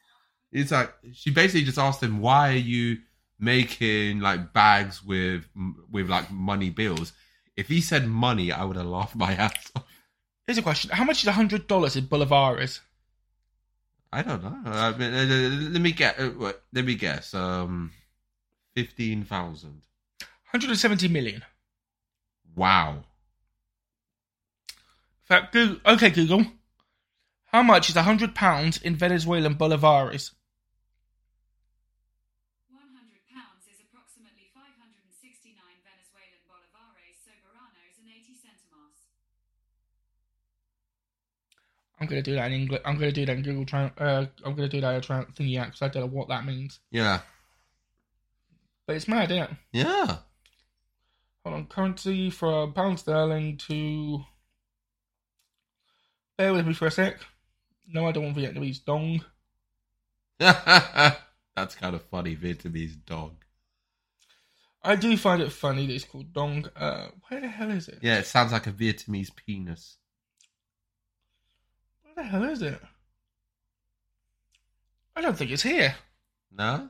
B: It's like she basically just asked him, "Why are you making like bags with with like money bills?" If he said money, I would have laughed my ass off.
A: Here's a question: How much is hundred dollars in Bolivares?
B: I don't know. I mean, uh, uh, let me get. Uh, what- let me guess. Um, fifteen thousand.
A: Hundred and seventy million.
B: Wow.
A: Fact, Google, okay, Google. How much is hundred pounds in Venezuelan bolivares? I'm gonna do that in English. I'm gonna do that in Google. Tran uh, I'm gonna do that in tran thingy out because I don't know what that means.
B: Yeah.
A: But it's mad, isn't it?
B: Yeah.
A: Hold on, currency from pound sterling to. Bear with me for a sec. No, I don't want Vietnamese dong.
B: That's kind of funny, Vietnamese dog.
A: I do find it funny that it's called dong. Uh, where the hell is it?
B: Yeah, it sounds like a Vietnamese penis.
A: Where the hell is it? I don't think it's here.
B: No?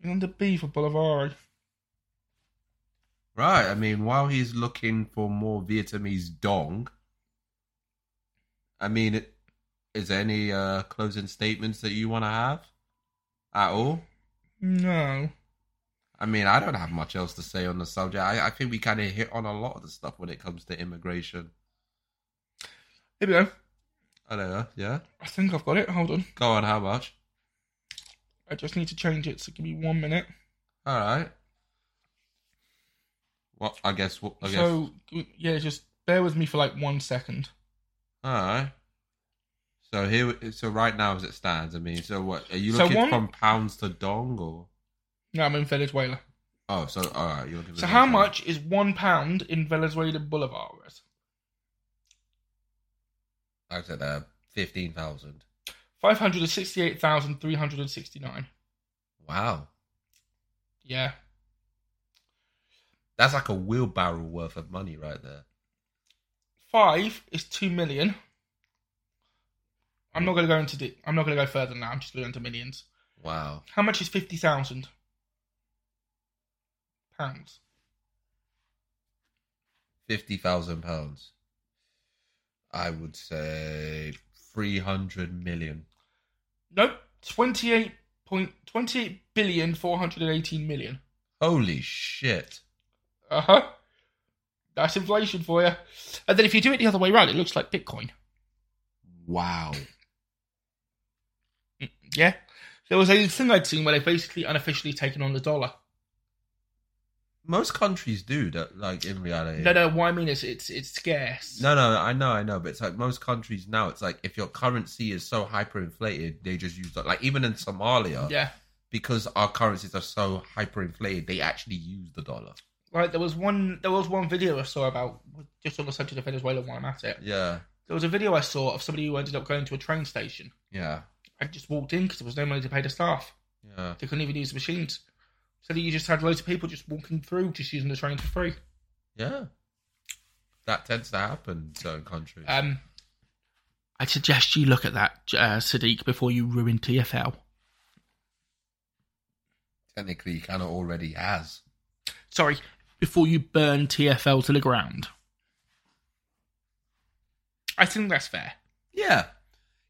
A: It's under B for Boulevard.
B: Right, I mean, while he's looking for more Vietnamese dong, I mean, it- is there any uh, closing statements that you want to have at all?
A: No.
B: I mean, I don't have much else to say on the subject. I, I think we kind of hit on a lot of the stuff when it comes to immigration.
A: Here we go.
B: I don't know, yeah?
A: I think I've got it. Hold on.
B: Go on, how much?
A: I just need to change it, so give me one minute.
B: All right. Well, I guess. What, I guess.
A: So, g- yeah, just bear with me for like one second.
B: All right. So here, so right now as it stands, I mean, so what are you
A: So
B: looking
A: one-
B: from pounds to dong or?
A: No, I'm in Venezuela.
B: Oh, so all right, you're looking. for
A: So, how
B: dong.
A: much is one pound in Venezuelan bolivares?
B: I said uh, fifteen thousand.
A: Five hundred and sixty-eight thousand three hundred and sixty-nine.
B: Wow,
A: Yeah,
B: that's like a wheelbarrow worth of money right there.
A: five is two million. I'm not going to go into. De- I'm not going to go further than that. I'm just going into millions.
B: Wow.
A: How much is fifty thousand pounds?
B: Fifty thousand pounds. I would say three hundred million.
A: Nope. Twenty eight point twenty eight billion four hundred and eighteen million.
B: Holy shit.
A: Uh huh. That's inflation for you. And then if you do it the other way around, it looks like Bitcoin.
B: Wow.
A: Mm, Yeah. There was a thing I'd seen where they've basically unofficially taken on the dollar.
B: Most countries do that, like in reality.
A: No, no. What I mean is, it's it's scarce.
B: No, no, I know, I know, but it's like most countries now. It's like if your currency is so hyperinflated, they just use that. Like even in Somalia,
A: Yeah.
B: because our currencies are so hyperinflated, they actually use the dollar.
A: Like there was one there was one video I saw about just on the subject of Venezuela while I'm at it.
B: Yeah,
A: There was a video I saw of somebody who ended up going to a train station
B: yeah,
A: and just walked in because there was no money to pay the staff.
B: yeah.
A: They couldn't even use the machines. So you just had loads of people just walking through, just using the train for free.
B: Yeah. That tends to happen in certain countries.
A: Um, I'd suggest you look at that, uh, Sadiq, before you ruin TFL.
B: Technically, he kind of already has.
A: Sorry, before you burn TFL to the ground. I think that's fair.
B: Yeah.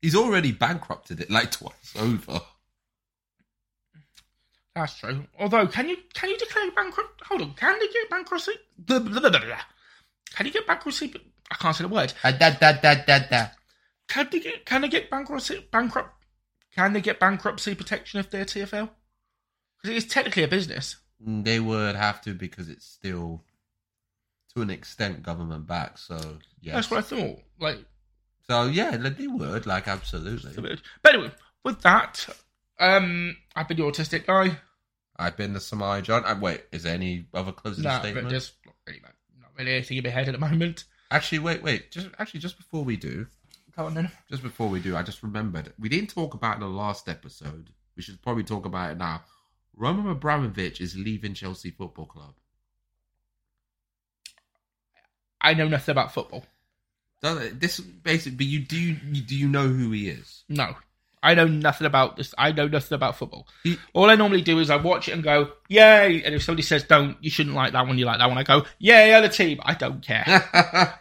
B: He's already bankrupted it like twice over.
A: That's true. Although, can you can you declare bankrupt? Hold on, can you get bankruptcy? Blah, blah, blah, blah, blah. Can you get bankruptcy? I can't say the word.
B: Ah, Da, da, da, da, da.
A: Can they get can they get bankruptcy bankrupt? Can they get bankruptcy protection if they're TFL? Because it is technically a business.
B: They would have to because it's still, to an extent, government backed. So, yeah.
A: That's what I thought. Like,
B: So, yeah, they would. Like, absolutely.
A: but anyway, with that, um, I've been the autistic guy.
B: I've been to Samaya John. Uh, wait, is there any other closing
A: Nah, but
B: statement?
A: just not really, not really anything in my head at the moment.
B: Actually, wait, wait. Just Actually, just before we do,
A: Go on then.
B: just before we do, I just remembered we didn't talk about it in the last episode. We should probably talk about it now. Roman Abramovich is leaving Chelsea Football Club.
A: I know nothing about football.
B: Does it, this basically? You do you, do you know who he is?
A: No, I know nothing about this. I know nothing about football.
B: He-
A: All I normally do is I watch it and go, yay. And if somebody says, don't, you shouldn't like that one, you like that one, I go, yay, other team. I don't care.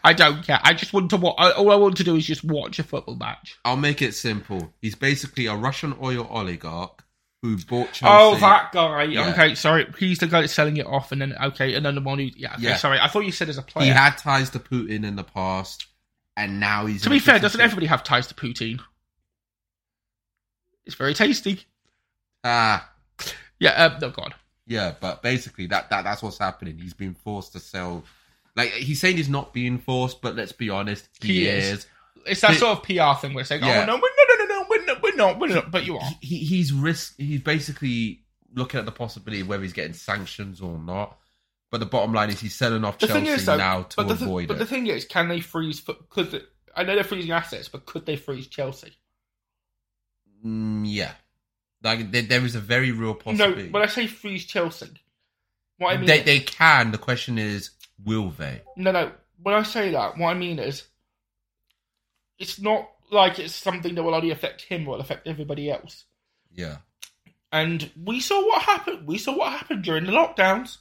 A: I don't care. I just want to watch. All I want to do is just watch a football match.
B: I'll make it simple. He's basically a Russian oil oligarch who bought Chelsea.
A: Oh, that guy.
B: Yeah.
A: Okay, sorry. He's the guy that's selling it off, and then okay, and then the one who. Yeah, okay,
B: Yeah.
A: sorry. I thought you said as a player.
B: He had ties to Putin in the past, and now he's.
A: to
B: in a
A: be fair,
B: different
A: doesn't
B: state.
A: everybody have ties to Putin? It's very tasty.
B: Ah,
A: Yeah. Uh, no, God.
B: yeah, but basically that, that that's what's happening. He's been forced to sell. Like he's saying, he's not being forced, but let's be honest, he,
A: He is.
B: is.
A: It's that
B: He-
A: sort of PR thing. We're saying,
B: Yeah.
A: oh no, we're, no, no, no, no, we're not, we're not, we're not. But you are.
B: He, he's risk. He's basically looking at the possibility of whether he's getting sanctions or not. But the bottom line is he's selling off
A: The
B: Chelsea
A: thing is, though,
B: now to
A: but the, thi-
B: avoid
A: but the
B: it.
A: thing is, can they freeze? fo- Could they, I know they're freezing assets, but could they freeze Chelsea?
B: Mm, yeah, like there, there is a very real possibility.
A: No, when I say freeze Chelsea, what I mean
B: they
A: is-
B: they can. The question is, will they?
A: No, no. When I say that, what I mean is, it's not like it's something that will only affect him or it'll affect everybody else.
B: Yeah,
A: And we saw what happened. We saw what happened during the lockdowns.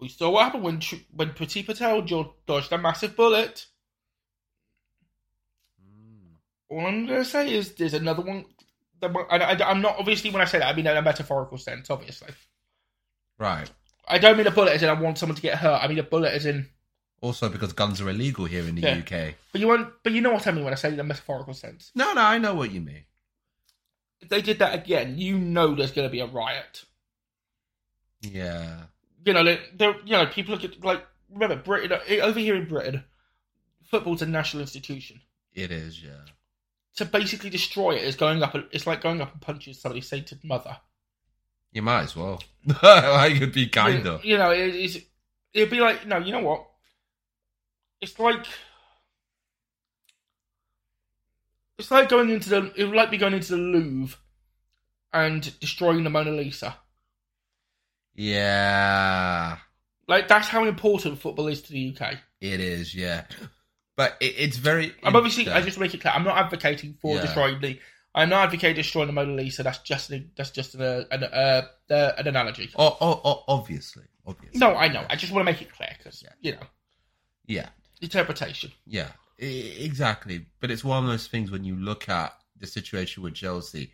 A: We saw what happened when Tr- when Priti Patel jo- dodged a massive bullet. All I'm going to say is there's another one. That, mi- I, I, I'm not obviously when I say that I mean in a metaphorical sense. Obviously,
B: right.
A: I don't mean a bullet as in I want someone to get hurt. I mean a bullet as in.
B: Also, because guns are illegal here in the
A: Yeah.
B: UK.
A: But you want, but you know what I mean when I say in a metaphorical sense.
B: No, no, I know what you mean.
A: if they did that again, you know there's going to be a riot.
B: Yeah,
A: You know, they, they you know, people look at like remember Britain uh, over here in Britain, football's a national institution.
B: it is. Yeah,
A: To basically destroy it is going up. It's like going up and punching somebody's sainted mother.
B: you might as well. I could be kinder.
A: You, you know, it, it's it'd be like no, you know what? It's like it's like going into the. It would like be going into the Louvre and destroying the Mona Lisa.
B: Yeah,
A: Like that's how important football is to the UK.
B: it is. Yeah, But it, it's very.
A: I'm obviously, I
B: interesting.
A: just make it clear, I'm not advocating for
B: Yeah.
A: destroying the. I'm not advocating destroying the Mona Lisa. That's just an, that's just an uh, an, uh, uh, an analogy.
B: Oh, oh, oh, obviously, obviously.
A: No, I know. I just want to make it clear because you know
B: Yeah,
A: interpretation.
B: yeah, e- exactly. But it's one of those things when you look at the situation with Chelsea,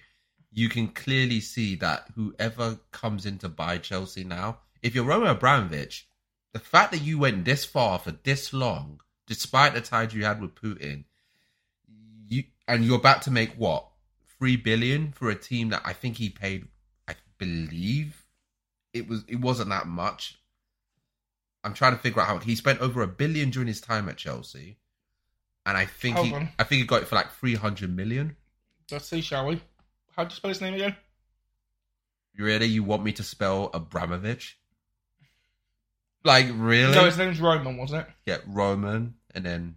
B: you can clearly see that whoever comes in to buy Chelsea now, if you're Roman Abramovich, the fact that you went this far for this long, despite the tide you had with Putin, you and you're about to make what three billion for a team that I think he paid, I believe it was it wasn't that much. I'm trying to figure out how he spent over a billion during his time at Chelsea, and I think he,
A: Hold on.
B: I think he got it for like three hundred million.
A: Let's see, shall we? How do you spell his name again?
B: You really you want me to spell Abramovich? Like really?
A: No, his name's Roman, wasn't it?
B: yeah, Roman and then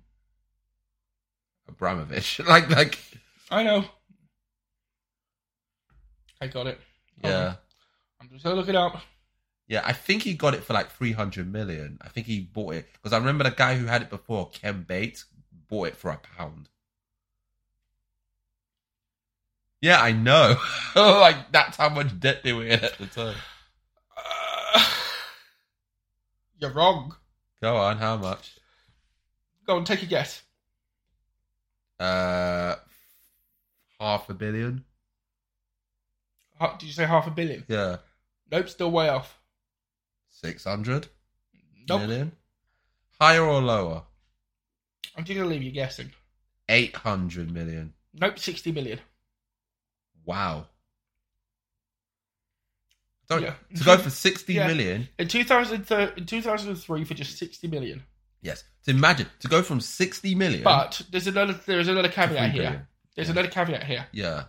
B: Abramovich. like like
A: I know. I got it. Hold
B: yeah.
A: on. I'm just gonna look it up.
B: Yeah, I think he got it for like 300 million. I think he bought it because I remember the guy who had it before, Ken Bates, bought it for a pound. Yeah, I know. like that's how much debt they were in at the time.
A: Uh, you're wrong.
B: Go on, how much?
A: Go on, take a guess.
B: Uh half a billion.
A: How, did you say half a billion?
B: Yeah.
A: Nope, still way off.
B: six hundred
A: Nope.
B: million. Higher or lower?
A: I'm just gonna leave you guessing.
B: 800 million.
A: Nope, sixty million.
B: Wow. Don't,
A: Yeah.
B: To go for sixty
A: Yeah.
B: million.
A: In 2003, in 2003 for just 60 million.
B: Yes. To imagine to go from sixty million.
A: But there's another there's another caveat
B: three
A: here.
B: billion.
A: There's
B: Yeah.
A: another caveat here.
B: yeah,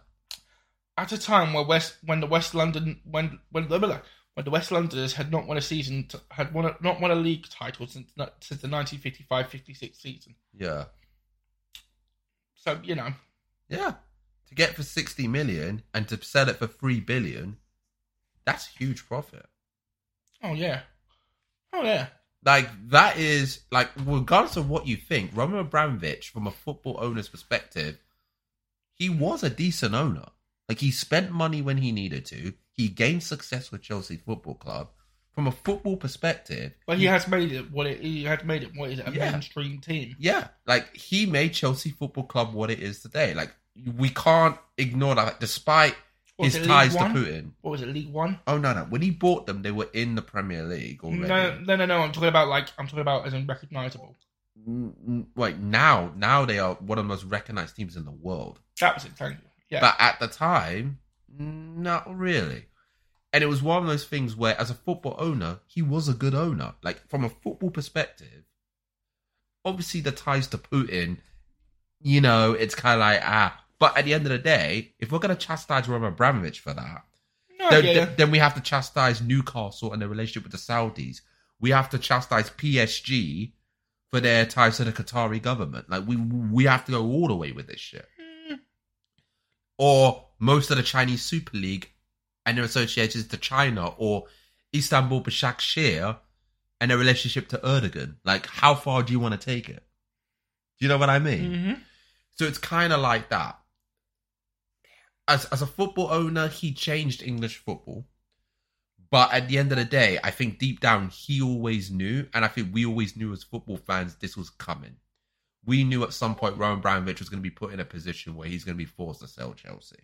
A: At a time where West when the West London when when blah, blah, blah, when the West Londoners had not won a season t- had won a, not won a league title since since the 1955-56 season.
B: yeah,
A: So, you know,
B: yeah. To get for sixty million and to sell it for three billion, that's a huge profit.
A: oh yeah. Oh yeah.
B: Like that is like regardless of what you think, Roman Abramovich, from a football owner's perspective, he was a decent owner. Like he spent money when he needed to. He gained success with Chelsea Football Club. From a football perspective,
A: But he has made it what it he had made it what is it, a
B: Yeah.
A: mainstream team.
B: Yeah, like he made Chelsea Football Club what it is today. Like we can't ignore that. Like, despite
A: What was
B: his
A: it,
B: ties
A: League
B: to
A: One?
B: Putin.
A: What was it, League One?
B: Oh no, no. When he bought them, they were in the Premier League already.
A: No, no, no, no. I'm talking about like I'm talking about as in recognizable.
B: N- n- Like now, now they are one of the most recognized teams in the world.
A: That was it. Thank you. Yeah.
B: But at the time, not really. And it was one of those things where, as a football owner, he was a good owner. Like, from a football perspective, obviously the ties to Putin, you know, it's kind of like, ah. But at the end of the day, if we're going to chastise Roman Abramovich for that,
A: no,
B: then,
A: yeah, yeah.
B: then- then we have to chastise Newcastle and their relationship with the Saudis. We have to chastise PSG for their ties to the Qatari government. Like we we have to go all the way with this shit.
A: Hmm.
B: Or most of the Chinese Super League and their associations to China or Istanbul Başakşehir and their relationship to Erdogan. Like how far do you want to take it? Do you know what I mean?
A: Mhm.
B: So it's kind of like that. As as a football owner, he changed English football. But at the end of the day, I think deep down he always knew, and I think we always knew as football fans this was coming. We knew at some point Roman Abramovich was going to be put in a position where he's going to be forced to sell Chelsea.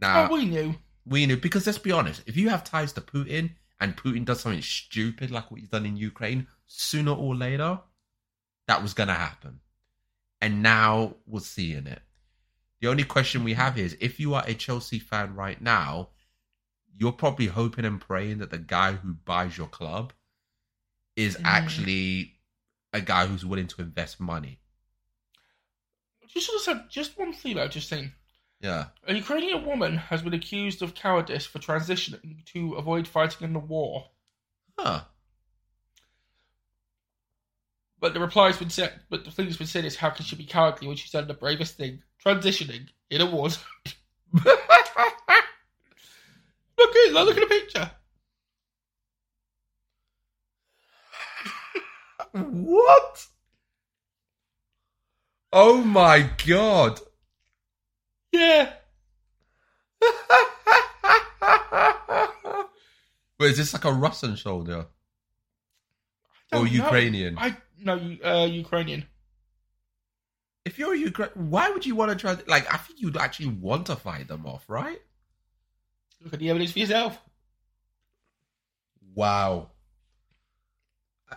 B: Now Ah.
A: oh, we knew.
B: we knew because let's be honest, if you have ties to Putin and Putin does something stupid like what he's done in Ukraine, sooner or later, that was going to happen. And now we're seeing it. The only question we have is if you are a Chelsea fan right now, you're probably hoping and praying that the guy who buys your club is actually a guy who's willing to invest money.
A: Just also, just one thing about just saying.
B: Yeah.
A: A Ukrainian woman has been accused of cowardice for transitioning to avoid fighting in the war,
B: Huh.
A: but the reply's been said. But the thing's been said is, how can she be cowardly when she's done the bravest thing, transitioning in a war? zone? look at look at the picture.
B: What? Oh my god. Yeah. Wait, is this like a Russian soldier?
A: I
B: Or
A: don't know.
B: Ukrainian?
A: I no, you- uh, Ukrainian.
B: If you're Ukraine, why would you want to try? Like, I think you'd actually want to fight them off, right?
A: Look at the evidence for yourself.
B: Wow. I,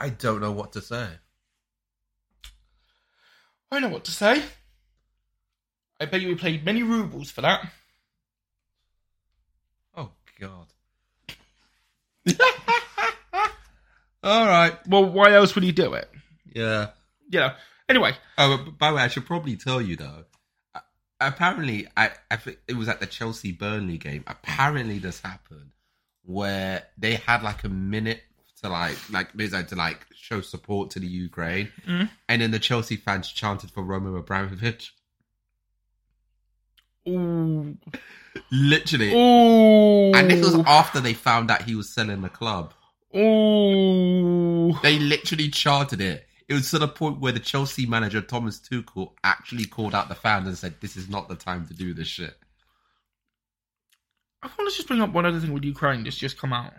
B: I don't know what to say.
A: I know what to say. I bet you we played many rubles for that.
B: Oh god. All right.
A: Well, why else would he do it?
B: Yeah.
A: You know. Anyway,
B: Oh, but- but by the way, I should probably tell you though. a- Apparently, I, I think it was at the Chelsea Burnley game. Apparently, this happened where they had like a minute to like like they had to like show support to the Ukraine, and then the Chelsea fans chanted for Roman Abramovich.
A: ooh,
B: Literally,
A: ooh,
B: and this was after they found out he was selling the club.
A: ooh.
B: They literally chanted it. It was to the point where the Chelsea manager Thomas Tuchel actually called out the fans and said, "This is not the time to do this shit."
A: I want to just bring up one other thing with Ukraine that's just come out.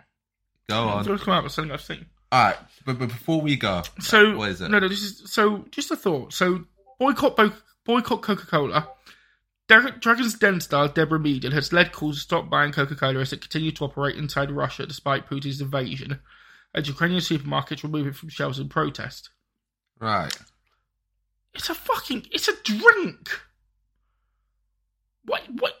B: Go on.
A: It's come out with something I've seen.
B: All right, but, but before we go,
A: So
B: what is it?
A: No, no. This is so. Just a thought. So boycott bo- boycott Coca Cola. Dragon's Den star Deborah Meaden has led calls to stop buying Coca Cola as it continues to operate inside Russia despite Putin's invasion, as Ukrainian supermarkets remove it from shelves in protest.
B: Right.
A: It's a fucking. It's a drink. What? What?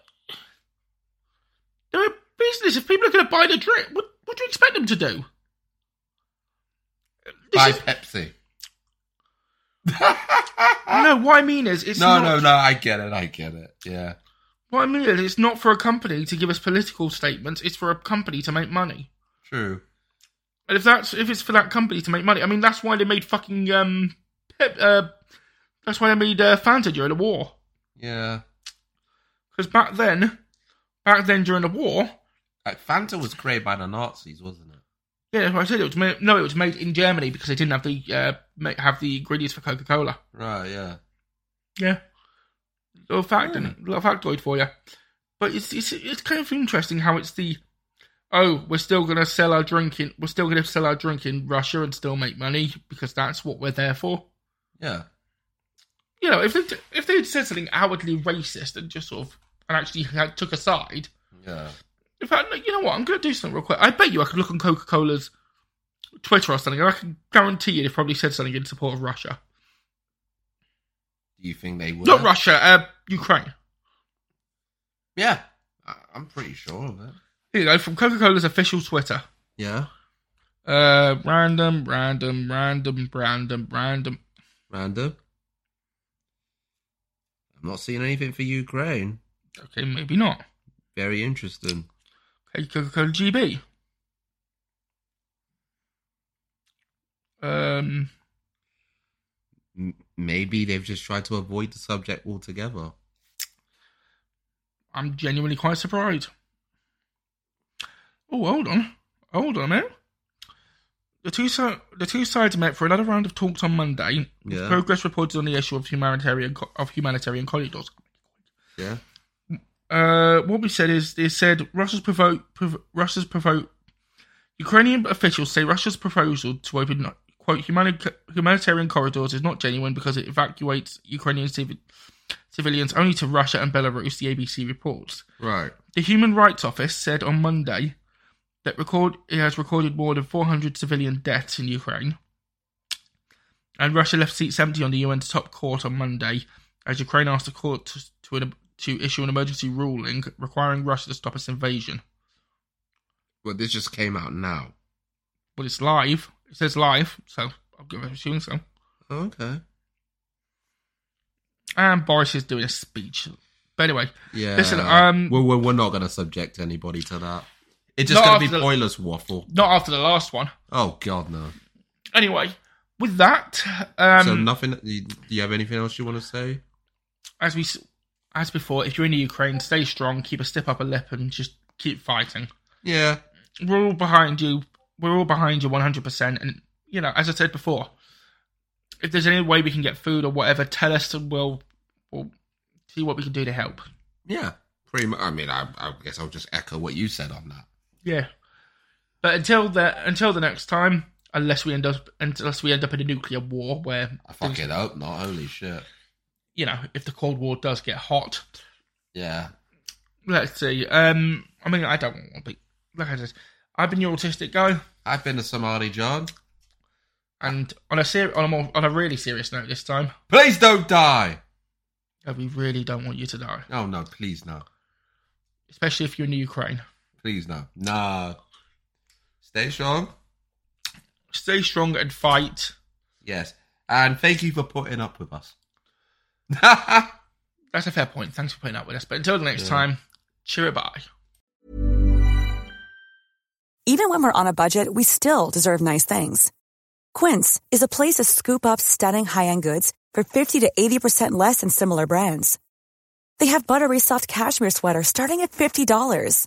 A: They're a business. If people are going to buy the drink, what, what do you expect them to do? This
B: Buy
A: is-
B: Pepsi.
A: no, what I mean is, it's
B: no,
A: not,
B: no, no. I get it. I get it. Yeah.
A: What I mean is, it's not for a company to give us political statements. It's for a company to make money.
B: True.
A: And if that's if it's for that company to make money, I mean that's why they made fucking um, Pep, uh, that's why they made uh, Fanta during the war.
B: Yeah.
A: Because back then, back then during the war,
B: Like Fanta was created by the Nazis, wasn't it?
A: yeah, that's what I said it was made, no, it was made in Germany because they didn't have the uh, ma- have the ingredients for Coca Cola.
B: Right. Yeah.
A: Yeah. Little fact, innit? little factoid for you. But it's it's it's kind of interesting how it's the oh we're still gonna sell our drink in we're still gonna sell our drink in Russia and still make money because that's what we're there for.
B: Yeah.
A: You know if they if they had said something outwardly racist and just sort of and actually had, took a side.
B: Yeah.
A: In fact, like, you know what? I'm gonna do something real quick. I bet you I could look on Coca Cola's Twitter or something, and I can guarantee you they probably said something in support of Russia,
B: Do you think they would?
A: not Russia, uh, Ukraine.
B: Yeah. I, I'm pretty sure of it.
A: Here you go from Coca Cola's official Twitter.
B: Yeah.
A: Uh, random, random, random, random, random.
B: Random. I'm not seeing anything for Ukraine.
A: Okay, maybe not.
B: Very interesting.
A: Okay, Coca Cola GB. Um,
B: M- maybe they've just tried to avoid the subject altogether.
A: I'm genuinely quite surprised. Oh, hold on, hold on a minute. The two si- the two sides met for another round of talks on Monday. with
B: Yeah.
A: Progress reported on the issue of humanitarian co- of humanitarian corridors.
B: Yeah.
A: uh, what we said is they said Russia's provo- prov- Russia's provo- Ukrainian officials say Russia's proposal to open quote humani- humanitarian corridors is not genuine because it evacuates Ukrainian civ- civilians only to Russia and Belarus. The ABC reports.
B: Right.
A: The Human Rights Office said on Monday that record it has recorded more than 400 civilian deaths in Ukraine, and Russia left seat 70 on the UN's top court on Monday as Ukraine asked the court to to, an, to issue an emergency ruling requiring Russia to stop its invasion.
B: Well, this just came out now.
A: But it's live. It says live, so I'm going to assume so.
B: Okay.
A: And Boris is doing a speech. But anyway,
B: Yeah.
A: listen, um,
B: we're, we're, we're not going to subject anybody to that. It's just
A: Not
B: going to be
A: after the-
B: pointless waffle.
A: not after the last one.
B: Oh God, no.
A: Anyway, with that, um,
B: so nothing. You, do you have anything else you want to say?
A: as we s- as before, if you're in the Ukraine, stay strong, keep a step up a lip, and just keep fighting.
B: Yeah.
A: We're all behind you. We're all behind you 100%. And you know, as I said before, if there's any way we can get food or whatever, tell us and we'll, we'll see what we can do to help.
B: Yeah, pretty much. I mean, I, I guess I'll just echo what you said on that.
A: Yeah. But until the until the next time, unless we end up unless we end up in a nuclear war where
B: I fucking hope not. Holy shit.
A: you know if the Cold War does get hot,
B: Yeah.
A: let's see. Um, I mean, I don't want to be like I said. I've been your autistic guy,
B: I've been to Somali, John.
A: and on a ser- on a more, on a really serious note this time,
B: Please don't die.
A: uh, we really don't want you to die,
B: Oh no, please no,
A: especially if you're in the Ukraine.
B: please no, no. Stay strong.
A: Stay strong and fight.
B: Yes, and thank you for putting up with us.
A: That's a fair point. Thanks for putting up with us. But until the next time, cheer it bye.
E: Even when we're on a budget, we still deserve nice things. Quince is a place to scoop up stunning high-end goods for 50 to 80% less than similar brands. They have buttery soft cashmere sweaters starting at $50,